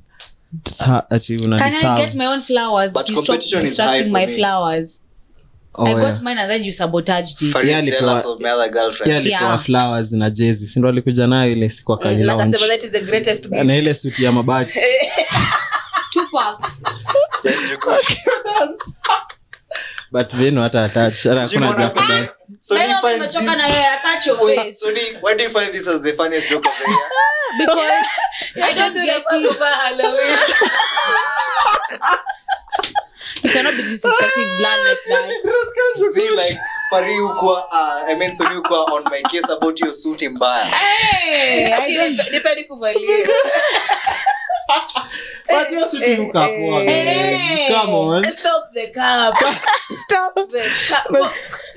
[SPEAKER 6] Sa- ati una
[SPEAKER 4] Can I
[SPEAKER 6] deserve.
[SPEAKER 4] get my own flowers?
[SPEAKER 2] But
[SPEAKER 4] you stop
[SPEAKER 2] competition is high
[SPEAKER 4] distracting
[SPEAKER 2] for
[SPEAKER 4] my
[SPEAKER 2] me.
[SPEAKER 4] flowers.
[SPEAKER 6] Oh,
[SPEAKER 4] I
[SPEAKER 6] yeah.
[SPEAKER 4] got mine and then you sabotaged it.
[SPEAKER 2] Faris
[SPEAKER 6] Yeah,
[SPEAKER 2] is
[SPEAKER 6] alipewa-
[SPEAKER 2] jealous of my other
[SPEAKER 6] Pia
[SPEAKER 2] girlfriends
[SPEAKER 4] Yeah. Eh,
[SPEAKER 6] alikuwa flowers na jezi sindo alikuja nayo ile siku
[SPEAKER 5] Mm, like I said, but
[SPEAKER 6] akailana
[SPEAKER 5] that is the greatest gift.
[SPEAKER 6] ile suti ya mabati
[SPEAKER 4] Eh. Tupac.
[SPEAKER 2] Yeah, Njugu.
[SPEAKER 6] but venu hata atach hata
[SPEAKER 2] Sijui
[SPEAKER 6] hakuna haja ya
[SPEAKER 2] mbona-
[SPEAKER 6] kudai.
[SPEAKER 2] So do you
[SPEAKER 4] Leo
[SPEAKER 2] find
[SPEAKER 4] nimechoka na
[SPEAKER 2] this-
[SPEAKER 4] wewe, touch your
[SPEAKER 2] Wait,
[SPEAKER 4] face.
[SPEAKER 2] so do you- why do you find this as the funniest joke of the year?
[SPEAKER 4] Because I don't get it. You cannot be disrespecting blood like that.
[SPEAKER 2] See, like, Fari ukuwa, uh, I mean, Sony ukuwa on my case about your suit mbaya.
[SPEAKER 4] Hey, I don't-
[SPEAKER 5] Nipendi kuvalia.
[SPEAKER 6] But hiyo suti
[SPEAKER 5] eh,
[SPEAKER 6] luka poa,
[SPEAKER 5] eh,
[SPEAKER 6] man.
[SPEAKER 4] eh.
[SPEAKER 6] Come on.
[SPEAKER 5] Stop the cap. Stop the cap.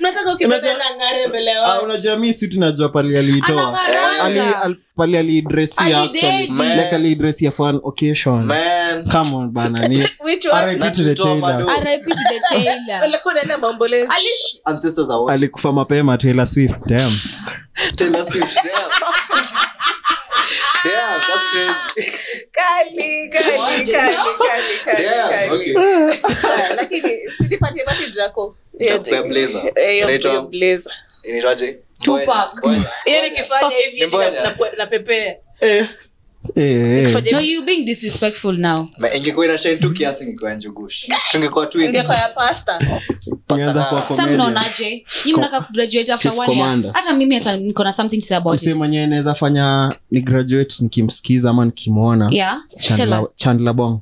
[SPEAKER 5] Nataka ukipata na ngare mbele ya
[SPEAKER 6] Ah,
[SPEAKER 5] watu.
[SPEAKER 6] unajua mi suti najua pali aliitoa
[SPEAKER 4] Anang'aranga.
[SPEAKER 6] Eh, Ali- al- pali aliidresia
[SPEAKER 4] Alidedi.
[SPEAKER 6] actually
[SPEAKER 2] Man.
[SPEAKER 6] like aliidresia for an occasion
[SPEAKER 2] Man,
[SPEAKER 6] come on bana ni
[SPEAKER 5] Which one?
[SPEAKER 6] RIP to the tailor.
[SPEAKER 2] Nakitoa madu.
[SPEAKER 4] RIP to the tailor.
[SPEAKER 5] Walikuwa wanaenda maombolezi.
[SPEAKER 4] Ali-
[SPEAKER 2] ancestors are watching.
[SPEAKER 6] alikufa mapema taylor swift damn.
[SPEAKER 2] Taylor Swift, damn. Damn, that's crazy.
[SPEAKER 5] Kali, kali,
[SPEAKER 4] Moja.
[SPEAKER 5] kali, kali, kali,
[SPEAKER 2] Damn,
[SPEAKER 5] kali.
[SPEAKER 2] okay.
[SPEAKER 5] Ah, lakini sinipatie basi drako.
[SPEAKER 2] Nitakupea blazer.
[SPEAKER 5] Eh, hiyo
[SPEAKER 2] Inaitwa-
[SPEAKER 5] pia blazer.
[SPEAKER 2] Inaitwaje?
[SPEAKER 4] Tupac.
[SPEAKER 2] Mboya, Mboya.
[SPEAKER 5] Hiyo nikifanya hivi,
[SPEAKER 2] Ni mboja.
[SPEAKER 5] napu- napepea.
[SPEAKER 6] Eh, eh.
[SPEAKER 4] No, you being disrespectful now.
[SPEAKER 2] Ma- ingekuwa inashine tu kiasi ingekuwa njugushi tungekuwa
[SPEAKER 5] Ingekuwa ya pasta.
[SPEAKER 6] Nianza kuwa
[SPEAKER 4] Sasa
[SPEAKER 6] comedian.
[SPEAKER 4] mnaonaje? Nyi mnaka graduate after
[SPEAKER 6] Chief
[SPEAKER 4] one year.
[SPEAKER 6] Commander.
[SPEAKER 4] Hata mimi hata niko na something to say about
[SPEAKER 6] msee
[SPEAKER 4] it.
[SPEAKER 6] mwenyewe naweza fanya ni graduate nikimsikiza ama nikimwona
[SPEAKER 4] Yeah, tell
[SPEAKER 6] Chandler-
[SPEAKER 4] us.
[SPEAKER 6] chandler bong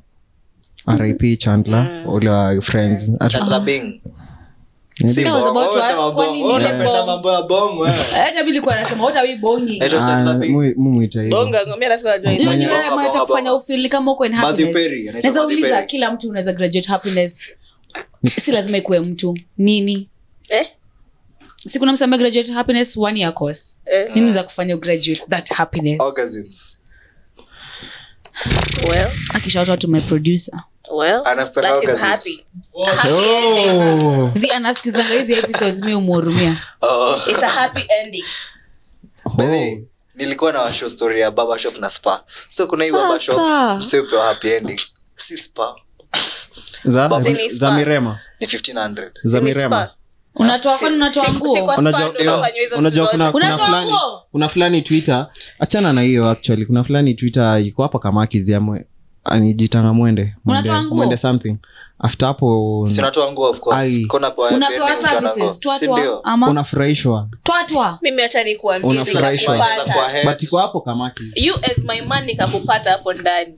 [SPEAKER 6] rip chandler
[SPEAKER 2] Mm.
[SPEAKER 6] ule wa friends Ata-
[SPEAKER 4] I was about
[SPEAKER 2] Oh,
[SPEAKER 4] to ask, kwani ni ile bong?
[SPEAKER 2] mambo ya bongo eh.
[SPEAKER 4] Hata mimi nilikuwa nasema, what are we bonging?
[SPEAKER 2] Naitwa
[SPEAKER 6] Ah,
[SPEAKER 2] Chandler Bing.
[SPEAKER 6] mu- mumuita hivyo.
[SPEAKER 5] Bonga, ngombe lazima ajue
[SPEAKER 4] Hiyo ni
[SPEAKER 6] Mwenye-
[SPEAKER 4] wewe mwenye
[SPEAKER 2] Baba,
[SPEAKER 4] atakufanya
[SPEAKER 2] baba.
[SPEAKER 4] ufeel kama uko in
[SPEAKER 2] Matthew
[SPEAKER 4] happiness.
[SPEAKER 2] Perry, anaitwa
[SPEAKER 4] Naweza
[SPEAKER 2] Matthew
[SPEAKER 4] uliza
[SPEAKER 2] Perry.
[SPEAKER 4] kila mtu unaweza graduate happiness si lazima ikuwe mtu nini
[SPEAKER 5] Eh?
[SPEAKER 4] si kuna mtu ambaye graduate happiness one year course
[SPEAKER 5] Eh.
[SPEAKER 4] nini za kufanya ugraduate that happiness
[SPEAKER 2] Orgasms.
[SPEAKER 5] Well,
[SPEAKER 4] akishauta watu my producer
[SPEAKER 5] well,
[SPEAKER 2] Anapenda
[SPEAKER 5] that is
[SPEAKER 2] orgasms.
[SPEAKER 5] happy.
[SPEAKER 6] Oh.
[SPEAKER 4] zi anasikizanga hizi episodes mi umhurumia
[SPEAKER 5] Ah,
[SPEAKER 2] Oh.
[SPEAKER 5] It's a happy ending.
[SPEAKER 2] By the way, nilikuwa na washo story ya babashop na spa so kuna hii
[SPEAKER 4] Sasa.
[SPEAKER 2] babashop msiopewa happy ending si spa
[SPEAKER 6] Oh. Za-
[SPEAKER 2] Bob.
[SPEAKER 6] za- za mirema
[SPEAKER 2] ni 1500
[SPEAKER 6] za
[SPEAKER 5] Ni
[SPEAKER 6] mirema
[SPEAKER 5] spa.
[SPEAKER 4] unatoa kwani unatoa
[SPEAKER 5] Si- si
[SPEAKER 4] nguo
[SPEAKER 5] kwa
[SPEAKER 6] Unajua-
[SPEAKER 5] spa ndio unafanya hizo
[SPEAKER 6] unajua
[SPEAKER 5] vitu
[SPEAKER 6] kuna,
[SPEAKER 5] zote.
[SPEAKER 6] kuna
[SPEAKER 4] Unatoa
[SPEAKER 6] fulani
[SPEAKER 4] nguo?
[SPEAKER 6] kuna fulani twitter achana na hiyo actually kuna fulani twitter iko hapa kama kiziamwe anijitanga mwende mwende,
[SPEAKER 4] Unatoa nguo?
[SPEAKER 6] mwende something after hapo
[SPEAKER 2] si unatoa nguo of
[SPEAKER 6] Ai.
[SPEAKER 2] course kona pa happy ending
[SPEAKER 4] unapewa
[SPEAKER 2] ukiwa na nguo
[SPEAKER 4] services
[SPEAKER 2] si
[SPEAKER 4] twatwa
[SPEAKER 2] ndio
[SPEAKER 4] ama
[SPEAKER 6] unafurahishwa
[SPEAKER 4] twatwa
[SPEAKER 5] mimi acha nikuambie
[SPEAKER 6] Unafurahishwa.
[SPEAKER 2] Unaweza kuwa
[SPEAKER 5] nitakupata.
[SPEAKER 2] head.
[SPEAKER 6] but iko hapo kama kizi
[SPEAKER 5] you as my man nikakupata hapo ndani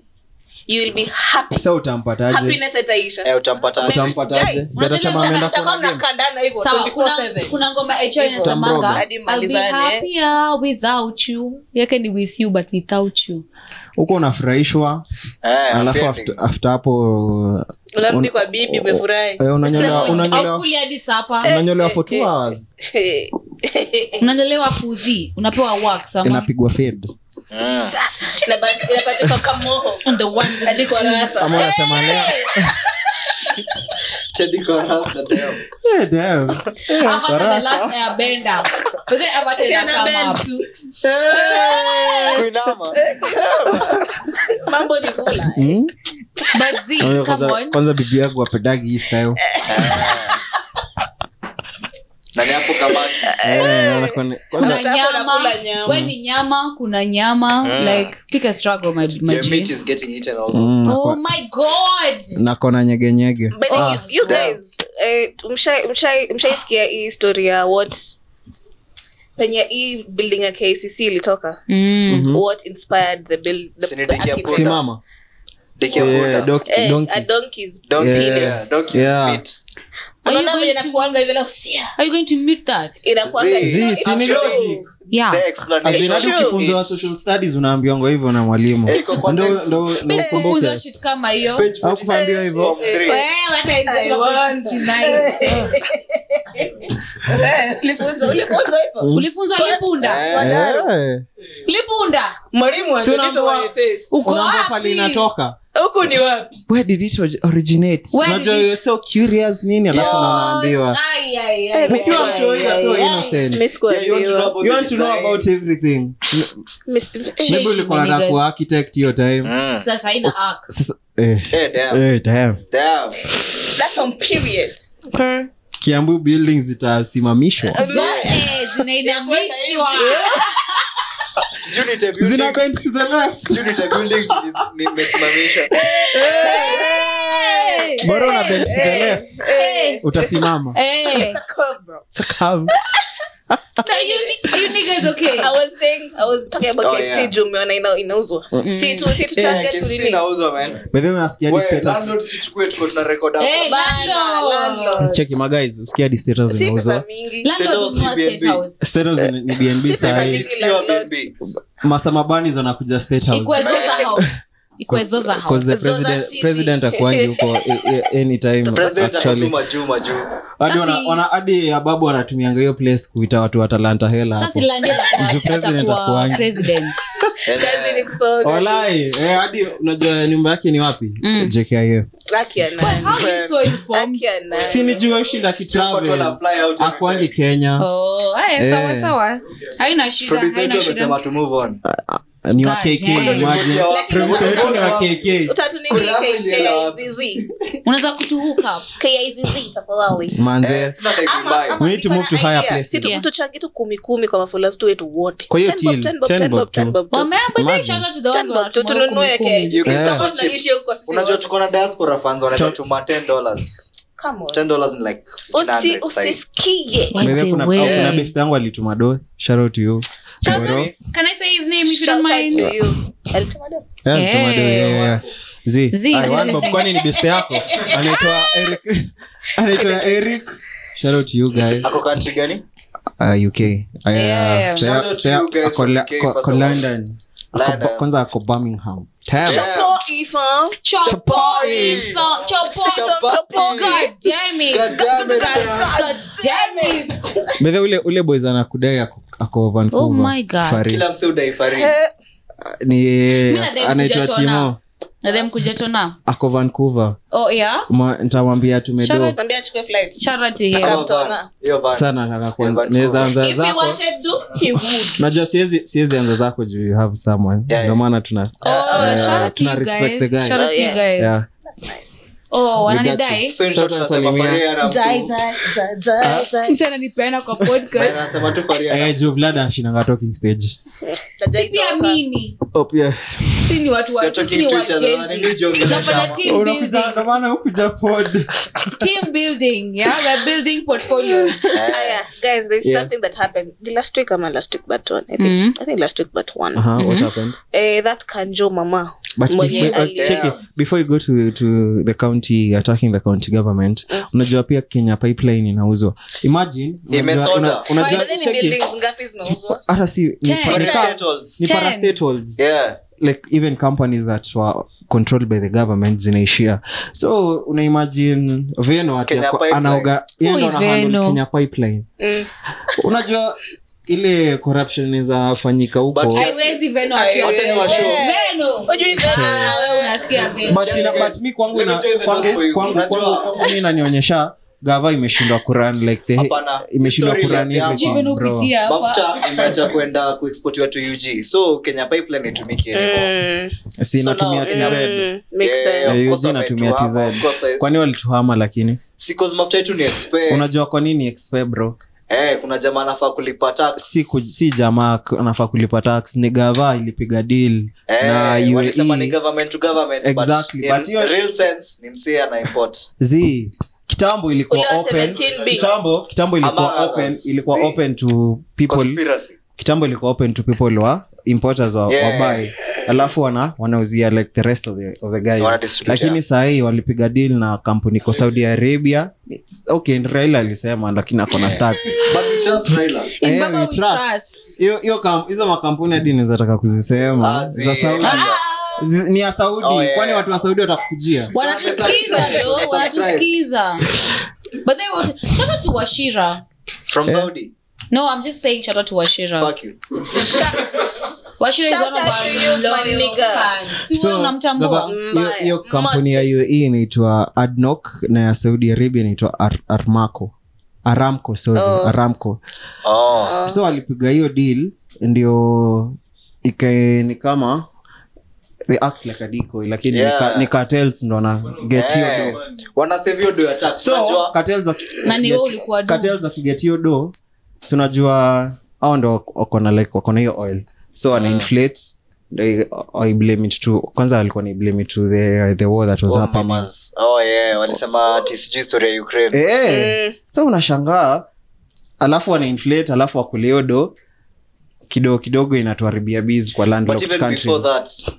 [SPEAKER 5] you will be happy
[SPEAKER 6] sa utampataje
[SPEAKER 5] happiness itaisha
[SPEAKER 2] Eh, utampata aje?
[SPEAKER 6] utampataje
[SPEAKER 4] Guys,
[SPEAKER 6] zatasema
[SPEAKER 4] unajua
[SPEAKER 6] ameenda
[SPEAKER 5] Mtakuwa mnakandana hivyo
[SPEAKER 4] Sawa, kuna-
[SPEAKER 5] 24/7.
[SPEAKER 4] kuna ngoma HR
[SPEAKER 6] Tamboga.
[SPEAKER 4] inasemanga
[SPEAKER 5] Hadi
[SPEAKER 4] I'll be
[SPEAKER 5] malizane.
[SPEAKER 4] happier without you yake ni with you but without you
[SPEAKER 6] huko unafurahishwa
[SPEAKER 2] Eh,
[SPEAKER 6] alafu
[SPEAKER 2] pending.
[SPEAKER 6] after- after hapo
[SPEAKER 5] Unarudi kwa bibi umefurahi
[SPEAKER 6] eh, unanyolewa
[SPEAKER 4] au eh,
[SPEAKER 6] unanyolewa
[SPEAKER 4] kulia hadi sapa
[SPEAKER 6] unanyolewa for two hours
[SPEAKER 4] unanyolewa fudhi unapewa works ama
[SPEAKER 6] inapigwa fed
[SPEAKER 2] Mm.
[SPEAKER 5] Inaba- inapatikwa kamoho
[SPEAKER 4] the ones that
[SPEAKER 5] Hadi kwa
[SPEAKER 4] choose.
[SPEAKER 5] rasa.
[SPEAKER 6] ama unasema leo
[SPEAKER 2] Teddy Koras na Deo.
[SPEAKER 6] Eh, damn.
[SPEAKER 4] Avatar the last airbender Because Avatar
[SPEAKER 5] Tena
[SPEAKER 4] inakama
[SPEAKER 5] bend.
[SPEAKER 4] up. Eh.
[SPEAKER 2] Kuinama.
[SPEAKER 5] mambo ni vula
[SPEAKER 6] Mm?
[SPEAKER 4] But Z,
[SPEAKER 6] Kwanza-
[SPEAKER 4] come on.
[SPEAKER 6] kwanza bibi yangu apendagi hii style
[SPEAKER 2] Na ni hapo kamaki.
[SPEAKER 6] Eh, anakuwa ni- kwanza-
[SPEAKER 4] Kuna
[SPEAKER 5] Unataka
[SPEAKER 4] nyama,
[SPEAKER 5] unakula nyama. Ah.
[SPEAKER 4] we ni nyama kuna nyama like pick a struggle my, my
[SPEAKER 2] Your
[SPEAKER 4] G.
[SPEAKER 2] meat is getting eaten also.
[SPEAKER 6] Mm, nakuwa-
[SPEAKER 4] oh my god
[SPEAKER 6] nakona nyegenyege
[SPEAKER 5] But
[SPEAKER 4] Ah,
[SPEAKER 5] you, you guys, eh, mshai- mshai- mshaisikia hii story ya what penye hii building ya kcc ilitoka
[SPEAKER 4] mm.
[SPEAKER 5] what inspired the build the,
[SPEAKER 2] Si
[SPEAKER 5] the
[SPEAKER 2] ni Dickie
[SPEAKER 5] architect?
[SPEAKER 2] Apollo.
[SPEAKER 6] simama
[SPEAKER 2] Dickie Abunda.
[SPEAKER 6] Eh, donkey-
[SPEAKER 5] Eh,
[SPEAKER 6] donkey.
[SPEAKER 5] a donkey's-
[SPEAKER 2] Donkey
[SPEAKER 6] Yeah.
[SPEAKER 2] penis, donkey's
[SPEAKER 6] Yeah.
[SPEAKER 2] meat.
[SPEAKER 4] Are you
[SPEAKER 5] Unaona
[SPEAKER 4] going
[SPEAKER 5] vile
[SPEAKER 4] to-
[SPEAKER 5] inakuanga hivi la usia?
[SPEAKER 4] are you going to mute that
[SPEAKER 5] Inakuanga
[SPEAKER 2] Zii,
[SPEAKER 5] hivi.
[SPEAKER 6] zii,
[SPEAKER 5] It's
[SPEAKER 6] si ni
[SPEAKER 5] true.
[SPEAKER 6] logic.
[SPEAKER 4] yeah
[SPEAKER 2] The
[SPEAKER 6] As in,
[SPEAKER 2] explanation
[SPEAKER 6] hadi
[SPEAKER 5] Sure.
[SPEAKER 6] ukifunzwa wa
[SPEAKER 2] is-
[SPEAKER 6] social studies unaambiwanga hivyo na mwalimu
[SPEAKER 2] Eh, iko
[SPEAKER 6] Ndo-
[SPEAKER 2] context.
[SPEAKER 6] ndo- ndo
[SPEAKER 4] Mimi sikufunzwa
[SPEAKER 6] ukumbuke.
[SPEAKER 4] shit kama hiyo
[SPEAKER 2] Page 46
[SPEAKER 6] Hakuambiwa hivyo.
[SPEAKER 2] from three.
[SPEAKER 4] Well, hata
[SPEAKER 5] I
[SPEAKER 4] ilikuwa
[SPEAKER 5] want.
[SPEAKER 4] 69.
[SPEAKER 5] Eh, ulifunzwa- ulifunzwa hivyo?
[SPEAKER 4] ulifunzwa libunda
[SPEAKER 2] Eh,
[SPEAKER 6] Eh,
[SPEAKER 4] libunda
[SPEAKER 5] Mwalimu
[SPEAKER 6] Si
[SPEAKER 5] anajua
[SPEAKER 6] unaambiwa-
[SPEAKER 5] what it says.
[SPEAKER 4] uko
[SPEAKER 6] unaambiwa pale
[SPEAKER 4] wapi
[SPEAKER 6] inatoka
[SPEAKER 5] huku ni wapi
[SPEAKER 6] where did it orig- originate
[SPEAKER 4] Where
[SPEAKER 6] unajua
[SPEAKER 4] did it-
[SPEAKER 6] you're so curious nini alafu
[SPEAKER 2] Yeah.
[SPEAKER 6] na unaambiwa
[SPEAKER 4] Ay, ay, ay.
[SPEAKER 5] Hey,
[SPEAKER 6] ukiwa mtu huyu so
[SPEAKER 4] Yeah.
[SPEAKER 6] innocent
[SPEAKER 5] Miss
[SPEAKER 2] Yeah, you want to know
[SPEAKER 5] kuambiwa.
[SPEAKER 2] about
[SPEAKER 6] you
[SPEAKER 2] the
[SPEAKER 6] want to know
[SPEAKER 2] design.
[SPEAKER 6] about everything
[SPEAKER 5] Miss-
[SPEAKER 6] maybe ulikuwa
[SPEAKER 4] Shake,
[SPEAKER 6] nataka
[SPEAKER 4] niggas.
[SPEAKER 6] kuwa architect hiyo time
[SPEAKER 2] Mm.
[SPEAKER 4] sasa ina arc.
[SPEAKER 6] Sasa- eh,
[SPEAKER 2] Eh, damn.
[SPEAKER 6] eh, damn.
[SPEAKER 2] Damn.
[SPEAKER 5] That's on period.
[SPEAKER 6] kiambu building zitasimamishwa
[SPEAKER 4] Eh, zinainamishwa
[SPEAKER 2] Sijui ni tabia-
[SPEAKER 6] Zina bend to the left.
[SPEAKER 2] sijui ni tabia building ni- nimesimamisha.
[SPEAKER 4] Eh,
[SPEAKER 6] bora una bend to the left
[SPEAKER 4] eh,
[SPEAKER 6] utasimama
[SPEAKER 4] eh.
[SPEAKER 5] It's a curve, bro.
[SPEAKER 4] No, you ni- you niggas okay.
[SPEAKER 5] I was saying, I was talking about
[SPEAKER 2] Oh,
[SPEAKER 5] KFC
[SPEAKER 2] yeah.
[SPEAKER 5] juu umeona ina- inauzwa.
[SPEAKER 6] Mm.
[SPEAKER 5] Si tu- si tu
[SPEAKER 2] Eh,
[SPEAKER 5] target
[SPEAKER 2] KCC
[SPEAKER 5] nini.
[SPEAKER 2] inauzwa, man.
[SPEAKER 6] bedhe unasikia
[SPEAKER 2] Wewe,
[SPEAKER 6] di status
[SPEAKER 2] landlord, sichukue, tuko tuna record hapa.
[SPEAKER 4] Eh,
[SPEAKER 5] Bana,
[SPEAKER 4] landlord.
[SPEAKER 5] landlord.
[SPEAKER 6] cheki magays usikia di status
[SPEAKER 5] Si pesa
[SPEAKER 6] zinauzwa
[SPEAKER 5] mingi.
[SPEAKER 4] Landlord
[SPEAKER 2] Status
[SPEAKER 4] ununua
[SPEAKER 2] ni
[SPEAKER 4] state
[SPEAKER 2] B&B.
[SPEAKER 4] house.
[SPEAKER 6] status ni- ni bnb
[SPEAKER 5] Si pesa
[SPEAKER 6] sahi
[SPEAKER 5] mingi.
[SPEAKER 2] Nilisikiwa B&B.
[SPEAKER 6] masamabani zonakuja state house
[SPEAKER 4] Ikuwe Zoza house. Ikuwe Zoza house.
[SPEAKER 6] because the
[SPEAKER 5] Zoza
[SPEAKER 6] president,
[SPEAKER 5] sisi.
[SPEAKER 6] president akuangi huko a- a- anytime
[SPEAKER 2] President
[SPEAKER 6] actually
[SPEAKER 2] atatuma juu majuu.
[SPEAKER 6] hadi
[SPEAKER 4] Sasa
[SPEAKER 6] wana-
[SPEAKER 4] si-
[SPEAKER 6] wana- hadi ababu wanatumianga hiyo place kuita watu wa talanta hela
[SPEAKER 4] Sasa
[SPEAKER 6] hapo.
[SPEAKER 4] Landlord atakuwa-
[SPEAKER 6] Juu president
[SPEAKER 4] atakuwa
[SPEAKER 6] akuangi.
[SPEAKER 4] president.
[SPEAKER 2] Eh,
[SPEAKER 5] Kazi ni kusonga.
[SPEAKER 6] Walai, eh, hadi unajua nyumba yake ni wapi
[SPEAKER 4] Mm.
[SPEAKER 6] JKIA.
[SPEAKER 5] Haki ya nani?
[SPEAKER 4] How are you so informed?
[SPEAKER 5] Haki ya nani?
[SPEAKER 6] Si nijue shinda
[SPEAKER 2] siko Eh, tu ana
[SPEAKER 6] kitravel
[SPEAKER 2] fly out every
[SPEAKER 6] akuangi
[SPEAKER 2] time.
[SPEAKER 6] kenya
[SPEAKER 4] Oh, eh, sawa,
[SPEAKER 6] Eh.
[SPEAKER 4] sawa. Haina shida,
[SPEAKER 2] Producer
[SPEAKER 4] haina
[SPEAKER 2] wetu amesema
[SPEAKER 4] shida.
[SPEAKER 2] to move on.
[SPEAKER 6] ni wa
[SPEAKER 4] God
[SPEAKER 6] KK,
[SPEAKER 4] damn.
[SPEAKER 6] imagine.
[SPEAKER 2] Producer
[SPEAKER 6] Producer ni wa
[SPEAKER 2] wetu-
[SPEAKER 6] KK.
[SPEAKER 5] Utatu nini?
[SPEAKER 2] Kuna hapo ndio la-
[SPEAKER 5] KIZZ.
[SPEAKER 4] unaweza kutu hook up.
[SPEAKER 5] KIZZ itakuwa wawi.
[SPEAKER 6] manze
[SPEAKER 2] Eh, sina like
[SPEAKER 5] Ama-
[SPEAKER 2] vibaya.
[SPEAKER 5] ama
[SPEAKER 6] We need to move to
[SPEAKER 5] niko na
[SPEAKER 6] higher
[SPEAKER 5] idea.
[SPEAKER 6] places.
[SPEAKER 5] Si tu-
[SPEAKER 4] Yeah.
[SPEAKER 5] tuchangie tu kumi kumi kwa mafulas tu wetu wote
[SPEAKER 6] Kwa hiyo
[SPEAKER 5] Ten bob,
[SPEAKER 6] till,
[SPEAKER 5] ten bob,
[SPEAKER 6] ten
[SPEAKER 5] ten
[SPEAKER 6] bob
[SPEAKER 5] bob,
[SPEAKER 6] tu.
[SPEAKER 5] ten bob tu.
[SPEAKER 4] Wamea, but
[SPEAKER 6] Imagine.
[SPEAKER 4] they shout out to the ones
[SPEAKER 5] Ten bob tu,
[SPEAKER 4] wanatumwa huku
[SPEAKER 5] tununue
[SPEAKER 4] mikumi.
[SPEAKER 5] KIZZ.
[SPEAKER 2] Yeah.
[SPEAKER 5] Sasa tunaishi huko sisi
[SPEAKER 2] unajua
[SPEAKER 5] wote.
[SPEAKER 2] tuko na diaspora fans wanaweza tuma 10 dollars
[SPEAKER 5] Come on.
[SPEAKER 2] 10 dollars ni like
[SPEAKER 5] Usi-
[SPEAKER 2] 1500 size
[SPEAKER 5] usisikie
[SPEAKER 4] What
[SPEAKER 6] Maybe
[SPEAKER 4] the
[SPEAKER 6] kuna-
[SPEAKER 4] way.
[SPEAKER 6] au kuna best yangu alituma do shout out to you
[SPEAKER 4] Shout
[SPEAKER 6] Bro.
[SPEAKER 4] out- Can I say his name if you
[SPEAKER 5] Shout
[SPEAKER 4] don't
[SPEAKER 5] out to
[SPEAKER 4] mind?
[SPEAKER 5] you. Alituma do.
[SPEAKER 6] Yeah,
[SPEAKER 4] Yeah.
[SPEAKER 6] mtuma Eh, do, yeah, yeah. Zee,
[SPEAKER 4] Zee,
[SPEAKER 6] I
[SPEAKER 4] Zee,
[SPEAKER 6] want
[SPEAKER 4] Zee,
[SPEAKER 6] up,
[SPEAKER 4] Zee.
[SPEAKER 6] kwani ni best yako anaitwa eric anaitwa eric shout out to you guys
[SPEAKER 2] ako country gani
[SPEAKER 6] uh, uk Uh,
[SPEAKER 4] Yeah.
[SPEAKER 6] so-
[SPEAKER 2] Shout out to
[SPEAKER 6] so-
[SPEAKER 2] you guys
[SPEAKER 6] ako
[SPEAKER 2] from
[SPEAKER 6] la-
[SPEAKER 2] UK,
[SPEAKER 6] ko-
[SPEAKER 2] first
[SPEAKER 6] ko
[SPEAKER 2] of all.
[SPEAKER 6] London. Ako
[SPEAKER 2] London.
[SPEAKER 6] Ba- kwanza ako birmingham Damn.
[SPEAKER 2] Yeah.
[SPEAKER 5] Oh,
[SPEAKER 6] uh,
[SPEAKER 5] Ifa.
[SPEAKER 4] Chopoi. Chopoi.
[SPEAKER 2] Chopoi.
[SPEAKER 4] Chopoi. God damn it.
[SPEAKER 2] God damn it, man.
[SPEAKER 4] God damn it.
[SPEAKER 6] By the way, ule ule boys anakudai ako- ako Vancouver.
[SPEAKER 4] Oh my God.
[SPEAKER 6] Fari.
[SPEAKER 2] kila mse udaifarii
[SPEAKER 5] Eh,
[SPEAKER 6] ni
[SPEAKER 4] Mimi nadai
[SPEAKER 6] anaitwa
[SPEAKER 4] kuja tona.
[SPEAKER 6] timo
[SPEAKER 4] Na them kuja tona.
[SPEAKER 6] ako vancouver
[SPEAKER 4] Oh, yeah?
[SPEAKER 6] Ma- nitamwambia tumedo
[SPEAKER 4] Shout
[SPEAKER 5] naambia achukue flight.
[SPEAKER 4] Shout out to him.
[SPEAKER 5] Kama
[SPEAKER 2] Hiyo
[SPEAKER 5] mtaona.
[SPEAKER 2] bana, hiyo bana.
[SPEAKER 6] sana nataka kuanza-
[SPEAKER 2] Vancouver.
[SPEAKER 6] naweza anza
[SPEAKER 5] If he
[SPEAKER 6] zako
[SPEAKER 5] wanted to, he would.
[SPEAKER 6] najua siwezi siwezi anza zako juu you have someone
[SPEAKER 2] Yeah,
[SPEAKER 6] ndio
[SPEAKER 2] yeah.
[SPEAKER 6] maana tuna
[SPEAKER 4] Oh, shout out to
[SPEAKER 6] tuna
[SPEAKER 4] you
[SPEAKER 6] respect the
[SPEAKER 4] guys.
[SPEAKER 6] guys.
[SPEAKER 4] Shout out to you
[SPEAKER 5] Yeah.
[SPEAKER 4] guys.
[SPEAKER 6] Yeah.
[SPEAKER 4] Oh,
[SPEAKER 6] We got
[SPEAKER 4] wananidai.
[SPEAKER 2] So in short,
[SPEAKER 6] Sasa
[SPEAKER 2] tunasema
[SPEAKER 6] salimia.
[SPEAKER 2] Faria na
[SPEAKER 5] Die,
[SPEAKER 2] mkuu.
[SPEAKER 5] die, die,
[SPEAKER 6] Ah.
[SPEAKER 5] die, die.
[SPEAKER 4] Mtu ananipeana kwa
[SPEAKER 2] Faria
[SPEAKER 4] podcast.
[SPEAKER 2] anasema tu Faria na
[SPEAKER 6] Eh, juu vlada ashinanga talking stage
[SPEAKER 4] Pia
[SPEAKER 5] Hajaitoka.
[SPEAKER 4] mimi. Si ni watu wa-
[SPEAKER 2] Sio
[SPEAKER 4] si ni
[SPEAKER 2] talking to each other,
[SPEAKER 4] wachezi.
[SPEAKER 2] ni joke.
[SPEAKER 4] Tunafanya team building.
[SPEAKER 6] Unakuja- ndio maana ukuja pod
[SPEAKER 4] Team building. Yeah, we're building portfolios.
[SPEAKER 5] Aya, Ah, guys, there's
[SPEAKER 6] Yeah.
[SPEAKER 5] something that happened. The last
[SPEAKER 6] Uh-huh.
[SPEAKER 5] Mm-hmm. week, ama last week but one. I think- I think last week but one.
[SPEAKER 6] Aha, what happened
[SPEAKER 5] Eh, that Kanjo mama.
[SPEAKER 6] but
[SPEAKER 5] Mwenye
[SPEAKER 6] be- but
[SPEAKER 5] ali-
[SPEAKER 6] check it.
[SPEAKER 2] Yeah.
[SPEAKER 6] before you go to, to the county attacking the county government unajua pia kenya pipeline inauzwa imagine unajua-
[SPEAKER 2] Imesota.
[SPEAKER 6] una-
[SPEAKER 5] Kwa
[SPEAKER 6] unajua
[SPEAKER 5] hivyo ni
[SPEAKER 6] check it.
[SPEAKER 5] buildings ngapi zinauzwa?
[SPEAKER 6] hata si ni
[SPEAKER 4] Ten.
[SPEAKER 6] pa- ni
[SPEAKER 4] Ten.
[SPEAKER 6] pa-
[SPEAKER 2] Potatoes.
[SPEAKER 6] ni
[SPEAKER 4] Ten.
[SPEAKER 6] parastatals
[SPEAKER 2] Yeah.
[SPEAKER 6] like even companies that were controlled by the government zinaishia so unaimagine veno ati
[SPEAKER 2] Kenya
[SPEAKER 6] ako-
[SPEAKER 2] pipeline.
[SPEAKER 6] anaoga yeye ndo
[SPEAKER 4] Ui,
[SPEAKER 6] anahandle
[SPEAKER 4] Veno.
[SPEAKER 6] kenya pipeline
[SPEAKER 5] Mm.
[SPEAKER 6] unajua ile corruption inaweza fanyika huko
[SPEAKER 2] But-
[SPEAKER 4] haiwezi veno
[SPEAKER 2] Wacha ni washow.
[SPEAKER 5] Hujui vema, wewe unasikia vema.
[SPEAKER 6] But
[SPEAKER 2] Just
[SPEAKER 6] ina-
[SPEAKER 2] guys,
[SPEAKER 6] but mi kwangu
[SPEAKER 2] let me
[SPEAKER 6] ina-
[SPEAKER 2] tell you the
[SPEAKER 6] kwangu-
[SPEAKER 2] note for you.
[SPEAKER 6] kwangu-
[SPEAKER 2] Unajua-
[SPEAKER 6] kwangu- kwangu mi inanionyesha gava imeshindwa kuran like the
[SPEAKER 2] Hapana.
[SPEAKER 6] Eh, imeshindwa
[SPEAKER 2] Stories
[SPEAKER 6] kuran
[SPEAKER 2] hazianzi.
[SPEAKER 6] everything,
[SPEAKER 4] Jiveno
[SPEAKER 6] bro.
[SPEAKER 4] upitia hapa.
[SPEAKER 2] mafuta imeacha kwenda kuexportiwa to ug so kenya pipeline itumiki anymore.
[SPEAKER 5] Mm,
[SPEAKER 6] si
[SPEAKER 2] So
[SPEAKER 6] natumia
[SPEAKER 2] now-
[SPEAKER 6] TZ.
[SPEAKER 5] mm, makes
[SPEAKER 2] Yeah,
[SPEAKER 5] sense.
[SPEAKER 2] of
[SPEAKER 6] Eh,
[SPEAKER 2] course
[SPEAKER 6] UG natumia
[SPEAKER 2] wametuhama,
[SPEAKER 6] TZ.
[SPEAKER 2] of course, eh,
[SPEAKER 6] kwani walituhama lakini
[SPEAKER 2] si 'cause mafuta yetu ni expe-
[SPEAKER 6] unajua kwa nini expe bro
[SPEAKER 2] eh, kuna jamaa anafaa kulipa tax.
[SPEAKER 6] si, ku, si jamaa k- anafaa kulipa tax ni gava ilipiga deal
[SPEAKER 2] Eh,
[SPEAKER 6] na
[SPEAKER 2] walisema ni
[SPEAKER 6] UAE.
[SPEAKER 2] government to government, but
[SPEAKER 6] Exactly,
[SPEAKER 2] in
[SPEAKER 6] but hiyo-
[SPEAKER 2] real sense, ni msee ana import.
[SPEAKER 6] Zii, kitambo ilikuwa
[SPEAKER 5] Ule wa
[SPEAKER 6] open
[SPEAKER 5] 17B.
[SPEAKER 6] kitambo kitambo ilikuwa
[SPEAKER 2] Ama
[SPEAKER 6] open
[SPEAKER 2] others.
[SPEAKER 6] ilikuwa
[SPEAKER 2] Zii.
[SPEAKER 6] open to people
[SPEAKER 2] Conspiracy.
[SPEAKER 6] kitambo ilikuwa open to people wa importers wa,
[SPEAKER 2] Yeah.
[SPEAKER 6] yeah. wabai alafu wana wanauzia like the rest of the, of the
[SPEAKER 2] Wana
[SPEAKER 6] guys
[SPEAKER 2] distribute,
[SPEAKER 6] lakini sahii walipiga deal na kampuni kwa saudi arabia It's- okay raila alisema lakini akona stats
[SPEAKER 2] But we trust Raila.
[SPEAKER 4] In
[SPEAKER 6] Eh,
[SPEAKER 4] Baba
[SPEAKER 6] we
[SPEAKER 4] we
[SPEAKER 6] trust.
[SPEAKER 4] trust.
[SPEAKER 6] hiyo hiyo kam- hizo makampuni hadi nizataka
[SPEAKER 2] Ah,
[SPEAKER 6] kuzisema
[SPEAKER 2] zii.
[SPEAKER 6] Mm. za saudi
[SPEAKER 2] Ah.
[SPEAKER 6] Zi- ni ya saudi
[SPEAKER 2] Oh, yeah.
[SPEAKER 6] kwani watu wa saudi watakujia
[SPEAKER 4] Wanatusikiza
[SPEAKER 2] Subscribe.
[SPEAKER 4] though,
[SPEAKER 2] Subscribe.
[SPEAKER 4] wanatusikiza. But they would- shout out to Washira.
[SPEAKER 2] From
[SPEAKER 6] Eh?
[SPEAKER 2] Saudi.
[SPEAKER 4] No, I'm just saying shout out to Washira.
[SPEAKER 2] Fuck you.
[SPEAKER 4] Washira is
[SPEAKER 5] Shout
[SPEAKER 4] one of
[SPEAKER 5] out
[SPEAKER 4] our
[SPEAKER 5] to you, my
[SPEAKER 4] loyal
[SPEAKER 5] nigga.
[SPEAKER 4] fans. Si wewe
[SPEAKER 6] So,
[SPEAKER 2] Mm,
[SPEAKER 4] unamtambua?
[SPEAKER 6] baba, hiyo- hiyo
[SPEAKER 5] Mbaya.
[SPEAKER 6] kampuni ya uae inaitwa adnok na ya saudi arabia inaitwa Ar- armaco aramco sorry
[SPEAKER 5] Oh.
[SPEAKER 6] aramco
[SPEAKER 2] Oh.
[SPEAKER 6] so alipiga hiyo deal ndio ikaeni kama they act like a decoy, lakini
[SPEAKER 2] Yeah.
[SPEAKER 6] ni, ka, ni cartels ndo wana get hiyo
[SPEAKER 2] Eh,
[SPEAKER 6] do.
[SPEAKER 2] wanasave hiyo do ya tax.
[SPEAKER 6] so
[SPEAKER 2] Unajua,
[SPEAKER 6] cartels waki-
[SPEAKER 4] Na ni wewe
[SPEAKER 6] get-
[SPEAKER 4] ulikuwa do.
[SPEAKER 6] cartels wakiget hiyo do si unajua au ndo wako- wako na like wako na hiyo oil so
[SPEAKER 2] Ah.
[SPEAKER 6] wana inflate they- I blame it to kwanza alikuwa ni blame it to the, the war that was
[SPEAKER 2] oh,
[SPEAKER 6] happening.
[SPEAKER 2] mamas. Oh, yeah, walisema ati sijui story ya Ukraine.
[SPEAKER 6] Eh,
[SPEAKER 5] Mm-hmm.
[SPEAKER 6] so unashangaa alafu wana inflate alafu wakuliodo kidogo kidogo inatuharibia biz kwa
[SPEAKER 2] but
[SPEAKER 6] landlocked
[SPEAKER 2] even
[SPEAKER 6] countries.
[SPEAKER 2] before that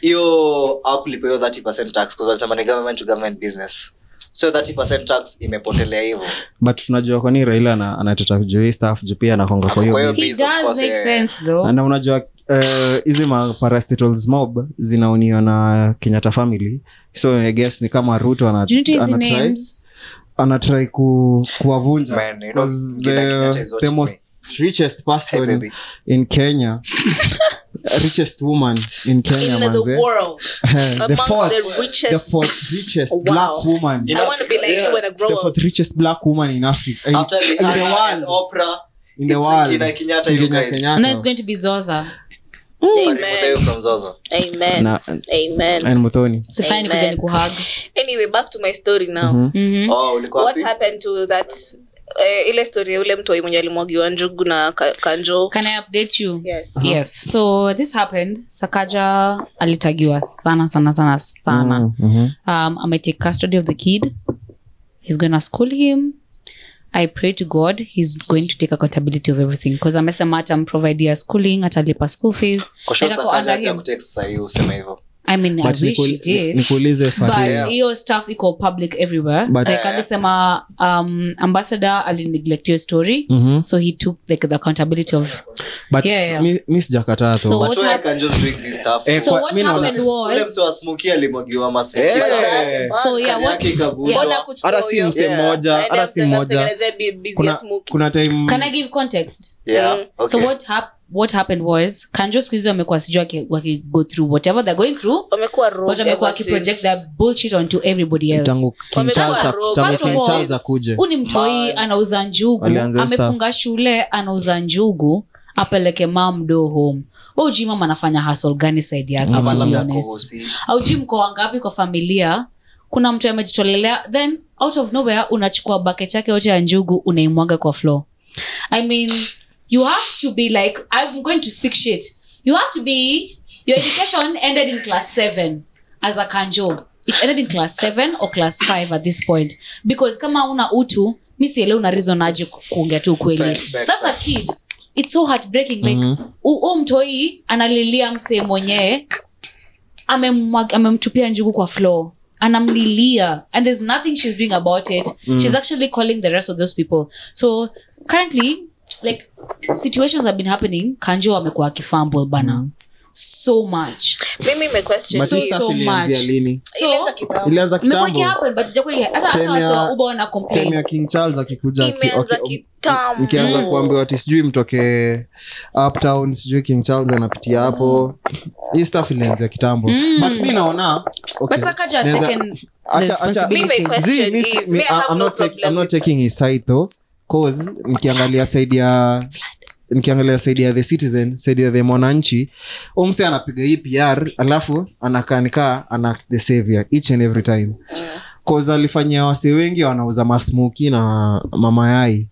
[SPEAKER 2] hiyo akulipa hiyo 30 tax kwa walisema ni government to government business so 30 tax imepotelea hivyo
[SPEAKER 6] but tunajua kwani raila ana- anateta juu hii staff juu pia anakonga kwa
[SPEAKER 2] Kwa
[SPEAKER 6] hiyo
[SPEAKER 2] hiyo
[SPEAKER 6] biz.
[SPEAKER 4] He
[SPEAKER 2] Please, of
[SPEAKER 4] does
[SPEAKER 2] course,
[SPEAKER 4] make
[SPEAKER 2] eh.
[SPEAKER 4] sense though.
[SPEAKER 6] na unajua eh, hizi ma parastitals mob zinaoniwa na kenyatta family so I guess ni kama ruto ana-
[SPEAKER 4] Do you need to use
[SPEAKER 6] anatry-
[SPEAKER 4] names?
[SPEAKER 6] anatry ku, kuwavunja
[SPEAKER 2] Man, you know,
[SPEAKER 6] 'Cause
[SPEAKER 2] Gina Kenyatta
[SPEAKER 6] the,
[SPEAKER 2] is watching
[SPEAKER 6] the most richest
[SPEAKER 2] Hey,
[SPEAKER 6] person
[SPEAKER 2] baby.
[SPEAKER 6] in kenya richest woman in kenya
[SPEAKER 5] In the
[SPEAKER 6] manze
[SPEAKER 5] world,
[SPEAKER 6] Eh, the
[SPEAKER 5] amongst
[SPEAKER 6] fourth
[SPEAKER 5] the richest-
[SPEAKER 6] the fourth richest
[SPEAKER 5] Wow.
[SPEAKER 6] black woman
[SPEAKER 5] I want to be like you when I grow
[SPEAKER 6] the
[SPEAKER 5] up.
[SPEAKER 6] fourth richest black woman in africa in,
[SPEAKER 2] After
[SPEAKER 6] in the
[SPEAKER 2] Rihanna and
[SPEAKER 6] world
[SPEAKER 2] Oprah,
[SPEAKER 6] in the
[SPEAKER 2] Ah, it's
[SPEAKER 6] world
[SPEAKER 2] Gina Kenyatta, you
[SPEAKER 6] Gina
[SPEAKER 2] guys.
[SPEAKER 6] Kenyatta.
[SPEAKER 4] And then it's going to be Zoza.
[SPEAKER 2] Sorry, Muthaiwa from Zozo.
[SPEAKER 5] Amen.
[SPEAKER 6] Na-
[SPEAKER 5] Amen.
[SPEAKER 6] and muthoni
[SPEAKER 4] So fine
[SPEAKER 5] Amen.
[SPEAKER 4] kuja nikuhug.
[SPEAKER 5] Anyway, back to my story now.
[SPEAKER 6] Mhm.
[SPEAKER 4] Mhm.
[SPEAKER 2] Oh, ulikuwa
[SPEAKER 5] What
[SPEAKER 2] wapi?
[SPEAKER 5] happened to that eh, ile story ya ule mtoi mwenye alimwagiwa njugu na ka- kanjo?
[SPEAKER 4] Can I update you?
[SPEAKER 5] Yes.
[SPEAKER 6] Uh-huh.
[SPEAKER 4] yes so this happened sakaja alitagiwa sana sana sana sana
[SPEAKER 6] Mm, mhm.
[SPEAKER 4] um, i might take custody of the kid he's going to school him i pray to god he's going to take accountability of everything because amesema atamprovide schooling atalipa school fees
[SPEAKER 2] Kwa sure
[SPEAKER 4] And ako
[SPEAKER 2] Sakaja
[SPEAKER 4] under
[SPEAKER 2] haja
[SPEAKER 4] him.
[SPEAKER 2] kutext sahi, useme hivyo.
[SPEAKER 4] i mean
[SPEAKER 6] But
[SPEAKER 4] i wish he
[SPEAKER 6] nikul-
[SPEAKER 4] did
[SPEAKER 6] nikuulize Farid,
[SPEAKER 4] but hiyo stuff iko public everywhere
[SPEAKER 6] But-
[SPEAKER 4] like alisema um, ambassador alineglect hiyo story
[SPEAKER 6] Mhm.
[SPEAKER 4] so he took like the accountability of
[SPEAKER 6] but
[SPEAKER 4] Yeah, yeah.
[SPEAKER 6] mi- mi sijakataa
[SPEAKER 4] So
[SPEAKER 6] tu
[SPEAKER 4] what
[SPEAKER 2] But why
[SPEAKER 4] hap-
[SPEAKER 2] Kanjo's doing this stuff
[SPEAKER 6] Eh,
[SPEAKER 2] too?
[SPEAKER 4] so
[SPEAKER 6] Kwa-
[SPEAKER 4] what
[SPEAKER 6] mi naona-
[SPEAKER 4] happened
[SPEAKER 2] Ule
[SPEAKER 4] was
[SPEAKER 2] mse wa Smoky alimwagiwa masmoki
[SPEAKER 6] Eh.
[SPEAKER 2] sana.
[SPEAKER 4] so yeah
[SPEAKER 2] Kari
[SPEAKER 4] what
[SPEAKER 2] yake ikavunjwa.
[SPEAKER 5] Mbona kuchukua
[SPEAKER 6] hata si
[SPEAKER 5] huyo?
[SPEAKER 6] mse
[SPEAKER 2] Yeah.
[SPEAKER 6] moja hata si moja
[SPEAKER 5] Akamtengenezea bi- busy
[SPEAKER 6] kuna,
[SPEAKER 5] smoke.
[SPEAKER 6] kuna time
[SPEAKER 4] can i give context
[SPEAKER 2] Yeah, okay.
[SPEAKER 4] Mm. so what hap what happened was kanjo siku hizi wamekuwa sijui waki- wakigo through whatever they're going through
[SPEAKER 5] Wamekuwa rogue
[SPEAKER 4] but wamekuwa
[SPEAKER 5] ever
[SPEAKER 4] wakiproject
[SPEAKER 5] since.
[SPEAKER 4] their bullshit onto everybody else
[SPEAKER 6] tangu king
[SPEAKER 5] Wamekuwa
[SPEAKER 6] charles a-
[SPEAKER 5] rogue.
[SPEAKER 6] tangu
[SPEAKER 4] First of
[SPEAKER 6] king
[SPEAKER 4] all,
[SPEAKER 6] charles akuje
[SPEAKER 4] huu ni mtoi anauza njugu
[SPEAKER 6] Walianza stuff.
[SPEAKER 4] amefunga shule anauza njugu apeleke mam do home waujui mama anafanya hasol gani saidi yake
[SPEAKER 2] Ama
[SPEAKER 4] to be
[SPEAKER 2] labda
[SPEAKER 4] honest.
[SPEAKER 2] kuhusi.
[SPEAKER 4] aujui mko wangapi kwa familia kuna mtu amejitolelea then out of nowhere unachukua bucket yake yote ya njugu unaimwaga kwa floor i mean you have to be like i'm going to speak shit you have to be your education ended in class 7 as a kanjo it ended in class 7 or class 5 at this point because kama una utu mi sielewi una reason aje ku- kuongea tu ukweli
[SPEAKER 2] Facts, facts,
[SPEAKER 4] that's a
[SPEAKER 2] facts.
[SPEAKER 4] kid it's so heartbreaking like mm-hmm. u mtoi analilia msee mwenyewe amemwa- amemtupia njugu kwa floor anamlilia and there's nothing she's doing about it
[SPEAKER 6] Mm.
[SPEAKER 4] she's actually calling the rest of those people so currently like situations have been happening kanjo amekuwa akifumble bana
[SPEAKER 6] Mm-hmm.
[SPEAKER 4] so much
[SPEAKER 5] mimi ime question.
[SPEAKER 4] But-
[SPEAKER 6] Matisa
[SPEAKER 4] so
[SPEAKER 6] si ilianzia
[SPEAKER 4] much.
[SPEAKER 6] lini
[SPEAKER 5] Ilianza
[SPEAKER 4] so
[SPEAKER 5] kitambo.
[SPEAKER 6] ilianza
[SPEAKER 4] imekuwa
[SPEAKER 6] kitambo
[SPEAKER 4] ikihappen but ijakuwa iki- hata hata
[SPEAKER 6] Time
[SPEAKER 4] wase wa
[SPEAKER 6] ya-
[SPEAKER 4] Uber wana
[SPEAKER 6] tem ya
[SPEAKER 4] complain
[SPEAKER 6] king charles akikuja aki-
[SPEAKER 5] Imeanza
[SPEAKER 6] aki-
[SPEAKER 5] kitambo.
[SPEAKER 6] mkianza kuambiwa ati sijui mtoke uptown sijui king charles anapitia hapo hii staff ilianzia kitambo
[SPEAKER 4] Mm.
[SPEAKER 6] but mi naona okay.
[SPEAKER 4] but Sakaja has
[SPEAKER 6] Naeza-
[SPEAKER 4] taken
[SPEAKER 6] acha-
[SPEAKER 4] the
[SPEAKER 6] acha-
[SPEAKER 5] Mimi my
[SPEAKER 4] responsibility
[SPEAKER 5] question
[SPEAKER 6] Zee, mi-
[SPEAKER 5] is,
[SPEAKER 6] mi-
[SPEAKER 5] me, I have
[SPEAKER 6] I'm
[SPEAKER 5] no
[SPEAKER 6] not take-
[SPEAKER 5] problem
[SPEAKER 6] I'm not
[SPEAKER 5] with-
[SPEAKER 6] taking his side though cause nikiangalia side ya nikiangalia side ya the citizen side ya the mwananchi umse anapiga hii pr alafu anakanikaa ana the savior each and every time cause alifanyia wase wengi wanauza masmoki na mamayai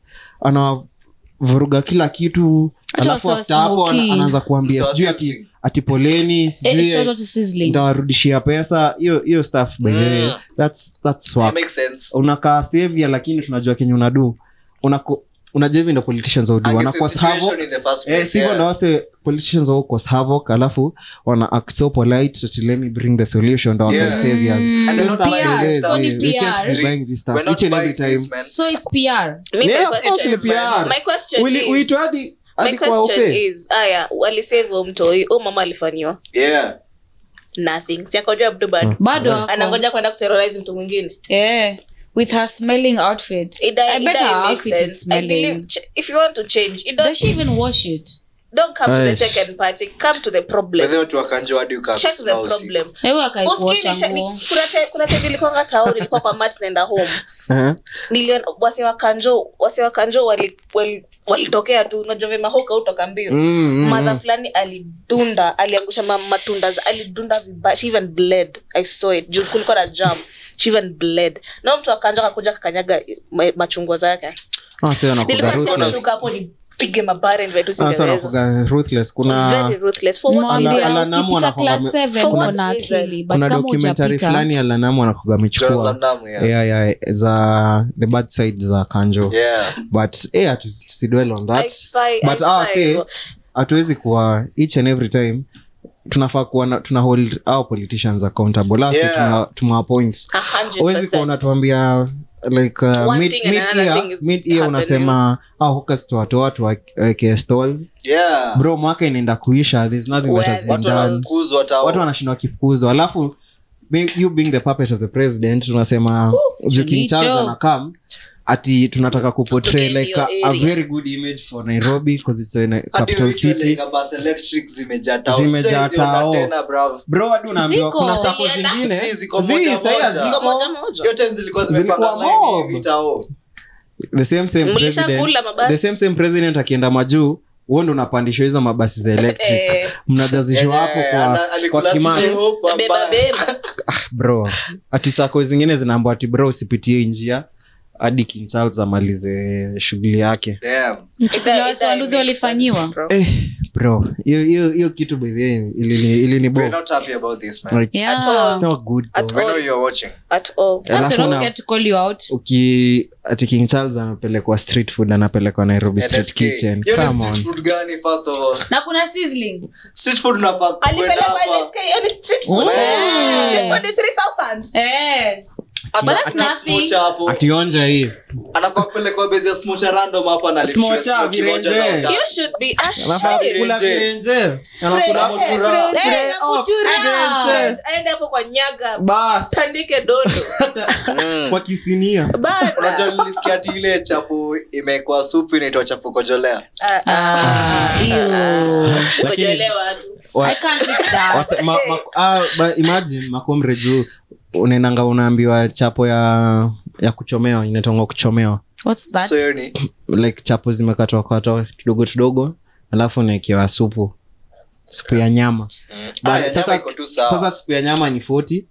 [SPEAKER 6] anavuruga kila kitu
[SPEAKER 4] Hata
[SPEAKER 6] alafu
[SPEAKER 4] wase
[SPEAKER 6] after hapo
[SPEAKER 4] wasmoki.
[SPEAKER 6] ana- anaanza kuambia
[SPEAKER 2] Mse
[SPEAKER 6] sijui
[SPEAKER 2] wasmoki.
[SPEAKER 6] ati ati poleni
[SPEAKER 4] Eh,
[SPEAKER 6] sijui
[SPEAKER 4] shout out to Sizzling.
[SPEAKER 6] nitawarudishia pesa hiyo hiyo staff by the way that's that's
[SPEAKER 2] It
[SPEAKER 6] work
[SPEAKER 2] makes sense.
[SPEAKER 6] unakaa sevia lakini tunajua kenye unadu Unako- unajua hivi ndo politicians
[SPEAKER 2] I
[SPEAKER 6] wadu
[SPEAKER 2] guess it's
[SPEAKER 6] wanacause
[SPEAKER 2] situation
[SPEAKER 6] havoc
[SPEAKER 2] in the first
[SPEAKER 6] Eh,
[SPEAKER 2] place,
[SPEAKER 6] sivyo
[SPEAKER 2] yeah.
[SPEAKER 6] ndo wase politicians wao cause havoc alafu wana act so polite that let me bring the solution ndo wakae
[SPEAKER 2] Yeah.
[SPEAKER 6] saviors.
[SPEAKER 4] Mm.
[SPEAKER 6] Hiyo
[SPEAKER 2] And
[SPEAKER 6] stuff
[SPEAKER 2] PR,
[SPEAKER 6] is lazy.
[SPEAKER 2] it's only
[SPEAKER 6] We can't
[SPEAKER 4] PR.
[SPEAKER 6] be buying this stuff
[SPEAKER 2] We're not
[SPEAKER 6] each and every
[SPEAKER 2] buying this,
[SPEAKER 6] time.
[SPEAKER 2] man.
[SPEAKER 4] so it's pr
[SPEAKER 5] Mimi
[SPEAKER 6] Yeah,
[SPEAKER 5] my
[SPEAKER 6] of course
[SPEAKER 5] question
[SPEAKER 6] it's
[SPEAKER 5] is-
[SPEAKER 6] PR.
[SPEAKER 5] my question
[SPEAKER 6] Uli-
[SPEAKER 5] is-
[SPEAKER 6] uitwa hadi-
[SPEAKER 5] my
[SPEAKER 6] hadi kwa
[SPEAKER 5] question
[SPEAKER 6] ufe.
[SPEAKER 5] is, aya walisevu mtoi u mama alifanyiwa
[SPEAKER 2] Yeah.
[SPEAKER 5] nothing si akojua mtu bado
[SPEAKER 4] bado wako.
[SPEAKER 5] anangoja kwenda kuterrorize mtu mwingine
[SPEAKER 4] Yeah. with her smelling outfit
[SPEAKER 5] It-
[SPEAKER 4] i
[SPEAKER 5] it
[SPEAKER 4] bet
[SPEAKER 5] doesn't
[SPEAKER 4] her
[SPEAKER 5] make
[SPEAKER 4] outfit
[SPEAKER 5] sense.
[SPEAKER 4] is
[SPEAKER 5] I believe
[SPEAKER 4] smelling
[SPEAKER 5] ch- if you want to change it
[SPEAKER 4] does
[SPEAKER 5] don't,
[SPEAKER 4] she even wash it
[SPEAKER 5] don't come to the
[SPEAKER 6] Aish.
[SPEAKER 5] second party come to the problem
[SPEAKER 2] Wazee watu wa Kanjo hadi ukaa
[SPEAKER 5] check the
[SPEAKER 2] kusimama usiku.
[SPEAKER 5] problem
[SPEAKER 4] hewe
[SPEAKER 5] Usikii
[SPEAKER 4] akaiosha
[SPEAKER 5] nisha- ni-
[SPEAKER 4] nguo
[SPEAKER 5] kuna te- kuna time nilikwanga taoni nilikuwa kwa mat naenda home
[SPEAKER 6] Eh,
[SPEAKER 5] niliona wase wa kanjo wase wa kanjo wali- wali- walitokea tu unajua vema hoka utoka mbio
[SPEAKER 6] mm, mm,
[SPEAKER 5] madha fulani alidunda aliangusha ma, matunda za- alidunda vibaya she even bled i saw it juu kulikuwa na jam she even bled na mtu akanja akakuja kakanyaga ma- machungwa zake
[SPEAKER 6] Ah, sasa wanakuwaga
[SPEAKER 5] nilikuwa nasema
[SPEAKER 6] ruthless.
[SPEAKER 5] nashuka hapo nipige mabare nivae tu
[SPEAKER 6] Ah, sasa
[SPEAKER 5] Singereza.
[SPEAKER 6] wanakuwaga ruthless. Kuna-
[SPEAKER 5] Very ruthless. For what
[SPEAKER 6] Mama.
[SPEAKER 5] reason?
[SPEAKER 6] Ala-
[SPEAKER 4] mwambia
[SPEAKER 6] Alanamu
[SPEAKER 4] ukipita
[SPEAKER 6] wanakuwa wame-
[SPEAKER 4] class 7
[SPEAKER 5] For what
[SPEAKER 4] una
[SPEAKER 5] reason?
[SPEAKER 4] akili but
[SPEAKER 6] kuna
[SPEAKER 4] kama
[SPEAKER 6] dokumentari
[SPEAKER 4] hujapita
[SPEAKER 6] fulani alanamu anakuga
[SPEAKER 2] Jonas
[SPEAKER 6] amechukua
[SPEAKER 2] Lamdamu, yeah.
[SPEAKER 6] yeah, yeah, za the bad side za kanjo
[SPEAKER 2] Yeah.
[SPEAKER 6] but eh, hatu- tusidwell on
[SPEAKER 5] I
[SPEAKER 6] that
[SPEAKER 5] fi- I
[SPEAKER 6] but ah, our
[SPEAKER 5] fi-
[SPEAKER 6] say hatuwezi kuwa each and every time tunafaa kuwa na- tuna hold our politicians accountable asi
[SPEAKER 2] Yeah.
[SPEAKER 6] tuna, tunawapoint
[SPEAKER 5] 100%.
[SPEAKER 6] huwezi kuwa unatuambia like uh,
[SPEAKER 5] One
[SPEAKER 6] mid,
[SPEAKER 5] thing and
[SPEAKER 6] mid
[SPEAKER 5] another
[SPEAKER 6] year,
[SPEAKER 5] thing is
[SPEAKER 6] mid year unasema ah, hookers tuwatoa watu eh, waweke stalls
[SPEAKER 2] Yeah.
[SPEAKER 6] bro mwaka inaenda kuisha there's nothing that has been
[SPEAKER 2] Watu
[SPEAKER 6] done
[SPEAKER 2] wanafukuzwa hata
[SPEAKER 6] watu wanashindwa wakifukuzwa alafu be- you being the puppet of the president unasema juu king charles
[SPEAKER 4] Julito.
[SPEAKER 6] anakam ati tunataka kupotray
[SPEAKER 5] Tutoke
[SPEAKER 6] like a,
[SPEAKER 5] hiyo
[SPEAKER 6] a
[SPEAKER 5] area.
[SPEAKER 6] very good image for nairobi because it's a
[SPEAKER 2] Hadi
[SPEAKER 6] capital
[SPEAKER 2] wewe ile
[SPEAKER 6] city
[SPEAKER 2] kabasi electric zimejaa tao.
[SPEAKER 6] Zimejaa
[SPEAKER 2] Sijawahi ziona
[SPEAKER 6] tao.
[SPEAKER 2] tena, bravo.
[SPEAKER 6] bro hadi unaambiwa
[SPEAKER 4] Ziko.
[SPEAKER 6] kuna sako
[SPEAKER 5] Zilienda-
[SPEAKER 6] zingine
[SPEAKER 2] Si, ziko
[SPEAKER 6] Zii,
[SPEAKER 2] moja
[SPEAKER 6] sahi
[SPEAKER 2] moja.
[SPEAKER 6] haziko.
[SPEAKER 5] Ziko moja moja.
[SPEAKER 2] Hiyo time zilikuwa
[SPEAKER 6] Zilikuwa
[SPEAKER 2] zimepanda line
[SPEAKER 6] mob.
[SPEAKER 2] hivi tao.
[SPEAKER 6] the same same
[SPEAKER 5] Mlishakula
[SPEAKER 6] president
[SPEAKER 5] mabasi.
[SPEAKER 6] the same same president akienda majuu huo ndo unapandishwa hizo mabasi za electric
[SPEAKER 5] Eh,
[SPEAKER 6] mnajazishwa
[SPEAKER 2] Yeah,
[SPEAKER 6] hapo
[SPEAKER 2] yeah, ana-
[SPEAKER 6] kwa-
[SPEAKER 2] alikula
[SPEAKER 6] kwa kimani
[SPEAKER 2] City Hope,
[SPEAKER 5] beba,
[SPEAKER 2] ambaye-
[SPEAKER 5] beba.
[SPEAKER 6] bro ati sako zingine zinaambwa ati bro usipitie hii njia hadi king charles amalize shughuli yake
[SPEAKER 2] Damn.
[SPEAKER 5] Ida-
[SPEAKER 4] mchukulia wasi
[SPEAKER 5] ida-
[SPEAKER 4] waludhi walifanyiwa
[SPEAKER 5] bro.
[SPEAKER 6] eh, bro hiyo- hiyo hiyo kitu bedhie ili ni
[SPEAKER 2] We're not happy about this, man.
[SPEAKER 4] Yeah.
[SPEAKER 5] all. At
[SPEAKER 4] Oh.
[SPEAKER 2] We know you're watching.
[SPEAKER 5] At all.
[SPEAKER 4] That's
[SPEAKER 6] Alafu
[SPEAKER 4] why don't
[SPEAKER 6] na-
[SPEAKER 4] get to call you out
[SPEAKER 6] uki ati king charles amepelekwa street food anapelekwa nairobi street
[SPEAKER 2] NSK.
[SPEAKER 6] kitchen
[SPEAKER 2] Hiyo ni
[SPEAKER 6] Come
[SPEAKER 2] street
[SPEAKER 6] on.
[SPEAKER 2] food gani, first of all?
[SPEAKER 4] na kuna sizzling
[SPEAKER 2] Street food unafaa kwenda
[SPEAKER 5] Alipelekwa
[SPEAKER 2] hapa.
[SPEAKER 5] NSK, hiyo ni street food.
[SPEAKER 4] Eh.
[SPEAKER 5] Street food ni 3,000.
[SPEAKER 4] eh
[SPEAKER 2] Ata-
[SPEAKER 4] But that's
[SPEAKER 2] ata
[SPEAKER 4] nothing.
[SPEAKER 2] smocha hapo.
[SPEAKER 6] Ati onja hii
[SPEAKER 2] anafaa kupelekwa base ya smocha random hapa na
[SPEAKER 6] Smocha,
[SPEAKER 2] lipshwe smoki moja
[SPEAKER 6] virenje.
[SPEAKER 2] na
[SPEAKER 5] You
[SPEAKER 2] uta-
[SPEAKER 5] should be
[SPEAKER 6] Anafaa
[SPEAKER 5] ashamed.
[SPEAKER 6] kukula
[SPEAKER 2] Renje.
[SPEAKER 6] virenje. Anakula
[SPEAKER 5] Fred,
[SPEAKER 6] mutura.
[SPEAKER 5] Fred,
[SPEAKER 4] Eh,
[SPEAKER 5] Fred,
[SPEAKER 4] na kutura.
[SPEAKER 5] aende- aende hapo kwa nyaga
[SPEAKER 6] Bas.
[SPEAKER 5] tandike dodo
[SPEAKER 6] kwa kisinia
[SPEAKER 5] Bada.
[SPEAKER 2] Mm. unajua nilisikia ati ile chapo imekuwa supu inaitwa chapo kojolea
[SPEAKER 5] Ah,
[SPEAKER 4] Ah, ew.
[SPEAKER 5] ah.
[SPEAKER 6] Lakini-
[SPEAKER 5] Kujolewa tu.
[SPEAKER 6] Wa-
[SPEAKER 4] I can't eat that.
[SPEAKER 6] Wase- ma- ma- ah, ba- imagine makomre juu unaenanga unaambiwa chapo ya ya kuchomewa inatanga kuchomewa
[SPEAKER 4] What's that?
[SPEAKER 2] so hiyo ni
[SPEAKER 6] like chapo zimekatwakatwa tudogo tudogo alafu naekewa supu supu ya nyama But
[SPEAKER 2] Ah, ya
[SPEAKER 6] sasa-
[SPEAKER 2] nyama iko tu sawa.
[SPEAKER 6] sasa supu ya nyama ni 40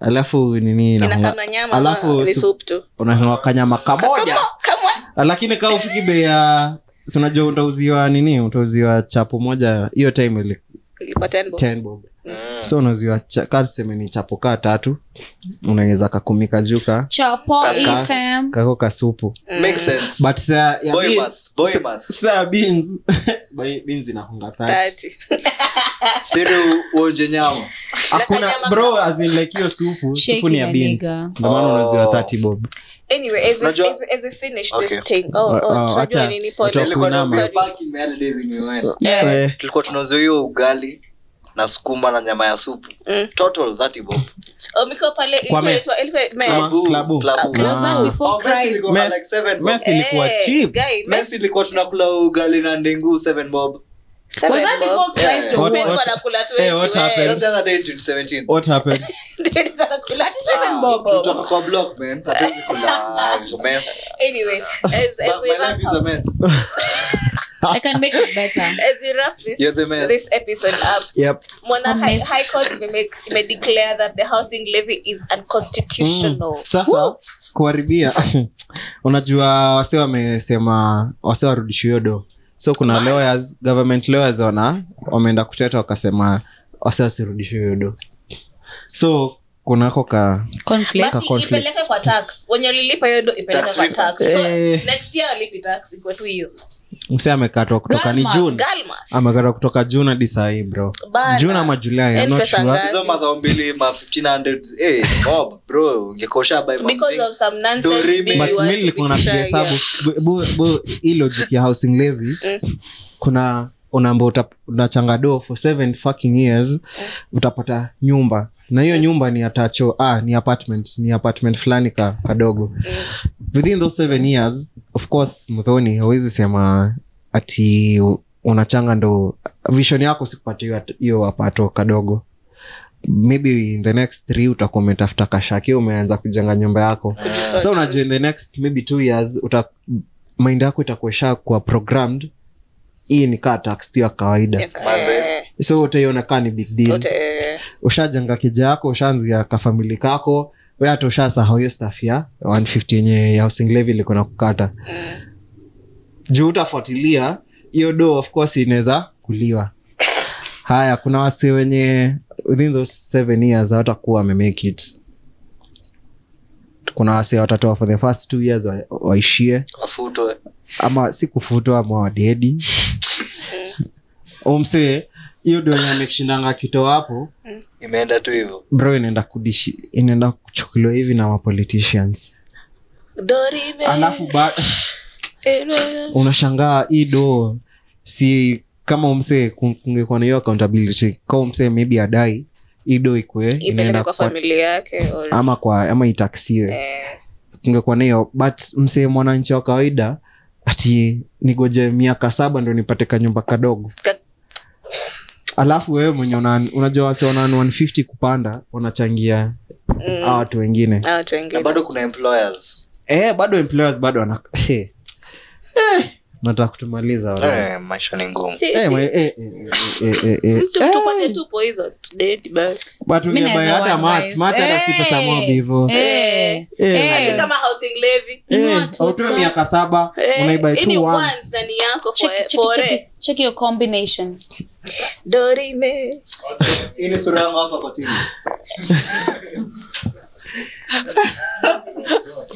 [SPEAKER 6] alafu nini inahanga-
[SPEAKER 5] Inakaa na nyama,
[SPEAKER 6] alafu
[SPEAKER 5] ma- ni
[SPEAKER 6] sup-
[SPEAKER 5] soup tu.
[SPEAKER 6] unahanga kanyama kamoja
[SPEAKER 5] Come on.
[SPEAKER 6] Ah, lakini kaa ufiki bei ya si unajua utauziwa nini utauziwa chapo moja hiyo time ili
[SPEAKER 5] Ilikuwa 10 bob.
[SPEAKER 6] 10 bob
[SPEAKER 2] Mm.
[SPEAKER 6] so unauziwa cha- kaa tuseme ni chapo kaa tatu unaongeza kakumika juu ka
[SPEAKER 4] chapo
[SPEAKER 2] Kaka.
[SPEAKER 4] ifm
[SPEAKER 6] kako kasupu
[SPEAKER 2] Makes sense.
[SPEAKER 6] but saa ya
[SPEAKER 2] Boy
[SPEAKER 6] beans-
[SPEAKER 2] math, boy math.
[SPEAKER 6] saa ya beans- Boy- beans inakunga 30.
[SPEAKER 5] 30.
[SPEAKER 2] Siri uonje nyama
[SPEAKER 6] hakuna
[SPEAKER 5] kanyama
[SPEAKER 6] bro
[SPEAKER 5] kama-
[SPEAKER 6] as in like hiyo supu
[SPEAKER 4] Shake
[SPEAKER 6] supu ni ya
[SPEAKER 4] na
[SPEAKER 6] beans
[SPEAKER 4] nigga.
[SPEAKER 6] ndio maana
[SPEAKER 2] Oh.
[SPEAKER 6] unaziwa 30 bob
[SPEAKER 5] Anyway, as we-
[SPEAKER 2] Unajua-
[SPEAKER 5] as we- as we finish
[SPEAKER 2] Okay.
[SPEAKER 5] this thing. Oh,
[SPEAKER 6] Oh,
[SPEAKER 5] oh,
[SPEAKER 6] oh,
[SPEAKER 5] tunajua
[SPEAKER 6] acha-
[SPEAKER 5] nini point.
[SPEAKER 6] acha
[SPEAKER 2] Nilikuwa
[SPEAKER 6] Kunama.
[SPEAKER 2] nauzia
[SPEAKER 5] Sorry.
[SPEAKER 2] baki, imeenda days imeenda.
[SPEAKER 5] Yeah.
[SPEAKER 6] Eh,
[SPEAKER 2] tulikuwa tunauza hiyo ugali na sukuma na nyama ya supu
[SPEAKER 5] Mm.
[SPEAKER 2] total 30 bob
[SPEAKER 5] Oh, miko pale
[SPEAKER 6] Kwa
[SPEAKER 5] ilikuwa-
[SPEAKER 6] mess.
[SPEAKER 5] ilikuwa- ilikuwa- mess.
[SPEAKER 6] Klabu. Klabu.
[SPEAKER 2] Klabu.
[SPEAKER 4] It was that
[SPEAKER 6] Ah.
[SPEAKER 4] before
[SPEAKER 2] Oh, Messi
[SPEAKER 4] Christ.
[SPEAKER 2] ilikuwa
[SPEAKER 6] Messi-
[SPEAKER 2] like seven bob.
[SPEAKER 6] Messi ilikuwa
[SPEAKER 5] Eh,
[SPEAKER 6] cheap
[SPEAKER 5] guy, mess.
[SPEAKER 2] Messi ilikuwa tunakula ugali na ndengu 7 bob
[SPEAKER 4] Was
[SPEAKER 5] Seven
[SPEAKER 4] that
[SPEAKER 5] bob.
[SPEAKER 4] before Christ or
[SPEAKER 6] What-
[SPEAKER 5] Men
[SPEAKER 4] what?
[SPEAKER 5] wana kula
[SPEAKER 6] Eh, what
[SPEAKER 5] 20,
[SPEAKER 6] happened?
[SPEAKER 2] just the other day in 2017
[SPEAKER 6] what happened
[SPEAKER 5] men wana kula
[SPEAKER 4] Ati seven bob.
[SPEAKER 2] kutoka kwa block man hatuwezi kula mess
[SPEAKER 5] Anyway, as- as
[SPEAKER 2] But
[SPEAKER 5] we
[SPEAKER 2] my
[SPEAKER 5] wrap
[SPEAKER 2] life is a
[SPEAKER 5] up-
[SPEAKER 2] mess
[SPEAKER 4] I can make it better.
[SPEAKER 5] as we wrap this-
[SPEAKER 2] You're the mess.
[SPEAKER 5] this episode up,
[SPEAKER 6] yep
[SPEAKER 5] Mwana
[SPEAKER 4] A
[SPEAKER 5] High-
[SPEAKER 4] mess.
[SPEAKER 5] High Court imemake- imedeclare that the housing levy is unconstitutional.
[SPEAKER 6] Mm. sasa kuharibia unajua wase wamesema wase warudishi hiyo do so kuna lawyers government lawyers wana wameenda kuteta wakasema wase wasirudishi hiyo do so kunako ka
[SPEAKER 4] Conflict.
[SPEAKER 6] Ka
[SPEAKER 5] basi
[SPEAKER 6] conflict.
[SPEAKER 5] ipeleke kwa tax wenye ulilipa hiyo do ipeleke
[SPEAKER 2] Tax
[SPEAKER 5] kwa
[SPEAKER 2] refund.
[SPEAKER 5] tax so
[SPEAKER 6] Eh.
[SPEAKER 5] next year alipi tax ikwetu hiyo
[SPEAKER 6] mse amekatwa kutoka ni
[SPEAKER 4] Grandma,
[SPEAKER 2] Mm.
[SPEAKER 6] june
[SPEAKER 5] galmas
[SPEAKER 6] amekatwa kutoka june hadi sahii bro
[SPEAKER 5] Bana.
[SPEAKER 6] june ama julai I'm
[SPEAKER 5] Yaani
[SPEAKER 6] not
[SPEAKER 5] pesa
[SPEAKER 6] sure.
[SPEAKER 5] ngapi?
[SPEAKER 2] hizo madhao mbili ma 1500 eh bob bro ungekosha by
[SPEAKER 5] because of some
[SPEAKER 2] Do re-
[SPEAKER 5] nonsense being
[SPEAKER 2] But
[SPEAKER 5] you
[SPEAKER 6] but
[SPEAKER 5] want
[SPEAKER 6] mi
[SPEAKER 5] to
[SPEAKER 6] nilikuwa
[SPEAKER 5] be
[SPEAKER 6] napiga
[SPEAKER 5] shy,
[SPEAKER 6] hesabu
[SPEAKER 5] yeah. Mm.
[SPEAKER 6] Bu- bu- bu- hii logic ya housing levy kuna unaamba uta- unachanga doo for seven fucking years
[SPEAKER 5] Mm.
[SPEAKER 6] utapata nyumba na hiyo nyumba ni atacho ah, ni apartment ni apartment fulani ka, kadogo
[SPEAKER 5] Mm.
[SPEAKER 6] within those seven years of course mdhoni hawezi sema ati u- unachanga ndo vision yako sikupata hiyo at- hiyo apato kadogo maybe in the next three utakuwa umetafuta kashaki umeanza kujenga nyumba yako so unajua in the next maybe two years uta mind yako itakuesha kuwa programmed hii ni kaa tax tu ya kawaida
[SPEAKER 5] Yeah. eh,
[SPEAKER 2] Manze.
[SPEAKER 6] so utaiona kaa ni big deal
[SPEAKER 5] Wote-
[SPEAKER 6] ushajenga kija yako ushaanzia kafamili kako we hata ushasahau hiyo staff ya 150 yenye ya housing levy liko na kukata juu utafuatilia hiyo do of course inaweza kuliwa haya kuna wasi wenye within those seven years hawatakuwa wamemake it kuna wasi watatoa for the first two years wa- waishie
[SPEAKER 2] wafutwe
[SPEAKER 6] ama si kufutwa ama wadedi umsee hiyo do yenye amekushindanga akitoa hapo
[SPEAKER 2] imeenda tu hivyo
[SPEAKER 6] bro inaenda kudishi inaenda kuchukuliwa hivi na mapoliticians
[SPEAKER 5] Do re me.
[SPEAKER 6] alafu ba-
[SPEAKER 5] Eh, no, no.
[SPEAKER 6] unashangaa hii do si kama umse kungekuwa na hiyo accountability kama umse maybe adai hii do ikwe
[SPEAKER 5] ipeleke
[SPEAKER 6] inaenda
[SPEAKER 5] kwa
[SPEAKER 6] kwa-
[SPEAKER 5] familia yake or-
[SPEAKER 6] ama kwa ama itaksiwe
[SPEAKER 5] eh,
[SPEAKER 6] kungekuwa na hiyo but mse mwananchi wa kawaida ati nigoje miaka saba ndo nipate kanyumba kadogo
[SPEAKER 5] Ka-
[SPEAKER 6] alafu wewe mwenye una, unajua wase wana 150 kupanda wanachangia
[SPEAKER 5] mm,
[SPEAKER 6] hawa watu wengine
[SPEAKER 5] na watu
[SPEAKER 2] na
[SPEAKER 5] wengine
[SPEAKER 2] bado kuna employers
[SPEAKER 6] eh, bado employers bado wana eh. nataka kutumaliza wale.
[SPEAKER 2] eh maisha ni ngumu
[SPEAKER 5] Si-
[SPEAKER 6] Eh,
[SPEAKER 5] si-
[SPEAKER 6] mwe- eh, eh, eh, eh, eh.
[SPEAKER 5] tu- tupate tu poison to date basi
[SPEAKER 6] But
[SPEAKER 4] Mimi
[SPEAKER 6] ungebuy
[SPEAKER 4] naweza
[SPEAKER 6] hata mat
[SPEAKER 4] advise.
[SPEAKER 6] mat hata si pesa
[SPEAKER 4] Eh.
[SPEAKER 6] mob hivyo
[SPEAKER 4] Eh.
[SPEAKER 6] Eh,
[SPEAKER 4] Eh.
[SPEAKER 5] Hadi kama housing levy
[SPEAKER 6] eh,
[SPEAKER 4] Ni watu,
[SPEAKER 6] autoe
[SPEAKER 4] watu.
[SPEAKER 6] miaka saba
[SPEAKER 5] eh,
[SPEAKER 6] unaibai
[SPEAKER 5] ini
[SPEAKER 6] two
[SPEAKER 5] once
[SPEAKER 6] once.
[SPEAKER 5] na ni yako
[SPEAKER 4] Check-
[SPEAKER 5] for-
[SPEAKER 4] check-
[SPEAKER 5] for
[SPEAKER 4] check-
[SPEAKER 5] eh.
[SPEAKER 4] check your combinations.
[SPEAKER 5] Do re me.
[SPEAKER 2] hii ni sura yangu hapa kwa tv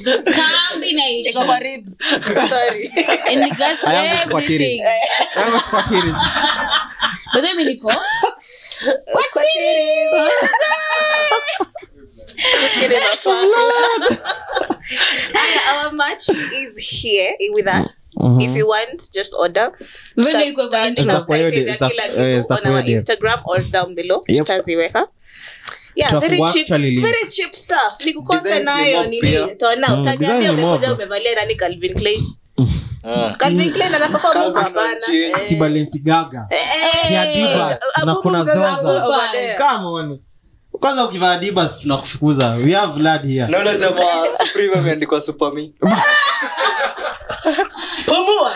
[SPEAKER 4] Combinations.
[SPEAKER 5] Sorry.
[SPEAKER 4] And it goes to
[SPEAKER 6] I am kwa
[SPEAKER 4] everything.
[SPEAKER 5] Eh.
[SPEAKER 4] But then mimi niko,
[SPEAKER 5] Kwa titties. Ile mafaka. Aya, our match is here with us.
[SPEAKER 6] Mhm.
[SPEAKER 5] If you want, just order.
[SPEAKER 4] Vile
[SPEAKER 5] Tuta-
[SPEAKER 4] iko kwa
[SPEAKER 5] tutaandika
[SPEAKER 4] Instagram.
[SPEAKER 6] Zitakuwa hiyo
[SPEAKER 5] prices
[SPEAKER 6] di-
[SPEAKER 5] ya kila
[SPEAKER 6] zita-
[SPEAKER 5] kitu
[SPEAKER 6] eh, zitakuwa
[SPEAKER 5] on our
[SPEAKER 6] hiyo di-
[SPEAKER 5] Instagram or down below.
[SPEAKER 6] Yep.
[SPEAKER 5] Tutaziweka. Yeah,
[SPEAKER 6] Tutafu-
[SPEAKER 5] very
[SPEAKER 6] work
[SPEAKER 5] cheap-
[SPEAKER 6] chali link.
[SPEAKER 5] very cheap stuff. Ni kukose
[SPEAKER 2] Designs ni
[SPEAKER 5] nayo
[SPEAKER 2] mob
[SPEAKER 5] nini.
[SPEAKER 2] pia.
[SPEAKER 5] Utaona,
[SPEAKER 6] Mm,
[SPEAKER 5] utaniambia
[SPEAKER 6] design ni
[SPEAKER 5] umekuja
[SPEAKER 6] mob.
[SPEAKER 5] umevalia nani Calvin Klein.
[SPEAKER 2] Mm.
[SPEAKER 5] Calvin Klein anaperform
[SPEAKER 2] Calvin
[SPEAKER 5] huko hapana.
[SPEAKER 2] Klein.
[SPEAKER 5] Eh,
[SPEAKER 6] Ati Balenciaga,
[SPEAKER 5] eh, eh,
[SPEAKER 6] ati Adidas, na
[SPEAKER 5] Abubu
[SPEAKER 6] kuna
[SPEAKER 5] mzaza
[SPEAKER 6] Zoza.
[SPEAKER 5] over there.
[SPEAKER 6] Come on. kwanza ukivaa adibas tunakufukuza we have lad here
[SPEAKER 2] naona jamaa supreme ameandikwa supami
[SPEAKER 5] Pumua.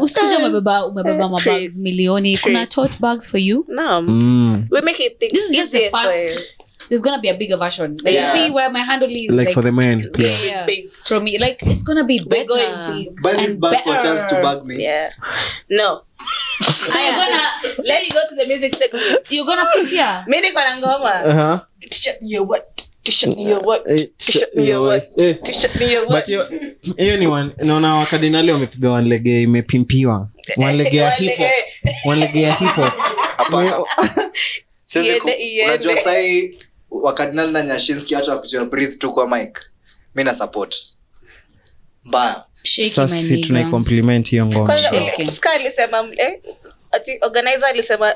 [SPEAKER 4] usikuje umebeba umebeba mabags
[SPEAKER 5] Trace.
[SPEAKER 4] milioni kuna
[SPEAKER 5] Trace.
[SPEAKER 4] tote bags for you
[SPEAKER 5] Naam.
[SPEAKER 6] Mm.
[SPEAKER 5] we make it things
[SPEAKER 4] This is just the
[SPEAKER 5] easier for
[SPEAKER 4] first-
[SPEAKER 5] you.
[SPEAKER 4] there's gonna be a bigger version like
[SPEAKER 2] Yeah.
[SPEAKER 4] you see where my handle is
[SPEAKER 6] like
[SPEAKER 4] like,
[SPEAKER 6] for the men
[SPEAKER 5] Yeah.
[SPEAKER 6] yeah.
[SPEAKER 4] yeah,
[SPEAKER 5] Big.
[SPEAKER 4] from me like it's gonna be
[SPEAKER 5] We're
[SPEAKER 4] better
[SPEAKER 5] going big.
[SPEAKER 2] buy this bag for a chance to bag me
[SPEAKER 5] Yeah. No.
[SPEAKER 4] so you're gonna
[SPEAKER 5] Let me go to the music segment.
[SPEAKER 4] you're gonna sit here
[SPEAKER 5] Mi niko na ngoma.
[SPEAKER 6] Uh-huh.
[SPEAKER 5] T-shirt ni ya what? T-shirt ni ya what?
[SPEAKER 6] Eh,
[SPEAKER 5] T-shirt ni ya what?
[SPEAKER 6] eh.
[SPEAKER 5] T-shirt ni ya
[SPEAKER 6] But
[SPEAKER 5] what?
[SPEAKER 6] hiyo hiyo ni wan- naona wakardinali wamepiga wanlege imepimpiwa wanlege ya
[SPEAKER 5] Wale,
[SPEAKER 6] hipo
[SPEAKER 5] eh,
[SPEAKER 6] wanlege ya hipo
[SPEAKER 2] Siwezi ku-
[SPEAKER 5] Iende- iende.
[SPEAKER 2] unajua sahi wakardinal na nyashinski hata wakujua breath tu kwa mike mi na support mbaya
[SPEAKER 4] Shake
[SPEAKER 6] sasa
[SPEAKER 4] my
[SPEAKER 6] si
[SPEAKER 4] nigga.
[SPEAKER 6] tunaikompliment hiyo ngoma
[SPEAKER 5] Kwanza
[SPEAKER 4] Shake.
[SPEAKER 5] ule- Ska alisema eh, ati organizer alisema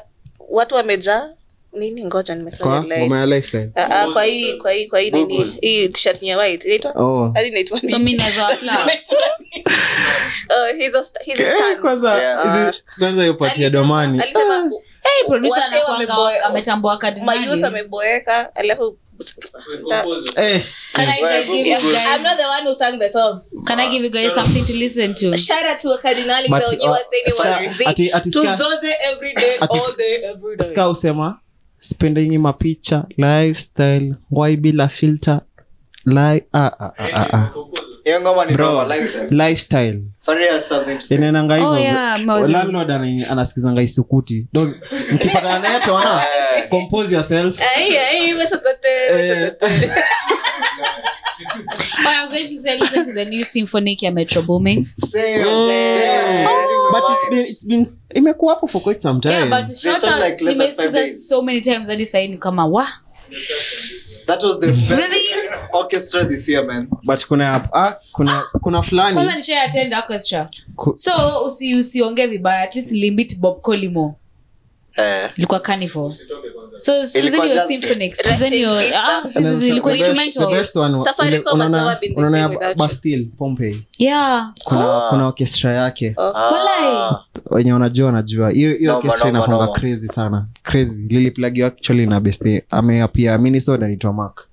[SPEAKER 5] watu wamejaa nini ngoja
[SPEAKER 6] kwa
[SPEAKER 5] nimesahau line.
[SPEAKER 6] ngoma ya lifestyle
[SPEAKER 5] Ah, ah, kwa hii kwa hii kwa hii nini
[SPEAKER 2] Google.
[SPEAKER 5] hii t-shirt ni ya white inaitwa
[SPEAKER 6] oh
[SPEAKER 5] hadi inaitwa
[SPEAKER 4] So
[SPEAKER 5] nini?
[SPEAKER 4] mi naweza apply.
[SPEAKER 5] Oh, hizo st-
[SPEAKER 6] Eh,
[SPEAKER 5] hizo stands.
[SPEAKER 6] kwanza
[SPEAKER 2] Yeah.
[SPEAKER 6] hizi- kwanza hiyo pati ya
[SPEAKER 5] Alisema-
[SPEAKER 6] domani
[SPEAKER 5] Yaani alisema u-
[SPEAKER 4] Hey, producer
[SPEAKER 5] Wasee
[SPEAKER 4] anakuanga
[SPEAKER 5] wameboe-
[SPEAKER 4] ametambua
[SPEAKER 5] mayouth
[SPEAKER 4] kardinali.
[SPEAKER 5] ameboeka alafu
[SPEAKER 6] Eh,
[SPEAKER 4] Can I
[SPEAKER 2] Wewe,
[SPEAKER 4] give you
[SPEAKER 2] Google.
[SPEAKER 5] I'm not
[SPEAKER 4] guys-
[SPEAKER 5] the one who sang the song.
[SPEAKER 4] can I give you guys something to listen to? Oh,
[SPEAKER 5] Shout out to Cardinal
[SPEAKER 6] but,
[SPEAKER 5] though. You
[SPEAKER 6] uh,
[SPEAKER 5] are saying it
[SPEAKER 6] Mm. sa-
[SPEAKER 5] was Z.
[SPEAKER 6] ati- ati Ska-
[SPEAKER 5] Tuzoze every day,
[SPEAKER 6] Ati-
[SPEAKER 5] all day, every day.
[SPEAKER 6] ska usema spendengi mapicha lifestyle why bila filter li ah, ah, ah, ah, ah.
[SPEAKER 2] hiyo ngoma ni noma lifestyle
[SPEAKER 6] lifestyle
[SPEAKER 2] Farai had something to say
[SPEAKER 6] inaenanga
[SPEAKER 4] Oh,
[SPEAKER 6] hivyo
[SPEAKER 4] yeah, Moses.
[SPEAKER 6] landlord ana- anasikizanga isukuti Don't- mkipatana naye tona
[SPEAKER 2] Eh,
[SPEAKER 6] compose yourself
[SPEAKER 5] Ai, ai, mesokote,
[SPEAKER 6] Eh,
[SPEAKER 5] mesokote.
[SPEAKER 4] Oh, I was going to say, listen to the new symphonic ya Metro Booming.
[SPEAKER 2] same. Damn.
[SPEAKER 6] Eh. but it's been, it's been imekuwa hapo for quite some time
[SPEAKER 4] Oh. Yeah, but shout
[SPEAKER 2] sound
[SPEAKER 4] out-
[SPEAKER 2] like less than
[SPEAKER 4] nimesikiza
[SPEAKER 2] five days.
[SPEAKER 4] so many times hadi sahii ni kama wa
[SPEAKER 6] Yaani-
[SPEAKER 2] That was the best orchestra this year, man.
[SPEAKER 6] But kuna ah, kuna kuna
[SPEAKER 4] kwanza
[SPEAKER 6] fulani
[SPEAKER 4] nishayatenda orchestra
[SPEAKER 6] Ku-
[SPEAKER 4] so usi- usiongee vibaya at least limit bob colimo
[SPEAKER 2] Eh,
[SPEAKER 4] ilikuwa carnival so
[SPEAKER 2] Ilikuwa
[SPEAKER 4] sikizeni yo
[SPEAKER 2] just-
[SPEAKER 4] symphonic
[SPEAKER 5] Rest
[SPEAKER 4] sikizeni yo
[SPEAKER 5] in peace,
[SPEAKER 4] ah,
[SPEAKER 5] sir.
[SPEAKER 4] sizi-
[SPEAKER 6] The
[SPEAKER 4] ilikuwa
[SPEAKER 6] best- the
[SPEAKER 4] instrumental
[SPEAKER 6] best one wa-
[SPEAKER 5] Safaricom
[SPEAKER 6] ile-
[SPEAKER 5] has
[SPEAKER 6] unaona-
[SPEAKER 5] never been the
[SPEAKER 6] unaona
[SPEAKER 5] same
[SPEAKER 6] ya
[SPEAKER 5] without you.
[SPEAKER 6] Bastille, Pompeii.
[SPEAKER 4] yeah
[SPEAKER 6] kuna kuna orchestra yake
[SPEAKER 5] Oh.
[SPEAKER 2] ah.
[SPEAKER 4] Walai.
[SPEAKER 6] wenye wanajua wanajua hiyo hiyo
[SPEAKER 2] Noma,
[SPEAKER 6] orchestra
[SPEAKER 2] noma,
[SPEAKER 6] inakwanga
[SPEAKER 2] noma.
[SPEAKER 6] crazy sana crazy liliplagiwa actually na best ameapia minnesota naitwa mark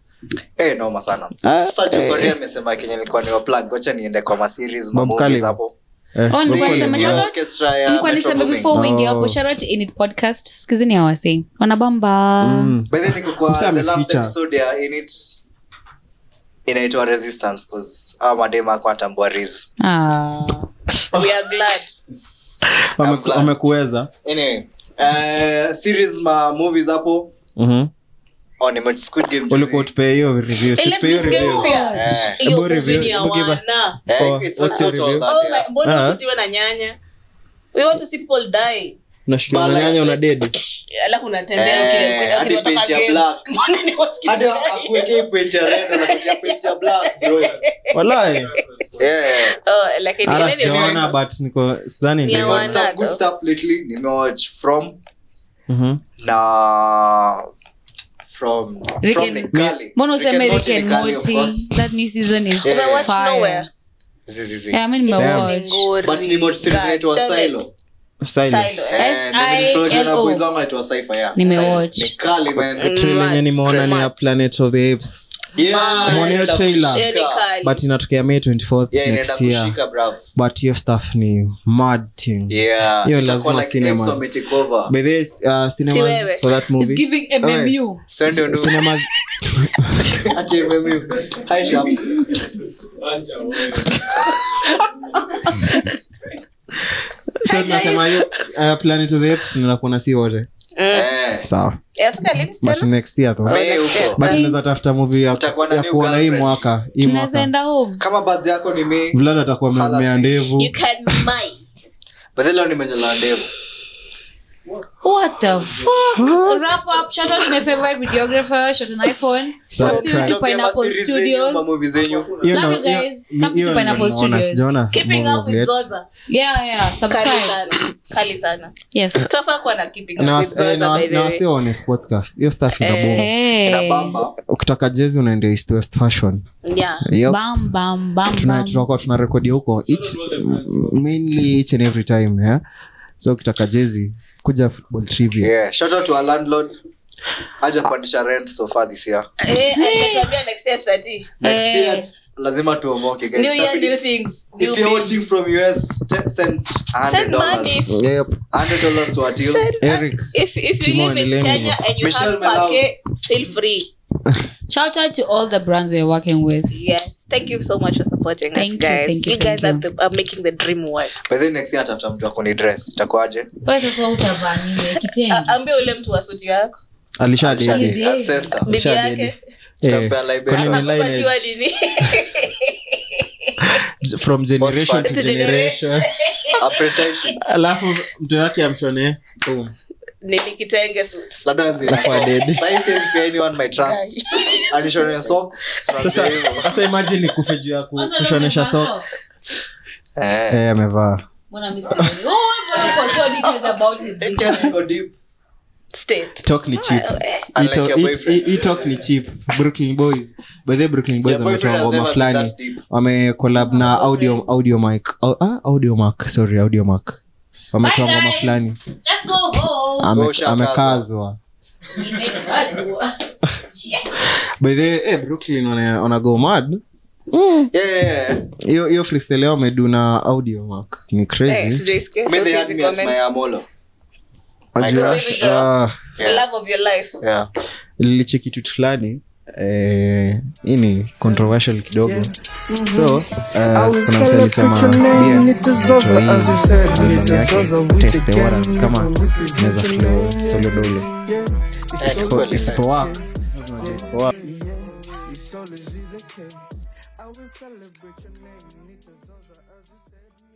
[SPEAKER 2] Eh, noma sana
[SPEAKER 6] Ah,
[SPEAKER 2] Sasa
[SPEAKER 6] eh,
[SPEAKER 2] Jofari amesema kenye nilikuwa niwa plug wacha niende kwa maseries
[SPEAKER 6] Bob
[SPEAKER 2] mamovies
[SPEAKER 6] Kalim.
[SPEAKER 2] hapo
[SPEAKER 6] eh,
[SPEAKER 4] Oh, nilikuwa
[SPEAKER 2] Zile
[SPEAKER 4] niseme
[SPEAKER 2] hiyo
[SPEAKER 4] shout out?
[SPEAKER 2] orchestra ya
[SPEAKER 4] nilikuwa
[SPEAKER 2] Metro
[SPEAKER 4] niseme
[SPEAKER 2] Booming.
[SPEAKER 4] before uingie
[SPEAKER 6] Oh.
[SPEAKER 4] hapo sharot init podcast sikizeni awasei wanabamba
[SPEAKER 6] mm.
[SPEAKER 2] By the way, niko kwa
[SPEAKER 6] Msa
[SPEAKER 2] the last
[SPEAKER 6] ameficha.
[SPEAKER 2] episode ya Init inaitwa resistance cause hawa madema hakuwa anatambua Riz.
[SPEAKER 4] Ah.
[SPEAKER 5] We are glad.
[SPEAKER 6] Wameku-
[SPEAKER 2] glad.
[SPEAKER 6] wamekuweza
[SPEAKER 2] Anyway, eh, series ma movies hapo
[SPEAKER 6] Mhm.
[SPEAKER 2] oh, nime- Squid Game juzi.
[SPEAKER 6] ulikuwa utupee hiyo review
[SPEAKER 5] Eh, let's
[SPEAKER 6] situpee hiyo
[SPEAKER 5] give
[SPEAKER 6] review
[SPEAKER 5] mpya.
[SPEAKER 2] Eh,
[SPEAKER 5] Hiyo
[SPEAKER 6] Hebu
[SPEAKER 5] movie
[SPEAKER 6] review,
[SPEAKER 5] ni ya
[SPEAKER 6] hebu give a-
[SPEAKER 5] wana.
[SPEAKER 2] eh,
[SPEAKER 6] Oh,
[SPEAKER 2] it's
[SPEAKER 6] what's
[SPEAKER 2] not
[SPEAKER 6] your
[SPEAKER 2] all
[SPEAKER 6] review?
[SPEAKER 2] that,
[SPEAKER 5] Oh,
[SPEAKER 2] yeah.
[SPEAKER 5] my- mbona
[SPEAKER 6] Ah.
[SPEAKER 5] ushutiwe na nyanya? We want to see people die.
[SPEAKER 6] Unashikilia
[SPEAKER 2] Balance.
[SPEAKER 6] nyanya una dedi
[SPEAKER 5] alafu unatembea
[SPEAKER 2] Eh,
[SPEAKER 5] ukile- ukile-
[SPEAKER 2] hadi
[SPEAKER 5] ukile-
[SPEAKER 2] paint
[SPEAKER 5] unataka
[SPEAKER 2] ya
[SPEAKER 5] game.
[SPEAKER 2] black.
[SPEAKER 5] Mbona ni watu
[SPEAKER 2] Hadi
[SPEAKER 5] kidai?
[SPEAKER 2] akuwekei point ya red, anakuwekea point ya black, bro.
[SPEAKER 6] Walai.
[SPEAKER 2] Yeah.
[SPEAKER 5] Oh, lakini
[SPEAKER 6] Hata
[SPEAKER 5] ile ni
[SPEAKER 6] sijaona, but niko sidhani
[SPEAKER 5] Ni ya
[SPEAKER 6] ndio.
[SPEAKER 5] wana.
[SPEAKER 2] Nimewatch some good
[SPEAKER 5] though.
[SPEAKER 2] stuff lately. Nimewatch From
[SPEAKER 6] Mhm.
[SPEAKER 2] na from
[SPEAKER 4] Rick
[SPEAKER 2] from
[SPEAKER 4] and-
[SPEAKER 2] Nikali.
[SPEAKER 4] mbona useme
[SPEAKER 2] Rick and
[SPEAKER 4] Rick and
[SPEAKER 2] Nikali, of
[SPEAKER 4] Morty?
[SPEAKER 2] course.
[SPEAKER 4] That new season is
[SPEAKER 2] Yeah.
[SPEAKER 5] Umewatch
[SPEAKER 4] fire.
[SPEAKER 5] Nowhere?
[SPEAKER 2] Zi, zi, zi.
[SPEAKER 4] Yeah, I mean,
[SPEAKER 6] Damn.
[SPEAKER 4] nimewatch.
[SPEAKER 5] Ngori.
[SPEAKER 2] But nimewatch series
[SPEAKER 5] God
[SPEAKER 2] inaitwa
[SPEAKER 5] damn it.
[SPEAKER 2] Silo.
[SPEAKER 6] Silent.
[SPEAKER 5] Silo, eh.
[SPEAKER 2] Eh, nimejipeleka na boys wangu wanaitwa Cypher, yeah.
[SPEAKER 4] Nimewatch.
[SPEAKER 2] Silo. Nikali, man.
[SPEAKER 6] Trailer yenye nimeona ni ya
[SPEAKER 5] Right.
[SPEAKER 6] planet of the apes
[SPEAKER 2] Yeah,
[SPEAKER 6] Mwoneo
[SPEAKER 2] inaenda
[SPEAKER 6] trailer.
[SPEAKER 5] Eh, ni
[SPEAKER 2] kushika.
[SPEAKER 5] kali.
[SPEAKER 6] but inatokea may 24th
[SPEAKER 2] Yeah, inaenda
[SPEAKER 6] next year
[SPEAKER 2] kushika, bravo.
[SPEAKER 6] but hiyo stuff ni mad thing
[SPEAKER 2] Yeah,
[SPEAKER 6] Hiyo
[SPEAKER 2] itakuwa
[SPEAKER 6] lazima
[SPEAKER 2] like
[SPEAKER 6] cinemas.
[SPEAKER 2] Apes wametook over.
[SPEAKER 6] By the way, uh, cinemas
[SPEAKER 5] Si wewe.
[SPEAKER 6] for that
[SPEAKER 4] It's
[SPEAKER 6] movie.
[SPEAKER 4] giving MMU.
[SPEAKER 2] So ndio ndio.
[SPEAKER 6] Cinemas-
[SPEAKER 2] Acha MMU. Hi, Shams.
[SPEAKER 6] so tunasema hiyo uh, planet of the apes ndio kuna si wote
[SPEAKER 2] Eh,
[SPEAKER 6] sawa
[SPEAKER 5] Eh, toka lini tena?
[SPEAKER 6] but next year
[SPEAKER 5] Oh,
[SPEAKER 6] though
[SPEAKER 2] May huko.
[SPEAKER 6] but tunaweza tafuta movie ya,
[SPEAKER 2] Utakuwa na
[SPEAKER 6] ya
[SPEAKER 2] new
[SPEAKER 6] kuona hii
[SPEAKER 2] girlfriend.
[SPEAKER 6] mwaka hii
[SPEAKER 4] tunaweza
[SPEAKER 6] mwaka
[SPEAKER 4] enda home
[SPEAKER 2] kama birthday yako ni May,
[SPEAKER 6] vlad atakuwa
[SPEAKER 2] Halas.
[SPEAKER 6] amemea ndevu
[SPEAKER 5] You can mine.
[SPEAKER 2] but then leo nimenyolewa ndevu.
[SPEAKER 4] what the fuck wrap up shout out to my favorite videographer shot an iphone
[SPEAKER 6] Subscribe.
[SPEAKER 4] Still to
[SPEAKER 2] Tuambie
[SPEAKER 4] Pineapple
[SPEAKER 2] ma-series zenyu,
[SPEAKER 4] Studios
[SPEAKER 2] ma-movie zenyu.
[SPEAKER 6] Hiyo
[SPEAKER 4] Love
[SPEAKER 6] ndio-
[SPEAKER 4] you
[SPEAKER 6] hiyo-
[SPEAKER 4] guys.
[SPEAKER 6] hiyo
[SPEAKER 4] Come to
[SPEAKER 6] ndio
[SPEAKER 4] Pineapple
[SPEAKER 6] nimeona,
[SPEAKER 4] Studios.
[SPEAKER 6] sijaona
[SPEAKER 5] Keeping
[SPEAKER 6] More
[SPEAKER 5] up with
[SPEAKER 6] yet.
[SPEAKER 5] Zoza.
[SPEAKER 4] yeah yeah
[SPEAKER 5] Kali
[SPEAKER 4] subscribe
[SPEAKER 5] sana. Kali sana.
[SPEAKER 4] yes
[SPEAKER 5] Tunafaa kuwa na keeping up
[SPEAKER 6] Na-
[SPEAKER 5] with Zoza,
[SPEAKER 6] eh, na-
[SPEAKER 5] by the
[SPEAKER 6] na
[SPEAKER 5] way.
[SPEAKER 6] wasee waone sportscast. hiyo stuff ina bomba.
[SPEAKER 4] Eh.
[SPEAKER 5] Eh.
[SPEAKER 4] hey
[SPEAKER 2] Inabamba.
[SPEAKER 6] ukitaka jezi unaenda east west fashion
[SPEAKER 5] Yeah.
[SPEAKER 6] Yep.
[SPEAKER 4] bam bam bam
[SPEAKER 6] Tuna-
[SPEAKER 4] bam
[SPEAKER 6] tunakuwa tuna rekodi huko each, mainly each and every time yeah? so ukitaka jezi kuja football trivia
[SPEAKER 2] Yeah, shout out to our landlord.
[SPEAKER 6] Ah.
[SPEAKER 2] Hajapandisha rent so far this year.
[SPEAKER 5] Eh, ametuambia next year tutatii.
[SPEAKER 2] Next
[SPEAKER 4] Eh.
[SPEAKER 2] year, lazima tuomoke, guys.
[SPEAKER 5] New year, new
[SPEAKER 2] Itabidi-
[SPEAKER 5] things. New
[SPEAKER 2] If you're
[SPEAKER 5] me.
[SPEAKER 2] watching from US, te- send
[SPEAKER 5] Send money.
[SPEAKER 2] $100.
[SPEAKER 6] Yep.
[SPEAKER 2] $100 to Atil.
[SPEAKER 6] Eric,
[SPEAKER 5] If- if you
[SPEAKER 6] Timon
[SPEAKER 5] live in
[SPEAKER 6] Lengo.
[SPEAKER 5] Kenya and you
[SPEAKER 2] Michelle
[SPEAKER 5] have
[SPEAKER 2] Melao.
[SPEAKER 5] parquet, feel free.
[SPEAKER 4] shout out to all the brands we're working with
[SPEAKER 5] Yes. Thank you so much for supporting
[SPEAKER 4] Thank
[SPEAKER 5] us,
[SPEAKER 4] you,
[SPEAKER 5] guys.
[SPEAKER 4] thank you,
[SPEAKER 5] You guys
[SPEAKER 4] thank
[SPEAKER 5] are the- are making the dream work.
[SPEAKER 2] By the way, next year atafuta mtu akuni dress itakuwaje
[SPEAKER 4] wewe sasa utavaa nini kitenge
[SPEAKER 5] ambia ule mtu wa suti yako
[SPEAKER 6] Alisha Dede.
[SPEAKER 4] Dede.
[SPEAKER 2] Ancestor.
[SPEAKER 5] bibi
[SPEAKER 6] Shadi
[SPEAKER 5] yake
[SPEAKER 6] Eh,
[SPEAKER 2] Tampea
[SPEAKER 6] kwani
[SPEAKER 2] libation.
[SPEAKER 6] ni lineage?
[SPEAKER 5] amepatiwa nini
[SPEAKER 6] from generation to
[SPEAKER 5] To generation.
[SPEAKER 6] generation
[SPEAKER 2] Appetition.
[SPEAKER 3] alafu mtu wake amshone
[SPEAKER 5] nilikitenge suit
[SPEAKER 2] Labda ni
[SPEAKER 6] Alafu
[SPEAKER 2] socks.
[SPEAKER 6] adede.
[SPEAKER 2] Sasa hizi pia anyone my trust. Additional ya socks, tunaanzia hivyo.
[SPEAKER 3] sasa imagine ni kufe juu ya ku-
[SPEAKER 4] Kwanza
[SPEAKER 3] kushonesha
[SPEAKER 4] lazima
[SPEAKER 3] socks
[SPEAKER 4] socks.
[SPEAKER 2] Eh.
[SPEAKER 6] Eh, amevaa
[SPEAKER 4] Mbona amesema ni- Oh, mbona uko so detailed about his
[SPEAKER 2] It can
[SPEAKER 4] business?
[SPEAKER 2] go deep.
[SPEAKER 5] state
[SPEAKER 6] talk ni cheap
[SPEAKER 5] Ah,
[SPEAKER 2] Unlike
[SPEAKER 6] Ito-
[SPEAKER 2] your
[SPEAKER 6] it- it-
[SPEAKER 2] boyfriends.
[SPEAKER 6] it talk ni cheap brooklyn boys by the way, brooklyn boys
[SPEAKER 2] Your boyfriend
[SPEAKER 6] wametoa ngoma
[SPEAKER 2] has never been
[SPEAKER 6] fulani
[SPEAKER 2] that deep.
[SPEAKER 6] wamekolab na audio audio mic Au- ah, audio mark sorry audio mark wametoa
[SPEAKER 4] Bye,
[SPEAKER 6] ngoma
[SPEAKER 4] guys.
[SPEAKER 6] fulani
[SPEAKER 4] Let's go home.
[SPEAKER 6] Ame-
[SPEAKER 2] Oh, shakazo.
[SPEAKER 6] amekazwa
[SPEAKER 4] Nimekazwa.
[SPEAKER 6] by the way, eh, brooklyn wana- wana go mad
[SPEAKER 2] Yeah, yeah, yeah.
[SPEAKER 6] hiyo hiyo freestyle yao wamedu na audio mark ni
[SPEAKER 5] Eh,
[SPEAKER 6] crazy
[SPEAKER 5] sijaisikia,
[SPEAKER 2] I mean,
[SPEAKER 5] so
[SPEAKER 2] they
[SPEAKER 5] see
[SPEAKER 2] had
[SPEAKER 5] the
[SPEAKER 2] me at
[SPEAKER 5] comment.
[SPEAKER 2] my Amolo.
[SPEAKER 6] Ajua,
[SPEAKER 5] Like, really,
[SPEAKER 6] ah,
[SPEAKER 5] The love of your life
[SPEAKER 2] Yeah.
[SPEAKER 6] liliche kitu fulani eh, hii ni controversial kidogo
[SPEAKER 1] Mm-hmm.
[SPEAKER 6] so uh,
[SPEAKER 1] I will
[SPEAKER 6] kuna msee alisema
[SPEAKER 1] celebrate your name,
[SPEAKER 6] "Bia,
[SPEAKER 1] nitazoza,
[SPEAKER 6] nitoe
[SPEAKER 1] as you said,
[SPEAKER 6] album yake,
[SPEAKER 1] nitazoza with
[SPEAKER 6] Test the
[SPEAKER 1] the
[SPEAKER 6] Waters",
[SPEAKER 1] gang,
[SPEAKER 6] kama
[SPEAKER 1] niko with
[SPEAKER 6] inaweza
[SPEAKER 1] your
[SPEAKER 6] flow
[SPEAKER 1] name.
[SPEAKER 6] solo dolo.
[SPEAKER 1] Yeah.
[SPEAKER 2] Eh,
[SPEAKER 1] It's
[SPEAKER 2] cool.
[SPEAKER 1] all-
[SPEAKER 6] Isipowaka.
[SPEAKER 1] yeah, it's all as you can. I will celebrate your name, nitazoza, as you said.